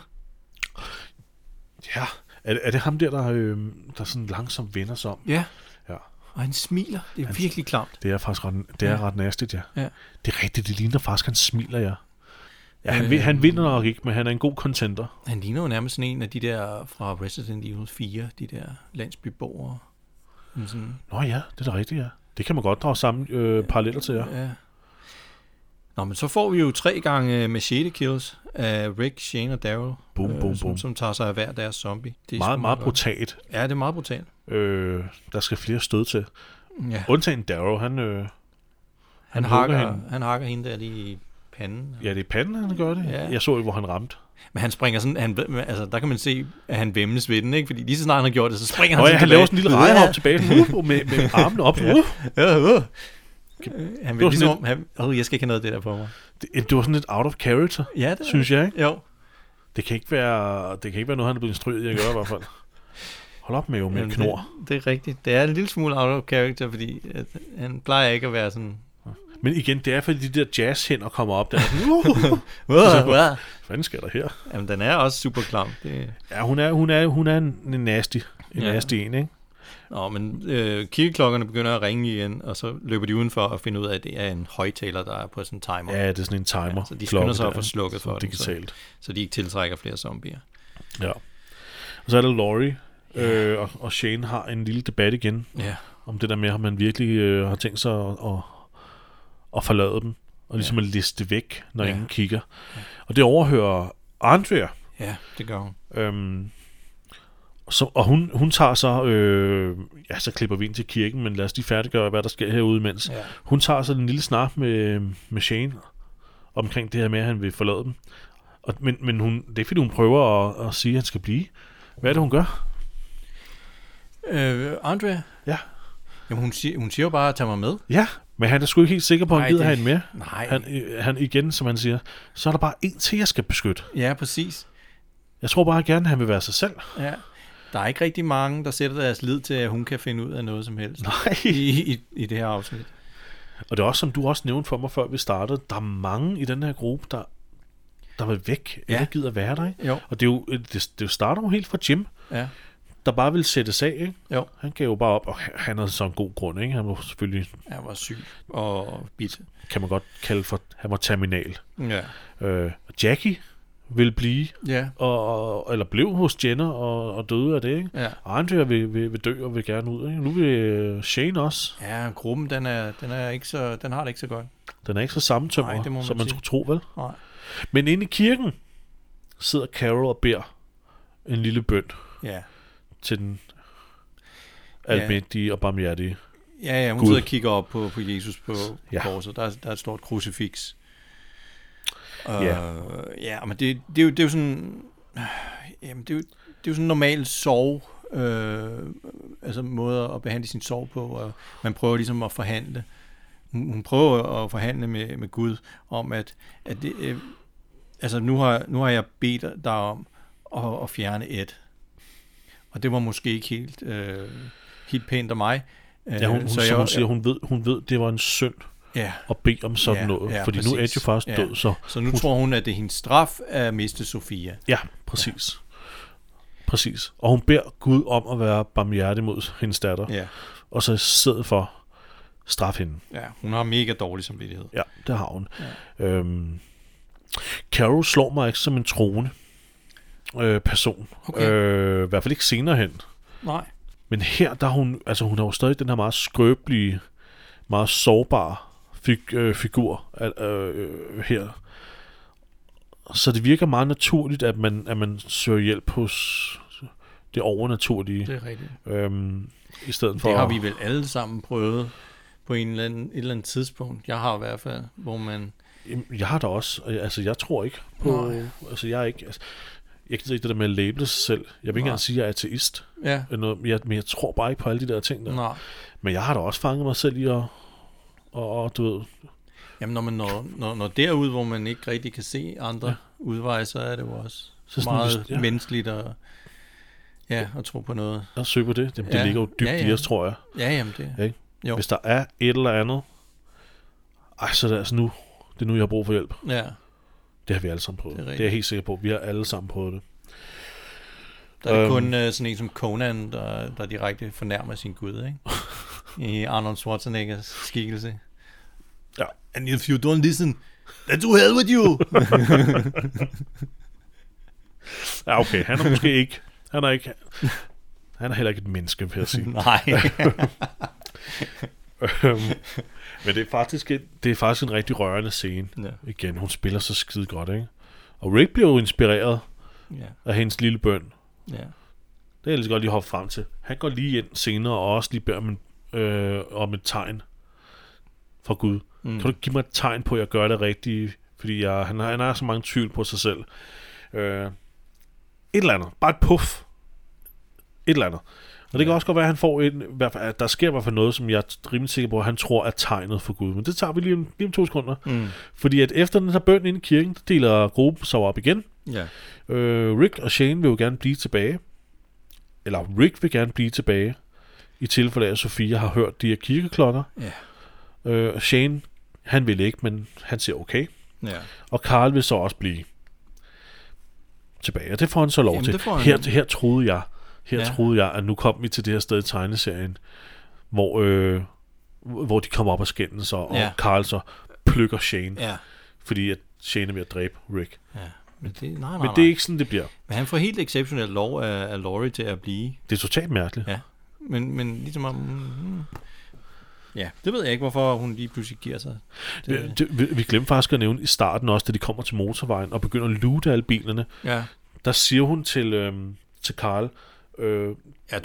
Speaker 1: Ja. Er, det- er det ham der, der, øh, der sådan langsomt vender sig om?
Speaker 2: Ja.
Speaker 1: Ja.
Speaker 2: Og han smiler. Det er
Speaker 1: Han-
Speaker 2: virkelig klamt.
Speaker 1: Det er faktisk ret, det er
Speaker 2: Ja.
Speaker 1: ja. ret nastigt, ja.
Speaker 2: Ja.
Speaker 1: Det er rigtigt, det ligner faktisk, han smiler, ja. Ja, han,
Speaker 2: Øh.
Speaker 1: øh, han vinder nok ikke, men han er en god contender.
Speaker 2: Han ligner jo nærmest sådan en af de der fra Resident Evil 4, de der landsbyborgere. En Sådan,
Speaker 1: Nå ja, det er da rigtigt, ja. Det kan man godt drage samme øh, paralleller til, ja.
Speaker 2: Ja. Nå, men så får vi jo tre gange øh, machete kills af Rick, Shane og Daryl, øh,
Speaker 1: Boom, boom,
Speaker 2: som,
Speaker 1: boom.
Speaker 2: som tager sig af hver deres zombie. Det er
Speaker 1: Meget,
Speaker 2: sgu
Speaker 1: meget
Speaker 2: godt.
Speaker 1: brutalt.
Speaker 2: Ja, det er meget brutalt.
Speaker 1: Øh, der skal flere stød til.
Speaker 2: Ja.
Speaker 1: Undtagen Darrow, han... Øh,
Speaker 2: Han, han,
Speaker 1: hugger
Speaker 2: hakker,
Speaker 1: hende.
Speaker 2: han hakker hende der lige i panden.
Speaker 1: ja, det er panden, han gør det.
Speaker 2: Ja.
Speaker 1: Ja. Jeg så ikke, hvor han ramte.
Speaker 2: Men han springer sådan, han, ved- altså, der kan man se, at han vemmes ved den, ikke? Fordi lige så snart han har gjort det, så springer
Speaker 1: Nå
Speaker 2: han
Speaker 1: ja,
Speaker 2: sådan
Speaker 1: han
Speaker 2: tilbage.
Speaker 1: laver sådan en lille rejehop tilbage uh, med, med armene op. Uh.
Speaker 2: Ja, ja.
Speaker 1: Det
Speaker 2: Han
Speaker 1: var
Speaker 2: vil
Speaker 1: sådan
Speaker 2: ligesom, han, oh, jeg skal ikke have noget af det der på mig.
Speaker 1: Det, det var sådan lidt out of character,
Speaker 2: Ja, det
Speaker 1: synes jeg. Ikke?
Speaker 2: Jo,
Speaker 1: Det kan ikke være, det kan ikke være noget, han er blevet instrueret i at gøre i hvert fald. Hold op med jo med
Speaker 2: Jamen,
Speaker 1: knor.
Speaker 2: Det, det er rigtigt. Det er en lille smule out of character, fordi at han plejer ikke at være sådan...
Speaker 1: Men igen, det er fordi de der jazzhænder kommer op der. Uh,
Speaker 2: "Wow, wow."
Speaker 1: hvad fanden sker der her?
Speaker 2: Jamen, den er også super klam. Det...
Speaker 1: Ja, hun er, hun er, hun er en en nasty. En
Speaker 2: Ja.
Speaker 1: ja. nasty en, ikke?
Speaker 2: Nå, men øh, kirkeklokkerne begynder at ringe igen, og så løber de udenfor og finder ud af, at det er en højtaler, der er på sådan en timer.
Speaker 1: Ja, det er sådan en timer.
Speaker 2: Ja, så de skynder sig at få slukket for den, så-
Speaker 1: digitalt.
Speaker 2: Så de ikke tiltrækker flere zombier.
Speaker 1: Ja. Og så er der Laurie, øh, og, og Shane har en lille debat igen,
Speaker 2: Ja.
Speaker 1: om det der med, om man virkelig øh, har tænkt sig at, at, at forlade dem, og ligesom ja. at liste væk, når
Speaker 2: Ja.
Speaker 1: ja. ingen kigger. Og det overhører Andrea,
Speaker 2: Ja, det gør hun.
Speaker 1: Øhm, så, og hun, hun tager så, øh, ja, så klipper vi ind til kirken, men lad os lige færdiggøre, hvad der sker herude imens.
Speaker 2: Ja.
Speaker 1: Hun tager så en lille snak med, med Shane omkring det her med, at han vil forlade dem. Og, men men hun, det er fordi, hun prøver at, at sige, at han skal blive. Hvad er det, hun gør?
Speaker 2: Øh, Andrea?
Speaker 1: Ja.
Speaker 2: Jamen, hun, siger, hun siger jo bare, at tage mig med.
Speaker 1: Ja, men han er sgu ikke helt sikker på, at
Speaker 2: Nej,
Speaker 1: han gider
Speaker 2: det-
Speaker 1: have hende med.
Speaker 2: Nej. Han...
Speaker 1: Han, øh, han igen, som han siger, så er der bare en til, jeg skal beskytte.
Speaker 2: Ja, præcis.
Speaker 1: Jeg tror bare gerne, han vil være sig selv.
Speaker 2: Ja. Der er ikke rigtig mange, der sætter deres lid til, at hun kan finde ud af noget som helst
Speaker 1: Nej.
Speaker 2: i, i, i det her afsnit.
Speaker 1: Og det er også, som du også nævnte for mig, før vi startede, der er mange i den her gruppe, der, der vil væk,
Speaker 2: Ja.
Speaker 1: ja. ikke gider være der. Ikke?
Speaker 2: Jo,
Speaker 1: Og det, er jo, øh, det, det starter jo helt fra Jim,
Speaker 2: ja,
Speaker 1: der bare ville sættes af. Ikke?
Speaker 2: jo.
Speaker 1: Han gav jo bare op, og han han havde så en god grund. Ikke? Han var selvfølgelig,
Speaker 2: Han var syg og bit.
Speaker 1: kan man godt kalde for, han var terminal.
Speaker 2: Ja.
Speaker 1: Øh, Jackie ville blive,
Speaker 2: Ja,
Speaker 1: og, og, eller blev hos Jenner og, og døde af det. Ikke?
Speaker 2: ja.
Speaker 1: Andrea vil, vil, vil dø og vil gerne ud. Ikke? Nu vil øh, Shane også.
Speaker 2: Ja, gruppen, den, er, den, er ikke så, den har det ikke så godt.
Speaker 1: Den er ikke så
Speaker 2: Nej, det må
Speaker 1: sammentømret,
Speaker 2: man
Speaker 1: som man
Speaker 2: sige.
Speaker 1: skulle tro, vel?
Speaker 2: Nej.
Speaker 1: Men inde i kirken sidder Carol og beder en lille bøn
Speaker 2: Ja.
Speaker 1: til den
Speaker 2: Ja.
Speaker 1: almægtige og barmhjertige.
Speaker 2: Ja, ja, hun
Speaker 1: Gud.
Speaker 2: sidder og kigger op på, på Jesus på ja.
Speaker 1: Ja.
Speaker 2: korset. Der, er- der er et stort krucifix.
Speaker 1: Ja.
Speaker 2: Øh, ja, men det, det, er jo, det er jo sådan... øh, Jamen, det er jo, det er jo sådan en normal sorg, øh, altså måder at behandle sin sorg på, og man prøver ligesom at forhandle. Hun, hun prøver at forhandle med, med Gud om, at, at det, øh, altså nu har, nu har jeg bedt dig om at, at fjerne et. Og det var måske ikke helt, øh, helt pænt af mig. Øh,
Speaker 1: Ja, hun, hun, så som hun siger, hun ved, hun ved, det var en synd
Speaker 2: Ja,
Speaker 1: at bede om sådan
Speaker 2: Ja,
Speaker 1: ja, noget,
Speaker 2: ja,
Speaker 1: ja, fordi præcis. nu er
Speaker 2: præcis.
Speaker 1: Edge faktisk
Speaker 2: Ja.
Speaker 1: ja. død, så
Speaker 2: så nu tror hun, at det er hendes straf at miste Sofia.
Speaker 1: ja, præcis. Ja. Præcis. Og hun beder Gud om at være barmhjertig mod hendes datter, ja.
Speaker 2: Ja,
Speaker 1: og så i stedet for straf hende.
Speaker 2: ja hun har mega dårlig samvittighed.
Speaker 1: Ja, det har hun. Ja. Øhm, Carol slår mig ikke som en troende øh, person.
Speaker 2: Okay.
Speaker 1: Øh, I hvert fald ikke senere hen.
Speaker 2: Nej.
Speaker 1: Men her, der er hun, altså hun har jo stadig den her meget skrøbelige, meget sårbare fig, øh, figur at, øh, her. Så det virker meget naturligt, at man, at man søger hjælp hos det overnaturlige,
Speaker 2: Det er rigtigt.
Speaker 1: øhm, i stedet for...
Speaker 2: Det har vi vel alle sammen prøvet på en eller anden, et eller andet tidspunkt. Jeg har i hvert fald, hvor man...
Speaker 1: Jamen, Jeg har da også, og jeg- altså jeg tror ikke på...
Speaker 2: Nej.
Speaker 1: Altså jeg er ikke... Altså, jeg gider ikke det der med at label sig selv. Jeg vil ikke
Speaker 2: Nej.
Speaker 1: engang sige, at jeg er ateist.
Speaker 2: Ja,
Speaker 1: eller noget, men Jeg, men jeg tror bare ikke på alle de der ting der.
Speaker 2: nej.
Speaker 1: Men jeg har da også fanget mig selv i at... Og, og du ved,
Speaker 2: Jamen, når man når, når, når derud, hvor man ikke rigtig kan se andre ja. udveje, så er det jo også
Speaker 1: Så
Speaker 2: så
Speaker 1: sådan,
Speaker 2: meget
Speaker 1: hvis- ja.
Speaker 2: menneskeligt at, ja, at tro på noget.
Speaker 1: at søge på det. Jamen, det
Speaker 2: Ja.
Speaker 1: ligger jo dybt
Speaker 2: Ja,
Speaker 1: ja,
Speaker 2: ja.
Speaker 1: ja. i os, tror jeg.
Speaker 2: Ja, jamen det.
Speaker 1: Ikke?
Speaker 2: Jo.
Speaker 1: Hvis der er et eller andet, ej, så er det altså nu, det er nu, jeg har brug for hjælp.
Speaker 2: Ja,
Speaker 1: Det har vi alle sammen prøvet.
Speaker 2: Det er
Speaker 1: Det er,
Speaker 2: rigtigt.
Speaker 1: det er jeg helt sikker på. Vi har alle sammen prøvet det.
Speaker 2: der er øhm.
Speaker 1: Øhm.
Speaker 2: kun uh, sådan en som Conan, der, der direkte fornærmer sin gud, ikke? I Arnold Schwarzeneggers skikkelse.
Speaker 1: Ja.
Speaker 2: And if you don't listen, then to hell with you!
Speaker 1: Ja, okay. Han er måske ikke... Han er ikke... Han er heller ikke et menneske, vil jeg sige.
Speaker 2: Nej.
Speaker 1: Øhm, Men det er, faktisk en, det er faktisk en rigtig rørende scene.
Speaker 2: ja.
Speaker 1: Igen, hun spiller så skide godt, ikke? Og Rick bliver jo inspireret
Speaker 2: Ja.
Speaker 1: af hendes lille bøn.
Speaker 2: ja.
Speaker 1: Det er jeg lige så godt lige hoppe frem til. Han går lige ind senere og også lige beder om, en, øh, om et tegn fra Gud. Mm. Kan du ikke give mig et tegn på, at jeg gør det rigtige? Fordi jeg, han, har, han har så mange tvivl på sig selv. Øh, et eller andet. Bare et puff. Et eller andet. Og det kan også godt være, at han får en, i hvert fald, at der sker i hvert fald noget, som jeg er rimelig sikker på, at han tror er tegnet for Gud. Men det tager vi lige om, lige om to sekunder.
Speaker 2: Mm.
Speaker 1: Fordi at efter den her bøn inde i kirken, der deler gruppen sig op igen.
Speaker 2: Ja.
Speaker 1: Øh, Rick og Shane vil jo gerne blive tilbage. Eller Rick vil gerne blive tilbage. I tilfælde af, at Sofia har hørt de her kirkeklokker.
Speaker 2: Ja.
Speaker 1: Øh, og Shane, han vil ikke, men han siger okay.
Speaker 2: Ja.
Speaker 1: Og Karl vil så også blive tilbage. Og det får han så lov
Speaker 2: Jamen,
Speaker 1: til.
Speaker 2: det får han.
Speaker 1: Her, her troede jeg, her
Speaker 2: Ja.
Speaker 1: ja. troede jeg, at nu kom vi til det her sted i tegneserien, hvor, øh, hvor de kommer op og skændes, og,
Speaker 2: Ja.
Speaker 1: og Karl så plukker Shane, ja.
Speaker 2: ja.
Speaker 1: fordi at Shane er ved at dræbe Rick.
Speaker 2: ja. Men det, nej, nej,
Speaker 1: Men
Speaker 2: nej.
Speaker 1: det er ikke sådan, det bliver.
Speaker 2: Men han får helt exceptionelt lov af, af Laurie til at blive.
Speaker 1: Det er totalt mærkeligt.
Speaker 2: Ja. Men, men ligesom om... Mm, ja, det ved jeg ikke, hvorfor hun lige pludselig giver sig.
Speaker 1: Ja. Det, det, vi- vi glemte faktisk at nævne i starten også, da de kommer til motorvejen og begynder at loote alle bilerne,
Speaker 2: ja.
Speaker 1: der siger hun til, øh, til Karl, øh,
Speaker 2: ja, du bliver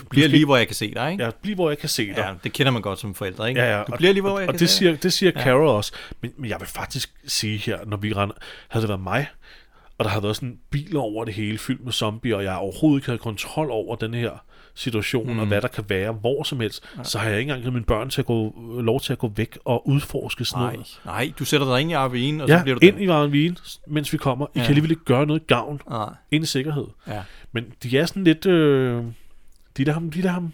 Speaker 1: Måske-
Speaker 2: lige, hvor jeg kan se dig, ikke?
Speaker 1: ja, bliv hvor jeg kan se dig.
Speaker 2: Ja, det kender man godt som forældre, ikke?
Speaker 1: Ja, ja.
Speaker 2: Du
Speaker 1: og-
Speaker 2: bliver lige, hvor jeg
Speaker 1: og
Speaker 2: kan
Speaker 1: det
Speaker 2: se dig.
Speaker 1: siger, det siger ja. Carol også. Men, men jeg vil faktisk sige her, når vi render, havde det været mig, og der havde været sådan biler over det hele, fyldt med zombier, og jeg overhovedet ikke havde kontrol over den her situation, mm. og hvad der kan være, hvor som helst, ja. så har jeg ikke engang givet mine børn til at gå, øh, lov til at gå væk og udforske sådan
Speaker 2: Nej,
Speaker 1: noget.
Speaker 2: nej, du sætter dig ind i Arveen, og så
Speaker 1: Ja,
Speaker 2: bliver du
Speaker 1: ind
Speaker 2: der.
Speaker 1: i varmen vin, mens vi kommer. I
Speaker 2: Ja.
Speaker 1: kan alligevel ikke gøre noget gavn,
Speaker 2: Nej,
Speaker 1: ind i sikkerhed.
Speaker 2: Ah, ja.
Speaker 1: Men de er sådan lidt, øh, de der ham, de der ham,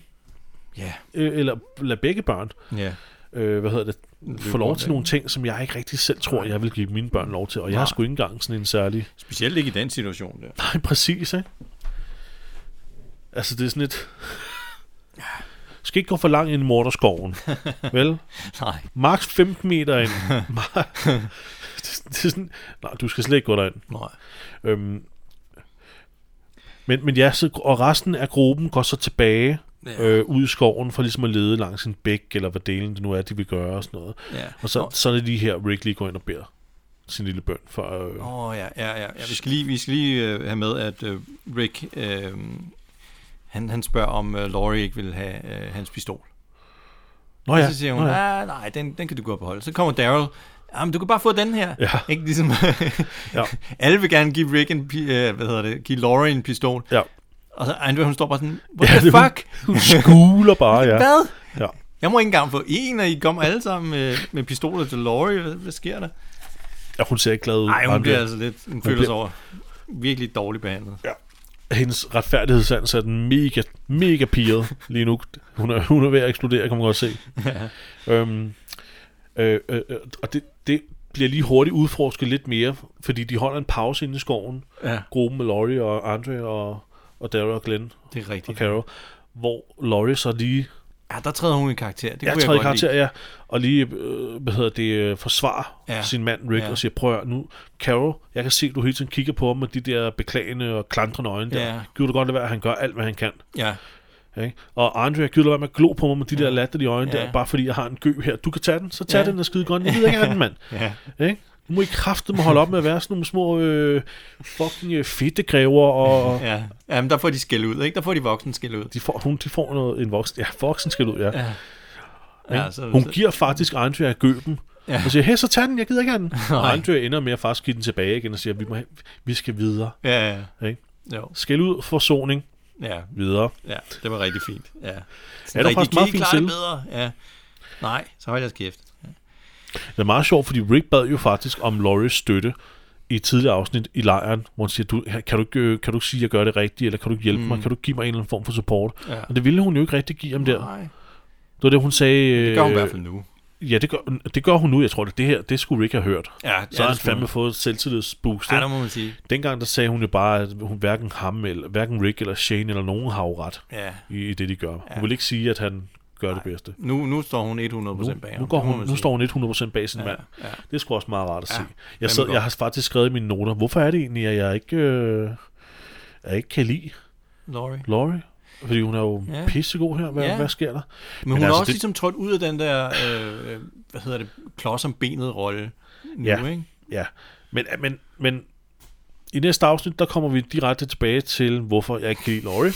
Speaker 2: Ja,
Speaker 1: øh, eller lad begge børn
Speaker 2: ja.
Speaker 1: øh, hvad hedder det,
Speaker 2: Løbe
Speaker 1: få lov
Speaker 2: rundt,
Speaker 1: til nogle ting, som jeg ikke rigtig selv tror, jeg vil give mine børn lov til. Og jeg har
Speaker 2: Nej.
Speaker 1: sgu ikke engang sådan en særlig...
Speaker 2: Specielt ikke i den situation der.
Speaker 1: Nej, præcis, ikke? Altså, det er sådan et... Skal ikke gå for langt ind i morderskoven. Vel?
Speaker 2: Nej,
Speaker 1: Max 15 meter ind. Ma- det, det er sådan... Nej, du skal slet ikke gå derind.
Speaker 2: nej.
Speaker 1: Øhm. Men, men ja, så, og resten af gruppen går så tilbage
Speaker 2: Ja.
Speaker 1: øh, ud i skoven for ligesom at lede langs en bæk, eller hvad delen det nu er, de vil gøre og sådan noget.
Speaker 2: Ja.
Speaker 1: Og så,
Speaker 2: Nå.
Speaker 1: så er det lige her, Rick lige går ind og beder sin lille bøn for... Øh,
Speaker 2: Åh, oh, ja, ja, ja, ja. Vi skal lige, vi skal lige øh, have med, at øh, Rick, øh, han, han spørger, om øh, Laurie ikke vil have øh, hans pistol.
Speaker 1: Nå
Speaker 2: Og
Speaker 1: ja,
Speaker 2: så siger hun,
Speaker 1: nå ja.
Speaker 2: ah, nej, den, den kan du godt beholde. Så kommer Daryl, jamen, du kan bare få den her.
Speaker 1: Ja.
Speaker 2: Ikke ligesom,
Speaker 1: Ja.
Speaker 2: alle vil gerne give Rick en, pi- øh, hvad hedder det, give Laurie en pistol.
Speaker 1: ja.
Speaker 2: Og så Andrew, hun står bare sådan, what
Speaker 1: Ja,
Speaker 2: the
Speaker 1: det er hun.
Speaker 2: fuck?
Speaker 1: Hun skuler bare, ja.
Speaker 2: Hvad?
Speaker 1: ja.
Speaker 2: Jeg må ikke engang få en, og I kommer alle sammen med, med pistoler til Laurie. Hvad, hvad sker der?
Speaker 1: ja. hun ser ikke glad ud.
Speaker 2: Nej,
Speaker 1: Bare
Speaker 2: hun bliver
Speaker 1: det.
Speaker 2: altså lidt, hun føler sig
Speaker 1: bliver-
Speaker 2: over virkelig dårligt behandlet.
Speaker 1: Hendes retfærdighedssans er den mega, mega piret lige nu. Hun er, hun er ved at eksplodere, kan man godt se. øhm, øh, øh, øh, og det, det bliver lige hurtigt udforsket lidt mere, fordi de holder en pause inde i skoven.
Speaker 2: Ja,
Speaker 1: Gruppen med Laurie og Andre og, og Daryl og Glenn
Speaker 2: det er
Speaker 1: og
Speaker 2: rigtigt.
Speaker 1: Carol. Hvor Laurie så lige
Speaker 2: Ja, der træder hun i karakter. Det
Speaker 1: jeg
Speaker 2: kunne
Speaker 1: træder i
Speaker 2: jeg godt
Speaker 1: karakter, ja. Og lige, øh, hvad hedder det, øh, forsvarer
Speaker 2: Ja.
Speaker 1: ja. sin mand Rick
Speaker 2: Ja.
Speaker 1: ja. og siger, prøv at høre, nu, Carol, jeg kan se, at du hele tiden kigger på ham med de der beklagende og klandrende øjne der.
Speaker 2: Ja.
Speaker 1: Ja. Giv det godt at være, at han gør alt, hvad han kan.
Speaker 2: lide. Ja,
Speaker 1: Ikke? Og Andrea, giv det være med at glo på mig med de ja. der latterlige øjne
Speaker 2: Ja.
Speaker 1: ja. der, bare fordi jeg har en gø her. Du kan tage den, så tag
Speaker 2: Ja.
Speaker 1: ja. den og skide godt. Jeg gider ikke have den, mand.
Speaker 2: ja.
Speaker 1: Ikke? Nu må I kraftedeme holde op med at være sådan nogle små øh, fucking øh, fedtegræver og...
Speaker 2: ja. ja men der får de skæld ud, ikke? Der får de voksne skæld ud.
Speaker 1: De får, hun, de får noget, en voksen, ja, voksen skal ud, ja.
Speaker 2: Ja. Ja,
Speaker 1: Ja,
Speaker 2: så,
Speaker 1: hun
Speaker 2: så,
Speaker 1: giver faktisk Andrea gøben.
Speaker 2: Ja.
Speaker 1: Ja. Og siger, hey, så tag den, jeg gider ikke have den.
Speaker 2: Nej.
Speaker 1: Og Andrea ender med at faktisk give den tilbage igen og siger, vi, må have, vi skal videre.
Speaker 2: ja, ja.
Speaker 1: Ikke?
Speaker 2: Jo,
Speaker 1: Skæld ud, forsoning,
Speaker 2: ja,
Speaker 1: videre.
Speaker 2: ja, det var rigtig fint. Ja. Sådan
Speaker 1: det var
Speaker 2: rigtig,
Speaker 1: faktisk
Speaker 2: "Kan I
Speaker 1: meget fint
Speaker 2: klare det
Speaker 1: til."
Speaker 2: bedre. Ja. Nej, så holdt jeg kæft.
Speaker 1: Det er meget sjovt, fordi Rick bad jo faktisk om Lauries støtte i et tidligere afsnit i lejren, hvor han siger, du, kan, du ikke, øh, kan du ikke sige, at jeg gør det rigtigt, eller kan du ikke hjælpe mm. mig, kan du ikke give mig en eller anden form for support?
Speaker 2: Ja.
Speaker 1: Og det ville hun jo ikke rigtig give ham der.
Speaker 2: Nej,
Speaker 1: Det var det, hun sagde. øh,
Speaker 2: det gør hun i hvert fald nu.
Speaker 1: Ja, det gør, det gør hun nu. Jeg tror, det, det her, det skulle Rick have hørt.
Speaker 2: Ja,
Speaker 1: Så har han
Speaker 2: det skulle
Speaker 1: fandme
Speaker 2: hun.
Speaker 1: fået et selvtillidsboost.
Speaker 2: Ja,
Speaker 1: ikke?
Speaker 2: der må man sige.
Speaker 1: Dengang der sagde hun jo bare, at hun hverken ham, eller, hverken Rick eller Shane eller nogen har jo ret
Speaker 2: Ja.
Speaker 1: i, i det, de gør. Ja. Hun vil ikke sige, at han gør det bedste.
Speaker 2: Nu, nu står hun 100% bag
Speaker 1: Nu,
Speaker 2: ham.
Speaker 1: nu, går
Speaker 2: det
Speaker 1: hun,
Speaker 2: må man
Speaker 1: nu
Speaker 2: sige.
Speaker 1: står hun 100% bag sin ja. mand.
Speaker 2: Ja,
Speaker 1: Det er sgu også meget rart at
Speaker 2: Ja,
Speaker 1: ja. se.
Speaker 2: fandme
Speaker 1: Jeg, sad,
Speaker 2: godt.
Speaker 1: jeg har faktisk skrevet i mine noter, hvorfor er det egentlig, at jeg ikke, øh, jeg ikke kan lide
Speaker 2: Laurie.
Speaker 1: Laurie? Fordi hun er jo
Speaker 2: Ja.
Speaker 1: ja. pissegod her. Hvad,
Speaker 2: Ja.
Speaker 1: ja. hvad sker der?
Speaker 2: Men hun er
Speaker 1: altså,
Speaker 2: også
Speaker 1: det-
Speaker 2: ligesom trådt ud af den der, øh, øh, hvad hedder det, klods om benet rolle nu,
Speaker 1: Ja.
Speaker 2: ikke?
Speaker 1: Ja, men, men, men i næste afsnit, der kommer vi direkte tilbage til, hvorfor jeg ikke kan lide Laurie.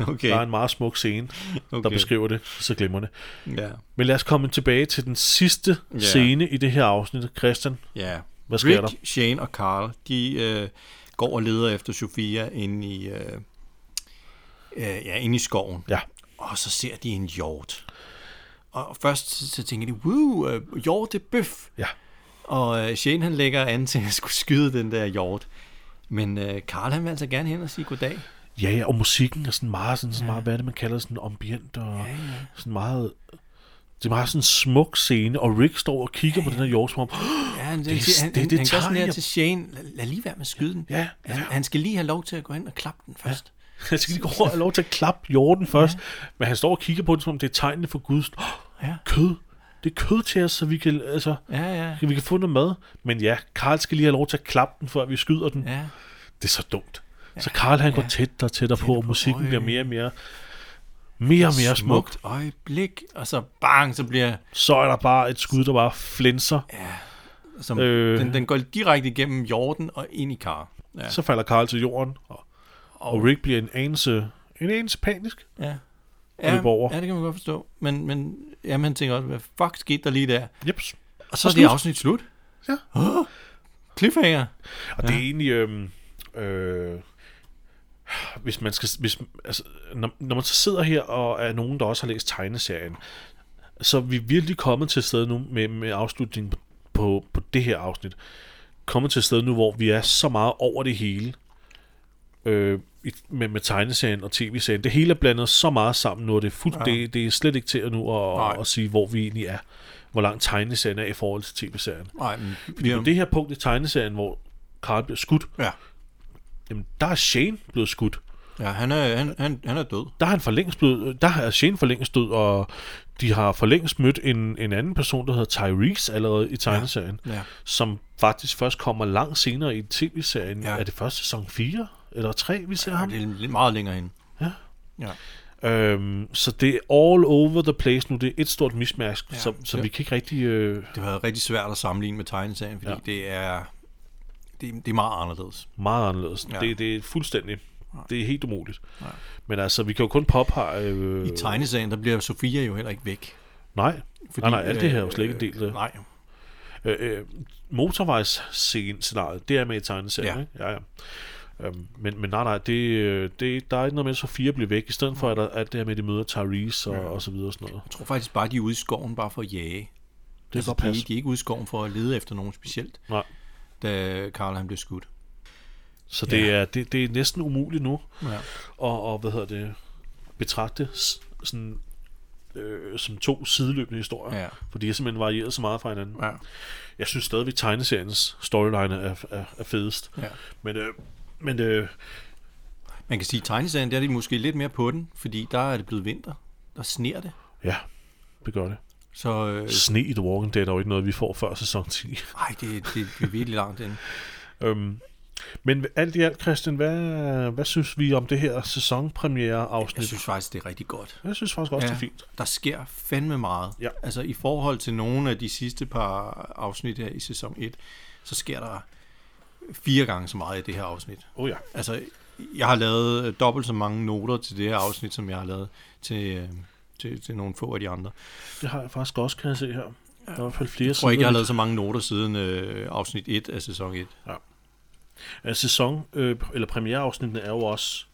Speaker 2: Okay.
Speaker 1: Der er en meget smuk scene, der
Speaker 2: okay.
Speaker 1: beskriver det så glimrende.
Speaker 2: Ja.
Speaker 1: Men lad os komme tilbage til den sidste
Speaker 2: Ja.
Speaker 1: yeah. scene i det her afsnit. Christian,
Speaker 2: ja.
Speaker 1: hvad sker
Speaker 2: Rick, Shane og Carl, de øh, går og leder efter Sofia inde i, øh, øh, ja, inde i skoven.
Speaker 1: Ja.
Speaker 2: og så ser de en hjort. Og først så, så tænker de, wow, øh, hjort er bøf.
Speaker 1: Ja.
Speaker 2: Og øh, Shane han lægger an til at skulle skyde den der hjort. Men øh, Karl han vil altså gerne hen og sige goddag.
Speaker 1: Ja, ja, og musikken er sådan meget, sådan, sådan meget hvad er det, man kalder sådan ambient og ja, ja. sådan meget... Det er meget sådan en smuk scene, og Rick står og kigger ja, ja. på den her jord, som om,
Speaker 2: Ja, han, det,
Speaker 1: Det er-
Speaker 2: han, han,
Speaker 1: det er
Speaker 2: han,
Speaker 1: det
Speaker 2: han gør sådan
Speaker 1: tegn,
Speaker 2: her
Speaker 1: jeg-
Speaker 2: til Shane, lad, lad lige være med at skyde den.
Speaker 1: Ja, ja.
Speaker 2: Han, han skal lige have lov til at gå hen og klappe den først.
Speaker 1: jeg skal lige gå over og have lov til at klappe jorden først, ja. men han står og kigger på den, som om det er tegnene for Guds
Speaker 2: Ja,
Speaker 1: kød. Det er kød til os, så vi kan, altså,
Speaker 2: ja, ja.
Speaker 1: vi kan få noget mad. Men ja, Karl skal lige have lov til at klappe den, før vi skyder den.
Speaker 2: ja.
Speaker 1: Det er så dumt. Så Karl han går tættere og tættere på, og musikken bliver mere og mere, mere og mere smukt.
Speaker 2: Smukt øjeblik, og så bang, så bliver
Speaker 1: Så er der bare et skud, der bare flænser.
Speaker 2: som,
Speaker 1: Øh.
Speaker 2: øh. den, den går direkte igennem jorden og ind i Karl. Ja.
Speaker 1: Så falder Karl til jorden, og, og Rick bliver en anelse, en anelse panisk.
Speaker 2: Ja.
Speaker 1: løbe over.
Speaker 2: ja, det kan man godt forstå. Men, men jamen, han tænker også, hvad fuck skete der lige der?
Speaker 1: Jeps.
Speaker 2: Og så
Speaker 1: Og
Speaker 2: er det
Speaker 1: slut.
Speaker 2: afsnit slut.
Speaker 1: Ja.
Speaker 2: Oh, cliffhanger.
Speaker 1: Og ja. det er egentlig... Øhm, øh, hvis man skal, hvis, altså, når, når man så sidder her og er nogen, der også har læst tegneserien, så er vi virkelig kommet til et sted nu med, med afslutningen på, på, på det her afsnit. Kommet til et sted nu, hvor vi er så meget over det hele øh, i- med, med tegneserien og tv-serien. Det hele er blandet så meget sammen nu, og det er, fuldt, ja. det, det er slet ikke til at nu at,
Speaker 2: Nej.
Speaker 1: at sige, hvor vi egentlig er. Hvor langt tegneserien er i forhold til tv-serien.
Speaker 2: Nej, men
Speaker 1: Fordi på det her punkt i tegneserien, hvor Karl bliver skudt,
Speaker 2: ja.
Speaker 1: jamen der er Shane blevet skudt.
Speaker 2: ja, han er, han, han, han er død.
Speaker 1: Der er han for længst blevet, der er Shane for længst død, og de har for længst mødt en, en anden person, der hedder Tyrese allerede i tegneserien,
Speaker 2: Ja.
Speaker 1: som faktisk først kommer langt senere i tv-serien. Ja.
Speaker 2: Ja.
Speaker 1: Er det først sæson 4 eller 3, vi ser
Speaker 2: Ja,
Speaker 1: ham?
Speaker 2: det er lidt meget længere hen.
Speaker 1: Ja.
Speaker 2: ja.
Speaker 1: Øhm, så det er all over the place nu. Det er et stort mismærk, ja.
Speaker 2: Ja.
Speaker 1: så, så
Speaker 2: Ja.
Speaker 1: vi kan ikke rigtig... Øh,
Speaker 2: Det har været rigtig svært at sammenligne med tegneserien, fordi
Speaker 1: Ja.
Speaker 2: ja. det er det, det er meget anderledes.
Speaker 1: meget anderledes. Ja.
Speaker 2: Ja.
Speaker 1: Det, det er fuldstændig... Det er helt umuligt. Ja. Men altså, vi kan jo kun påpege... Øh,
Speaker 2: I tegneserien, der bliver Sofia jo heller ikke væk.
Speaker 1: Nej, fordi, nej, nej, alt det her er jo
Speaker 2: øh,
Speaker 1: slet ikke en del af det.
Speaker 2: Nej,
Speaker 1: Øh, øh, motorvejsscenariet, det er med i tegneserien, ja.
Speaker 2: Ja.
Speaker 1: ikke? Ja, ja. Øhm, men, men nej, nej, det, øh, det, der er ikke noget med, at Sofia bliver væk, i stedet for at der alt det her med, at de møder Tyrese og, ja. og så videre og sådan noget.
Speaker 2: jeg tror faktisk bare, de er ude i skoven bare for at jage.
Speaker 1: Det er
Speaker 2: altså,
Speaker 1: godt passe.
Speaker 2: de, de er ikke ude i skoven for at lede efter nogen specielt,
Speaker 1: Nej.
Speaker 2: da Karl han blev skudt.
Speaker 1: Så det,
Speaker 2: Ja.
Speaker 1: er, det, det er næsten umuligt nu
Speaker 2: Ja.
Speaker 1: og, og hvad hedder det, betragte s- sådan, øh, som to sideløbende historier,
Speaker 2: Ja.
Speaker 1: for de har simpelthen varieret så meget fra hinanden.
Speaker 2: Ja.
Speaker 1: Jeg synes stadigvæk, at tegneseriens storyline er, er, er fedest.
Speaker 2: Ja.
Speaker 1: Men, øh, men øh,
Speaker 2: Man kan sige, at tegneserien, der er de måske lidt mere på den, fordi der er det blevet vinter. Der sner det.
Speaker 1: ja, det gør det.
Speaker 2: Så øh,
Speaker 1: Sne i The Walking Dead er jo ikke noget, vi får før sæson 10.
Speaker 2: ej, det, det, det er virkelig langt ind.
Speaker 1: øhm, men alt i alt, Christian, hvad, hvad synes vi om det her sæsonpremiere-afsnit?
Speaker 2: Jeg synes faktisk, det er rigtig godt.
Speaker 1: jeg synes faktisk også, ja. det er fint.
Speaker 2: Der sker fandme meget.
Speaker 1: Ja.
Speaker 2: Altså i forhold til nogle af de sidste par afsnit her i sæson 1, så sker der fire gange så meget i det her afsnit.
Speaker 1: Åh oh, ja.
Speaker 2: Altså, jeg har lavet øh, dobbelt så mange noter til det her afsnit, som jeg har lavet til, øh, til, til nogle få af de andre.
Speaker 1: Det har jeg faktisk også, kan jeg se her. Der er i hvert fald flere
Speaker 2: Jeg tror ikke, jeg har
Speaker 1: sider.
Speaker 2: lavet så mange noter siden øh, afsnit 1 af sæson 1.
Speaker 1: at sæson, øh, eller premiereafsnittene er jo også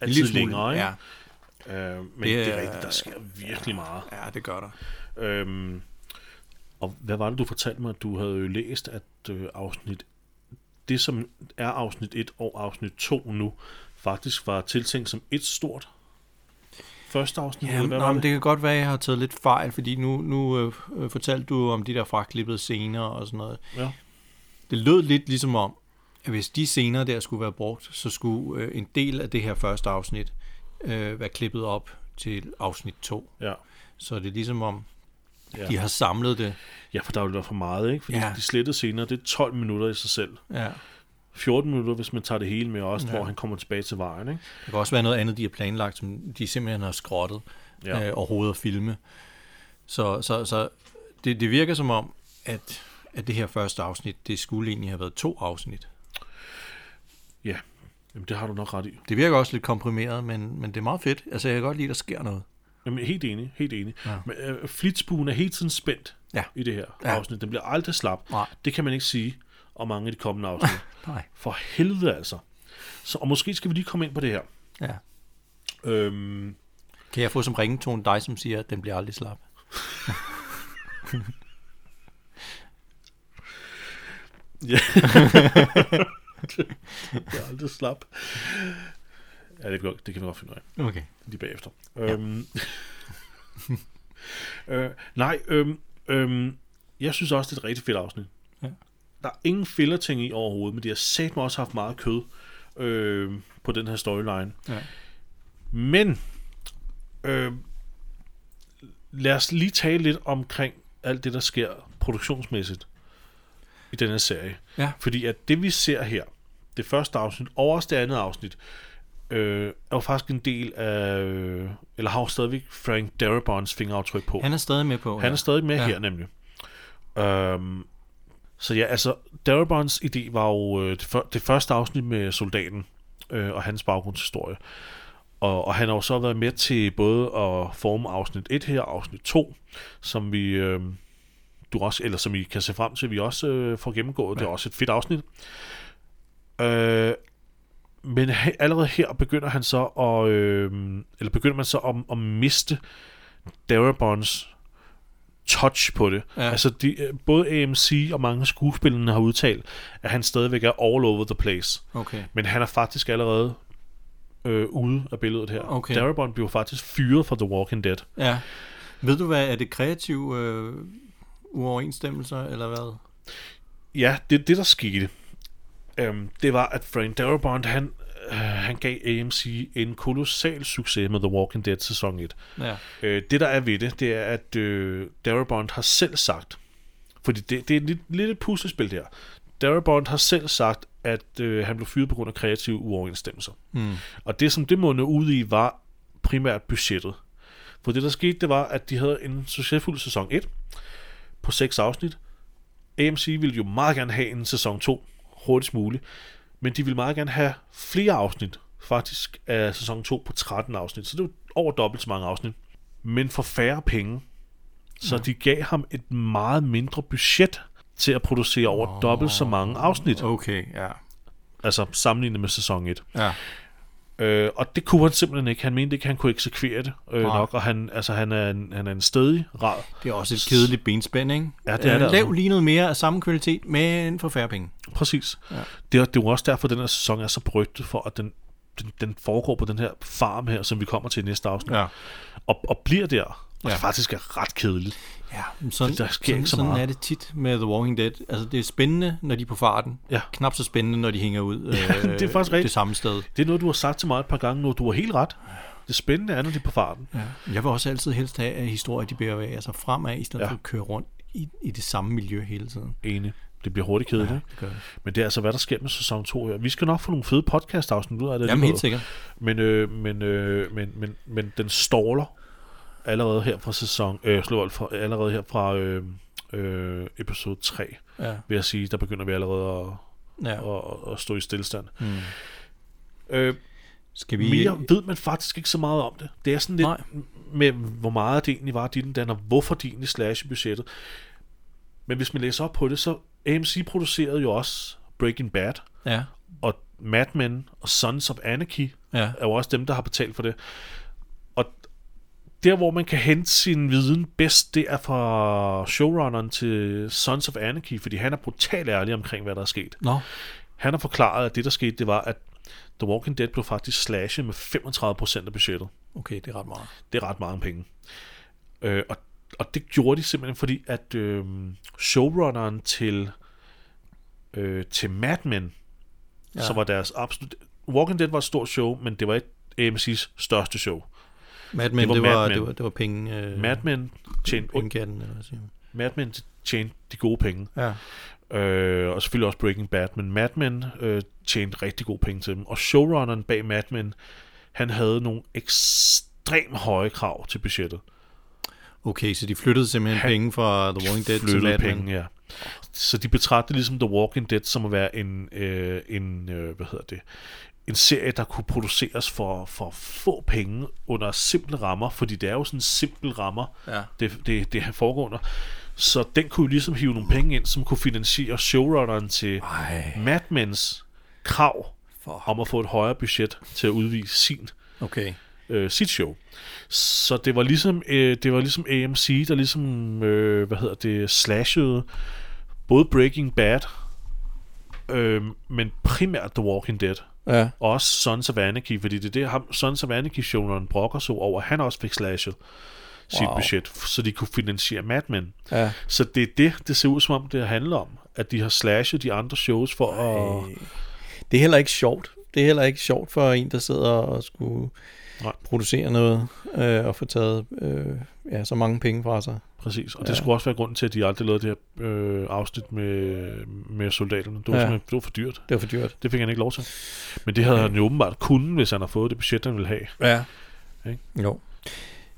Speaker 1: altid
Speaker 2: Lidt
Speaker 1: Lidt længere, ikke?
Speaker 2: Ja,
Speaker 1: Ja. Øh, men det
Speaker 2: Det
Speaker 1: er, det er
Speaker 2: er-
Speaker 1: rigtigt, der sker virkelig meget.
Speaker 2: ja, det gør der.
Speaker 1: Øhm, og hvad var det, du fortalte mig, at du havde jo læst, at øh, afsnit, det som er afsnit 1 og afsnit 2 nu, faktisk var tiltænkt som et stort første afsnit?
Speaker 2: Ja,
Speaker 1: eller hvad
Speaker 2: men,
Speaker 1: var
Speaker 2: nå, men
Speaker 1: det?
Speaker 2: det kan godt være, at jeg har taget lidt fejl, fordi nu, nu øh, øh, fortalte du om de der fraklippede scener og sådan noget.
Speaker 1: Ja.
Speaker 2: Det lød lidt ligesom om, at hvis de scener der skulle være brugt, så skulle øh, en del af det her første afsnit øh, være klippet op til afsnit 2.
Speaker 1: Ja.
Speaker 2: Så det er ligesom om,
Speaker 1: Ja.
Speaker 2: ja. de har samlet det.
Speaker 1: ja, for der ville være for meget, ikke? Fordi ja.
Speaker 2: Ja.
Speaker 1: de slettede scener, det er 12 minutter i sig selv.
Speaker 2: Ja.
Speaker 1: 14 minutter, hvis man tager det hele med også, ja.
Speaker 2: Ja.
Speaker 1: hvor han kommer tilbage til vejen, ikke?
Speaker 2: Det kan også være noget andet, de har planlagt, som de simpelthen har skrottet
Speaker 1: Ja.
Speaker 2: ja. øh, overhovedet at filme. Så, så, så det, det virker som om, at, at det her første afsnit, det skulle egentlig have været to afsnit.
Speaker 1: Ja, Jamen, det har du nok ret i.
Speaker 2: Det virker også lidt komprimeret, men, men det er meget fedt. Altså, jeg kan godt lide, at der sker noget.
Speaker 1: Jamen, helt enig, helt enig. Ja.
Speaker 2: Ja.
Speaker 1: Men øh, flitsbuen er hele tiden spændt
Speaker 2: Ja.
Speaker 1: i det her ja.
Speaker 2: Ja.
Speaker 1: afsnit. Den bliver aldrig slap.
Speaker 2: Nej.
Speaker 1: Det kan man ikke sige om mange af de kommende afsnit.
Speaker 2: Nej.
Speaker 1: For helvede altså. Så, og måske skal vi lige komme ind på det her.
Speaker 2: Ja.
Speaker 1: Øhm,
Speaker 2: Kan jeg få som ringetone dig, som siger, at den bliver aldrig slap?
Speaker 1: Ja. det er aldrig slap. Ja, det kan, vi godt, det kan vi godt finde ud af.
Speaker 2: Okay.
Speaker 1: Lige bagefter. Ja. Øhm, øh, nej, øhm, øhm, jeg synes også, det er et rigtig fedt afsnit.
Speaker 2: Ja.
Speaker 1: Der er ingen filler-ting i overhovedet, men de har sat mig også haft meget kød øh, på den her storyline.
Speaker 2: Ja.
Speaker 1: Men øh, lad os lige tale lidt omkring alt det, der sker produktionsmæssigt i den her serie.
Speaker 2: Ja.
Speaker 1: Fordi at det, vi ser her, det første afsnit og også det andet afsnit, øh, er jo faktisk en del af, øh, eller har jo stadigvæk Frank Darabonts fingeraftryk på.
Speaker 2: Han er stadig med på.
Speaker 1: Han er stadig med
Speaker 2: Ja.
Speaker 1: ja. her nemlig. Øhm, så ja, altså Darabons idé var jo øh, det, før, det første afsnit med soldaten øh, og hans baggrundshistorie. Og, og han har jo så været med til både at forme afsnit 1 her og afsnit 2, som vi øh, du også, eller som I kan se frem til, vi også øh, får gennemgået. Ja. Det er også et fedt afsnit. Øh, men he, allerede her begynder han så at, øh, eller begynder man så at, at miste Darabons touch på det.
Speaker 2: Ja.
Speaker 1: Ja. Altså de, øh, både AMC og mange af skuespillerne har udtalt, at han stadigvæk er all over the place.
Speaker 2: Okay.
Speaker 1: Men han er faktisk allerede øh, ude af billedet her.
Speaker 2: Okay.
Speaker 1: Darabont blev faktisk fyret fra The Walking Dead.
Speaker 2: Ja. Ved du hvad, er det kreative øh, uoverensstemmelser, eller hvad?
Speaker 1: Ja, det det, der skete. Øhm, det var, at Frank Darabont, han, øh, han gav AMC en kolossal succes med The Walking Dead sæson 1.
Speaker 2: Ja.
Speaker 1: Øh, det, der er ved det, det er, at øh, Darabont har selv sagt, fordi det, det er et lidt, lidt et puslespil det her. Darabont har selv sagt, at øh, han blev fyret på grund af kreative uoverensstemmelser.
Speaker 2: Mm.
Speaker 1: Og det, som det mundede ud i, var primært budgettet. For det, der skete, det var, at de havde en succesfuld sæson 1 på 6 afsnit. AMC ville jo meget gerne have en sæson 2 hurtigst muligt, men de ville meget gerne have flere afsnit, faktisk af sæson 2 på 13 afsnit, så det var over dobbelt så mange afsnit, men for færre penge. Så de gav ham et meget mindre budget til at producere over oh. dobbelt så mange afsnit,
Speaker 2: Okay, ja.
Speaker 1: altså sammenlignet med sæson 1.
Speaker 2: Ja.
Speaker 1: Øh, og det kunne han simpelthen ikke. Han mente ikke, han kunne eksekvere det øh,
Speaker 2: Nej.
Speaker 1: nok, og han, altså, han, er en, han er en stedig rad.
Speaker 2: Det er også et kedeligt benspænd, ikke? Øh,
Speaker 1: Ja, det er det
Speaker 2: Lav
Speaker 1: altså.
Speaker 2: lige noget mere af samme kvalitet, men for færre penge.
Speaker 1: Præcis. Ja. Det, er, det er jo også derfor, at den her sæson er så berygtet for, at den, den, den foregår på den her farm her, som vi kommer til i næste afsnit,
Speaker 2: Ja.
Speaker 1: og, og bliver der. Og
Speaker 2: Ja.
Speaker 1: det faktisk er ret kedeligt.
Speaker 2: Ja, men sådan,
Speaker 1: Der sker
Speaker 2: sådan,
Speaker 1: ikke så
Speaker 2: sådan
Speaker 1: meget.
Speaker 2: er det tit med The Walking Dead. Altså, det er spændende, når de er på farten.
Speaker 1: Ja.
Speaker 2: Knap så spændende, når de hænger ud øh,
Speaker 1: det er faktisk
Speaker 2: det
Speaker 1: rigtigt.
Speaker 2: samme sted.
Speaker 1: Det er noget, du har sagt til mig et par gange nu. Du har helt ret. Det spændende er, når de er på farten.
Speaker 2: Ja. Jeg vil også altid helst have, at historier de bevæger sig fremad, i stedet ja.
Speaker 1: Ja.
Speaker 2: for at køre rundt i, i det samme miljø hele tiden.
Speaker 1: Enig. Det bliver hurtigt kedeligt. Ja.
Speaker 2: Det gør det.
Speaker 1: Men det er altså, hvad der sker med sæson 2 her. Vi skal nok få nogle fede podcast-afsnit ud af det.
Speaker 2: Jamen,
Speaker 1: alligevel.
Speaker 2: helt sikkert.
Speaker 1: Men, øh, men, øh, men, men, men den ståler allerede her fra sæson, øh, slår for, allerede her fra øh, øh, episode 3,
Speaker 2: Ja.
Speaker 1: vil jeg sige, der begynder vi allerede at,
Speaker 2: Ja.
Speaker 1: at, at, at stå i stillstand.
Speaker 2: Mm.
Speaker 1: Øh,
Speaker 2: Skal vi...
Speaker 1: mere ved man faktisk ikke så meget om det. Det er sådan lidt
Speaker 2: Nej.
Speaker 1: med, hvor meget det egentlig var, de den danner, hvorfor de egentlig slash i budgettet. Men hvis man læser op på det, så AMC producerede jo også Breaking Bad,
Speaker 2: Ja.
Speaker 1: og Mad Men og Sons of Anarchy,
Speaker 2: Ja.
Speaker 1: er jo også dem, der har betalt for det. Og der, hvor man kan hente sin viden bedst, det er fra showrunneren til Sons of Anarchy, fordi han er brutalt ærlig omkring, hvad der er sket.
Speaker 2: Nå.
Speaker 1: Han har forklaret, at det, der skete, det var, at The Walking Dead blev faktisk slashet med 35% af budgettet.
Speaker 2: Okay, det er ret meget.
Speaker 1: Det er ret mange penge. Øh, og, og det gjorde de simpelthen, fordi at øh, showrunneren til, øh, til Mad Men,
Speaker 2: Ja.
Speaker 1: ja. som var deres absolut... Walking Dead var et stort show, men det var ikke AMC's største show.
Speaker 2: Mad Men, det
Speaker 1: Det var Mad
Speaker 2: var, det var,
Speaker 1: Men.
Speaker 2: det var, det var penge... Øh,
Speaker 1: Mad Men tjente, und,
Speaker 2: Indkatten, eller hvad siger man?
Speaker 1: Mad Men tjente de gode penge.
Speaker 2: Ja.
Speaker 1: Øh, og selvfølgelig også Breaking Bad, men Mad Men øh, tjente rigtig gode penge til dem. Og showrunneren bag Mad Men, han havde nogle ekstremt høje krav til budgettet.
Speaker 2: Okay, så de flyttede simpelthen
Speaker 1: Han
Speaker 2: penge fra The Walking Dead til Mad
Speaker 1: flyttede
Speaker 2: Men.
Speaker 1: penge, ja. Så de betragtede ligesom The Walking Dead som at være en, øh, en øh, hvad hedder det, en serie, der kunne produceres for, for få penge under simple rammer, fordi det er jo sådan simple rammer,
Speaker 2: Ja.
Speaker 1: det, det, det her foregår under. Så den kunne jo ligesom hive nogle penge ind, som kunne finansiere showrunneren til
Speaker 2: Ej,
Speaker 1: Mad Men's krav
Speaker 2: for...
Speaker 1: om at få et højere budget til at udvise sin
Speaker 2: Okay.
Speaker 1: øh, sit show. Så det var ligesom, øh, det var ligesom AMC, der ligesom, øh, hvad hedder det, slashede både Breaking Bad, øh, men primært The Walking Dead.
Speaker 2: Ja.
Speaker 1: Og også Sons of Anarchy, fordi det er det, ham, Sons of Anarchy, Jonathan Brokker så over, han også fik slashet sit
Speaker 2: Wow.
Speaker 1: budget, så de kunne finansiere Mad Men.
Speaker 2: ja.
Speaker 1: Så det er det, det ser ud som om, det handler om. At de har slashet de andre shows for at...
Speaker 2: Det er heller ikke sjovt. Det er heller ikke sjovt for en, der sidder og skulle
Speaker 1: Nej.
Speaker 2: Nej. producere noget øh, og få taget øh, ja, så mange penge fra sig.
Speaker 1: Præcis, og ja. det skulle også være grunden til, at de aldrig lavede det her øh, afsnit med, med soldaterne. Det var,
Speaker 2: Ja.
Speaker 1: ja. det var for dyrt.
Speaker 2: Det var for dyrt.
Speaker 1: Det fik han ikke lov til. Men det havde
Speaker 2: Okay.
Speaker 1: han jo åbenbart kunnet, hvis han har fået det budget, han ville have.
Speaker 2: Ja.
Speaker 1: Ikke?
Speaker 2: Jo.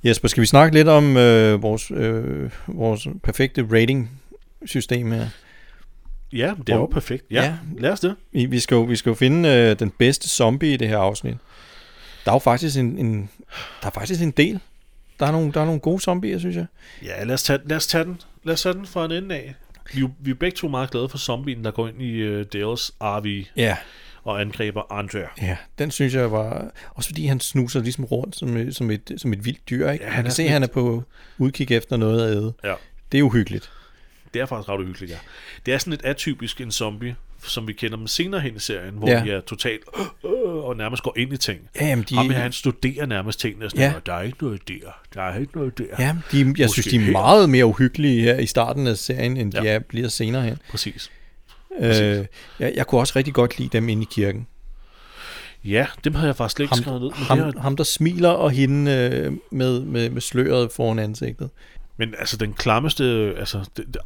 Speaker 2: Jesper, skal vi snakke lidt om øh, vores, øh, vores perfekte rating-system her?
Speaker 1: Ja, men det er jo
Speaker 2: Og-
Speaker 1: perfekt. Ja, ja.
Speaker 2: Ja.
Speaker 1: lad os det.
Speaker 2: Vi, vi, skal jo, vi skal jo finde øh, den bedste zombie i det her afsnit. Der er jo faktisk en, en, der er faktisk en del. Der er, nogle, der er nogle gode zombier, synes jeg.
Speaker 1: Ja, lad os tage, lad os tage den. Lad os tage den fra en ende af. Vi, er jo- vi er begge to meget glade for zombien, der går ind i uh, Dales RV
Speaker 2: Ja,
Speaker 1: og angriber Andrea.
Speaker 2: ja. Den synes jeg var... Også fordi han snuser ligesom rundt som, et- som, et, som et vildt dyr, ikke?
Speaker 1: Ja, han
Speaker 2: Ja, han Man
Speaker 1: er
Speaker 2: kan se,
Speaker 1: sådan
Speaker 2: at han er på udkig efter noget at æde.
Speaker 1: Ja.
Speaker 2: Det er uhyggeligt.
Speaker 1: Det er faktisk ret hyggeligt, ja. Det er sådan lidt atypisk en zombie, som vi kender dem senere hen i serien, hvor ja.
Speaker 2: Ja.
Speaker 1: de er totalt øh, øh, og nærmest går ind i ting.
Speaker 2: Ja, jamen, de,
Speaker 1: Ham her, han studerer nærmest tingene, og sådan,
Speaker 2: Ja.
Speaker 1: ja. der er ikke noget der, der er ikke noget der.
Speaker 2: ja, de, jeg Måske synes, de
Speaker 1: her.
Speaker 2: er meget mere uhyggelige her i starten af serien, end ja. de
Speaker 1: Ja.
Speaker 2: er, bliver senere hen.
Speaker 1: Præcis.
Speaker 2: Øh, jeg, jeg kunne også rigtig godt lide dem inde i kirken.
Speaker 1: Ja, dem havde jeg faktisk slet ikke skrevet ned.
Speaker 2: Ham,
Speaker 1: Men, ham,
Speaker 2: ham,
Speaker 1: det her,
Speaker 2: ham, der smiler, og hende øh, med, med, med sløret foran ansigtet.
Speaker 1: men altså, den klammeste, altså, det, det,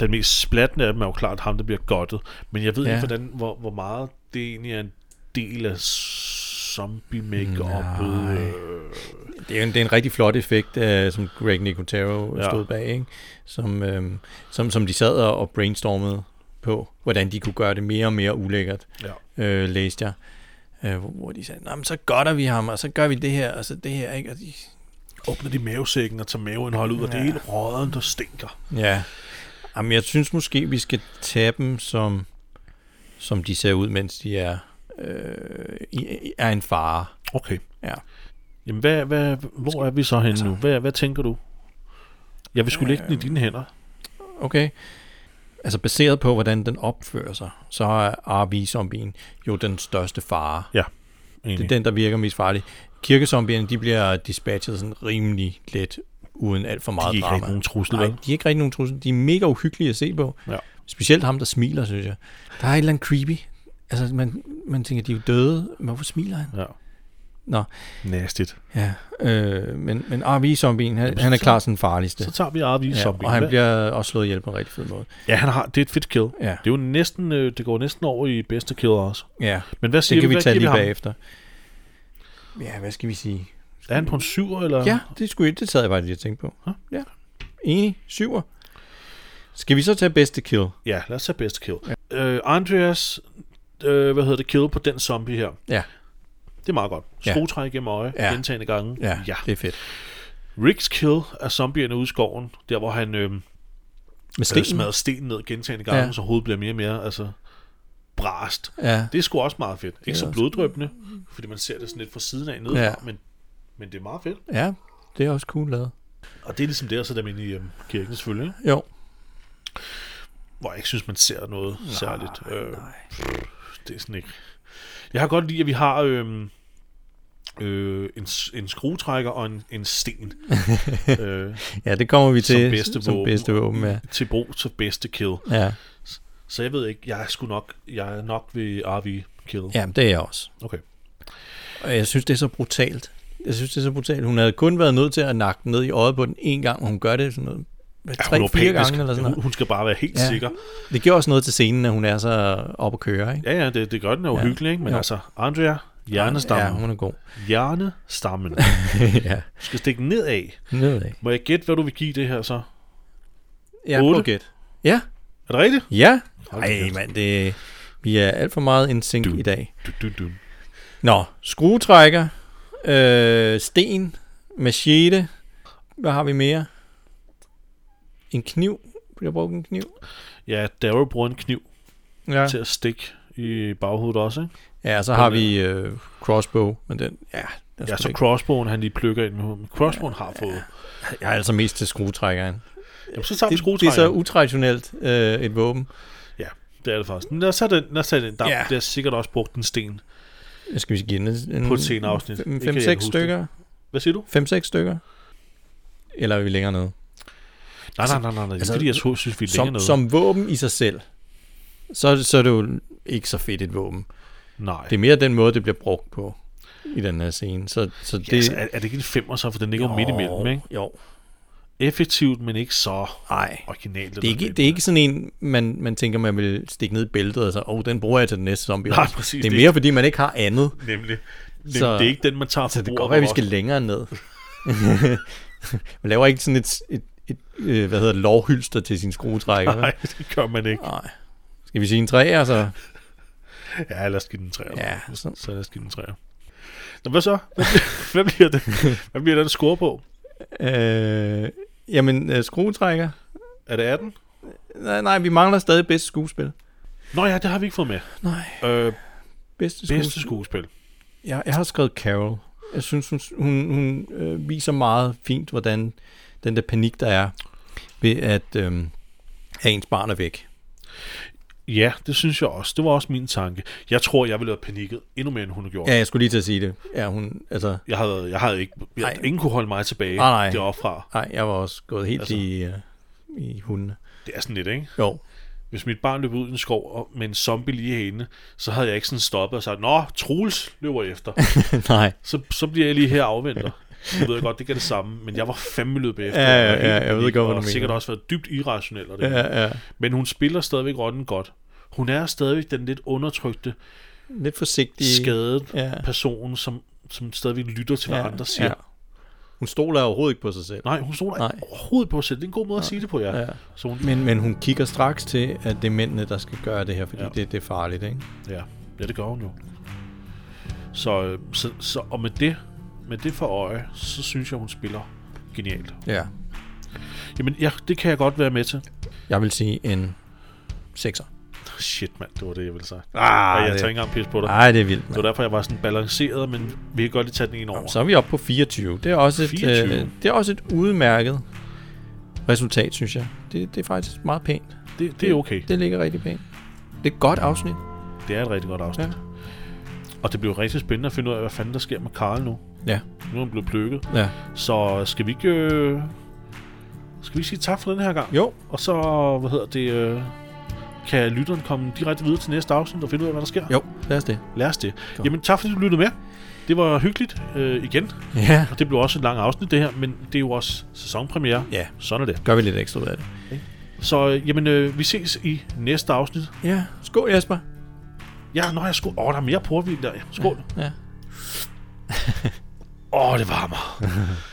Speaker 1: den mest splattende af dem er jo klart ham, der bliver godtet. Men jeg ved ja.
Speaker 2: Ja.
Speaker 1: ikke, hvordan, hvor, hvor meget det egentlig er en del af zombie make øh,
Speaker 2: Det er, jo en, det er en rigtig flot effekt, øh, som Greg Nicotero
Speaker 1: Ja.
Speaker 2: ja. stod bag, ikke? Som, øh, som, som de sad og brainstormede på, hvordan de kunne gøre det mere og mere ulækkert,
Speaker 1: Ja.
Speaker 2: øh, læste jeg. Øh, hvor- hvor de sagde, "Nå, men så godter vi ham, og så gør vi det her, og så det her, ikke? Og de,
Speaker 1: Åbner de mavesækken og tager maveindholdet ud, ja. og det er
Speaker 2: Ja.
Speaker 1: hele råden, der stinker.
Speaker 2: ja. Jamen, jeg synes måske, vi skal tage dem, som, som de ser ud, mens de er, øh, i- i- er en fare.
Speaker 1: Okay.
Speaker 2: Ja.
Speaker 1: Jamen, hvad, hvad, hvor er vi så henne altså,
Speaker 2: Altså-
Speaker 1: nu? Hvad, hvad tænker du? Jeg vil skulle lægge den i dine hænder.
Speaker 2: Okay. Altså baseret på, hvordan den opfører sig, så er RV-zombien jo den største fare. Det er
Speaker 1: Egentlig.
Speaker 2: den, der virker mest farlig. Kirkezombierne, de bliver dispatchet sådan rimelig let, uden alt for
Speaker 1: de er
Speaker 2: meget
Speaker 1: ikke
Speaker 2: drama.
Speaker 1: rigtig nogen trussel,
Speaker 2: Nej,
Speaker 1: vel?
Speaker 2: de er ikke rigtig nogen trussel. De er mega uhyggelige at se på.
Speaker 1: Ja.
Speaker 2: Specielt ham, der smiler, synes jeg. Der er et eller andet creepy. Altså, man, man tænker, de er jo døde. Men hvorfor smiler han?
Speaker 1: Ja.
Speaker 2: Nå.
Speaker 1: Næstigt.
Speaker 2: Ja, øh, men, men RV-zombien, han, han er klart den farligste.
Speaker 1: Så tager vi Arvi
Speaker 2: Ja,
Speaker 1: som
Speaker 2: og han bliver også slået ihjel på en rigtig fed måde.
Speaker 1: ja, han har, det er et fedt kill.
Speaker 2: Ja,
Speaker 1: Det, er jo næsten, øh, det går næsten over i bedste kill også.
Speaker 2: ja.
Speaker 1: Men hvad siger
Speaker 2: Det kan vi
Speaker 1: hvad
Speaker 2: tage
Speaker 1: giver
Speaker 2: lige
Speaker 1: ham?
Speaker 2: bagefter. Ja, hvad skal vi sige?
Speaker 1: Er han på en syver, eller?
Speaker 2: Ja, det skulle det sad jeg bare lige og tænkte på.
Speaker 1: Huh?
Speaker 2: Ja. Enig, syver. Skal vi så tage bedste kill?
Speaker 1: Ja, lad os tage bedste kill. Ja. Øh, Andreas, øh, hvad hedder det, kill på den zombie her.
Speaker 2: Ja.
Speaker 1: Det er meget godt.
Speaker 2: Ja.
Speaker 1: Skruetræk igennem øje, ja.
Speaker 2: Ja.
Speaker 1: gentagende gange. ja.
Speaker 2: det er fedt.
Speaker 1: Ricks kill af zombierne ude i skoven, der hvor han... Øh,
Speaker 2: Med
Speaker 1: sten.
Speaker 2: stenen.
Speaker 1: smadrer stenen ned gentagende gange, ja.
Speaker 2: Ja.
Speaker 1: så hovedet bliver mere og mere altså, brast.
Speaker 2: Ja,
Speaker 1: Det er sgu også meget fedt. Ikke
Speaker 2: er
Speaker 1: så
Speaker 2: også-
Speaker 1: bloddrøbende, fordi man ser det sådan lidt fra siden af nedefra, ja.
Speaker 2: Ja.
Speaker 1: men, men det er meget fedt.
Speaker 2: ja, det er også cool lavet.
Speaker 1: Og det er ligesom det, og så dem inde i øhm, kirken selvfølgelig, ikke?
Speaker 2: Jo.
Speaker 1: hvor jeg ikke synes, man ser noget nej, særligt. Øh, det er sådan ikke... Jeg har godt lide, at vi har øhm, øh, en, s- en skruetrækker og en, en sten øh,
Speaker 2: Ja, det kommer vi til
Speaker 1: som bedste
Speaker 2: som
Speaker 1: våben,
Speaker 2: bedste våben ja.
Speaker 1: til brug til bedste kill.
Speaker 2: Ja.
Speaker 1: Så jeg ved ikke, jeg er sgu nok, jeg er nok ved RV kill.
Speaker 2: ja, det er jeg også.
Speaker 1: Okay.
Speaker 2: Og jeg synes, det er så brutalt. Jeg synes, det er så brutalt. Hun havde kun været nødt til at nakke den ned i øjet på den en gang, og hun gør det sådan noget.
Speaker 1: Ja, hun er
Speaker 2: Tre-fire
Speaker 1: panisk.
Speaker 2: gange eller sådan noget.
Speaker 1: Hun, hun skal bare være helt ja.
Speaker 2: Ja.
Speaker 1: sikker.
Speaker 2: Det giver også noget til scenen, at hun er så op at køre, ikke?
Speaker 1: Ja, ja, det, det gør den jo ja.
Speaker 2: Ja.
Speaker 1: hyggelig, ikke? Men jo.
Speaker 2: Jo.
Speaker 1: altså, Andrea,
Speaker 2: Ja,
Speaker 1: hjernestammen. Ja.
Speaker 2: hun er god.
Speaker 1: Hjernestammen.
Speaker 2: ja.
Speaker 1: Du skal stikke nedad.
Speaker 2: Nedad.
Speaker 1: Må jeg gætte, hvad du vil give det her så?
Speaker 2: Ja,
Speaker 1: Otte.
Speaker 2: prøv gæt. Ja.
Speaker 1: Er det rigtigt?
Speaker 2: Ja.
Speaker 1: Hold da
Speaker 2: Ej,
Speaker 1: kæft.
Speaker 2: mand, det, vi er alt for meget in sync
Speaker 1: Du.
Speaker 2: i dag.
Speaker 1: Du, du, du.
Speaker 2: Nå, skruetrækker, øh, sten, machete. Hvad har vi mere? En kniv. Bliver brugt en kniv?
Speaker 1: Ja, Daryl bruger en kniv ja.
Speaker 2: Ja.
Speaker 1: til at stikke i baghovedet også, ikke?
Speaker 2: Ja, og så har vi øh, crossbow, men den, ja, Jeg,
Speaker 1: Ja,
Speaker 2: skulle
Speaker 1: så
Speaker 2: ikke-
Speaker 1: Crossbone, han lige plukker ind med hovedet. Men Crossbone har fået...
Speaker 2: jeg er altså mest til skruetrækkeren.
Speaker 1: Jamen, så samme
Speaker 2: Det, det er så
Speaker 1: skruetrækker.
Speaker 2: utraditionelt øh, et våben.
Speaker 1: Ja, det er det faktisk. Men lad os tage den, lad os tage den damp.
Speaker 2: Ja.
Speaker 1: Yeah. Det har sikkert også brugt en sten
Speaker 2: Jeg skal vi give den en,
Speaker 1: på et senere afsnit. Ikke kan jeg
Speaker 2: 5-6
Speaker 1: huske
Speaker 2: stykker?
Speaker 1: det. Hvad siger du?
Speaker 2: 5-6 stykker? Eller er vi længere nede?
Speaker 1: Nej, nej, nej, nej. nej. Altså,
Speaker 2: altså,
Speaker 1: fordi jeg så, synes, vi er
Speaker 2: som,
Speaker 1: længere noget.
Speaker 2: som våben i sig selv, så, er det- så er det jo ikke så fedt et våben.
Speaker 1: Nej.
Speaker 2: Det er mere den måde, det bliver brugt på i den her scene. Så, så det,
Speaker 1: det... Altså, er, er det ikke en femmer så, for den ligger jo midt imellem, ikke?
Speaker 2: Jo,
Speaker 1: Effektivt, men ikke så
Speaker 2: nej.
Speaker 1: originalt.
Speaker 2: Det er, ikke, det er ikke sådan en, man, man tænker, man vil stikke ned i bæltet, og så, åh, oh, den bruger jeg til den næste zombie.
Speaker 1: Nej,
Speaker 2: også."
Speaker 1: præcis.
Speaker 2: det
Speaker 1: Det
Speaker 2: er
Speaker 1: er
Speaker 2: mere, fordi man ikke har andet.
Speaker 1: Nemlig. Nemlig
Speaker 2: Så-
Speaker 1: det er ikke den, man tager for
Speaker 2: Så det kan
Speaker 1: bordet
Speaker 2: godt være, at vi
Speaker 1: for
Speaker 2: skal længere ned. man laver ikke sådan et, et, et, et hvad hedder det, lovhylster til sin skruetrækker.
Speaker 1: os.
Speaker 2: vel?
Speaker 1: Nej, det gør man ikke.
Speaker 2: Nej. Skal vi sige en træ, altså?
Speaker 1: Ja, lad os give den træer.
Speaker 2: Ja,
Speaker 1: så.
Speaker 2: så-
Speaker 1: så lad os give den træer. Nå, hvad så? Hvad bliver, hvad bliver, det? Hvad bliver den score på?
Speaker 2: Øh, jamen, øh, skruetrækker.
Speaker 1: Er det 18?
Speaker 2: Nej, nej, vi mangler stadig bedste skuespil.
Speaker 1: Nå ja, det har vi ikke fået med.
Speaker 2: Nej,
Speaker 1: Øh,
Speaker 2: bedste skuespil.
Speaker 1: bedste skuespil.
Speaker 2: Jeg, jeg har skrevet Carol. Jeg synes, hun, hun, hun øh, viser meget fint, hvordan den der panik, der er ved, at, øh, at ens barn er væk.
Speaker 1: Ja, det synes jeg også. Det var også min tanke. Jeg tror, jeg ville have panikket endnu mere, end hun har gjort.
Speaker 2: Ja, jeg skulle lige til at sige det. Ja, hun, altså,
Speaker 1: Jeg havde, jeg havde ikke... Jeg,
Speaker 2: Nej.
Speaker 1: ingen kunne holde mig tilbage
Speaker 2: Nej, nej.
Speaker 1: deroppefra.
Speaker 2: nej, jeg var også gået helt
Speaker 1: Altså.
Speaker 2: altså. i, øh, i hundene.
Speaker 1: Det er sådan lidt, ikke?
Speaker 2: Jo,
Speaker 1: Hvis mit barn løb ud i en skov og, med en zombie lige herinde, så havde jeg ikke sådan stoppet og sagt, Nå, Troels løber efter.
Speaker 2: nej.
Speaker 1: så, så bliver jeg lige her og afventer. Jeg ved jeg godt, det gør det samme, men jeg var fandme løbet efter.
Speaker 2: Ja, ja,
Speaker 1: var helt
Speaker 2: ja,
Speaker 1: i
Speaker 2: jeg ved
Speaker 1: panik,
Speaker 2: godt, hvad
Speaker 1: og
Speaker 2: du mener.
Speaker 1: sikkert også været dybt irrationel. Og det. Ja.
Speaker 2: Ja, ja.
Speaker 1: Men hun spiller stadigvæk rotten godt. Hun er stadigvæk den lidt undertrykte,
Speaker 2: Lidt forsigtig.
Speaker 1: skadede
Speaker 2: Ja.
Speaker 1: person, som, som stadigvæk lytter til, hvad ja, andre siger.
Speaker 2: Ja.
Speaker 1: Ja.
Speaker 2: Hun stoler overhovedet ikke på sig selv.
Speaker 1: Nej, hun stoler
Speaker 2: Nej.
Speaker 1: overhovedet på sig. Det er en god måde at sige det på, ja.
Speaker 2: Ja.
Speaker 1: Så hun,
Speaker 2: Men, men hun kigger straks til, at det er mændene, der skal gøre det her, fordi
Speaker 1: Ja.
Speaker 2: ja. det, det er farligt, ikke?
Speaker 1: ja, ja, det gør hun jo. Så, øh, så, så og med det, med det for øje, så synes jeg, hun spiller genialt.
Speaker 2: Ja.
Speaker 1: Jamen, ja, det kan jeg godt være med til.
Speaker 2: Jeg vil sige en sekser.
Speaker 1: Shit, mand, det var det, jeg ville sige.
Speaker 2: Ah,
Speaker 1: Ej, jeg
Speaker 2: det-
Speaker 1: tager ikke engang pis på dig.
Speaker 2: Nej, det er vildt,
Speaker 1: Det
Speaker 2: mand.
Speaker 1: var derfor, jeg var sådan balanceret, men vi kan godt lige tage den ene over.
Speaker 2: Så er vi oppe på 24. Det er også et,
Speaker 1: 24.
Speaker 2: øh, det er også et udmærket resultat, synes jeg. Det, det er faktisk meget pænt.
Speaker 1: Det, det er okay.
Speaker 2: Det ligger rigtig pænt. Det er et godt afsnit.
Speaker 1: Det er et rigtig godt afsnit.
Speaker 2: Ja.
Speaker 1: Og det bliver rigtig spændende at finde ud af, hvad fanden der sker med Karl nu.
Speaker 2: Ja.
Speaker 1: Nu er han blevet plukket.
Speaker 2: ja.
Speaker 1: Så skal vi ikke... Øh... Skal vi ikke sige tak for den her gang?
Speaker 2: Jo,
Speaker 1: Og så, hvad hedder det... Øh... Kan lytteren komme direkte videre til næste afsnit og finde ud af, hvad der sker?
Speaker 2: jo, lad os det.
Speaker 1: Lad os det.
Speaker 2: Godt.
Speaker 1: Jamen, tak fordi du lyttede med. Det var hyggeligt øh, igen.
Speaker 2: Ja.
Speaker 1: Og det blev også et langt afsnit, det her. Men det er jo også sæsonpremiere.
Speaker 2: Ja,
Speaker 1: Sådan er det.
Speaker 2: gør vi lidt ekstra ud af det.
Speaker 1: Så øh, jamen, øh, vi ses i næste afsnit.
Speaker 2: Ja, skål Jesper.
Speaker 1: Ja, nå, jeg skål. Åh, der er mere portvin der. Skål.
Speaker 2: Ja.
Speaker 1: Åh, det varmer.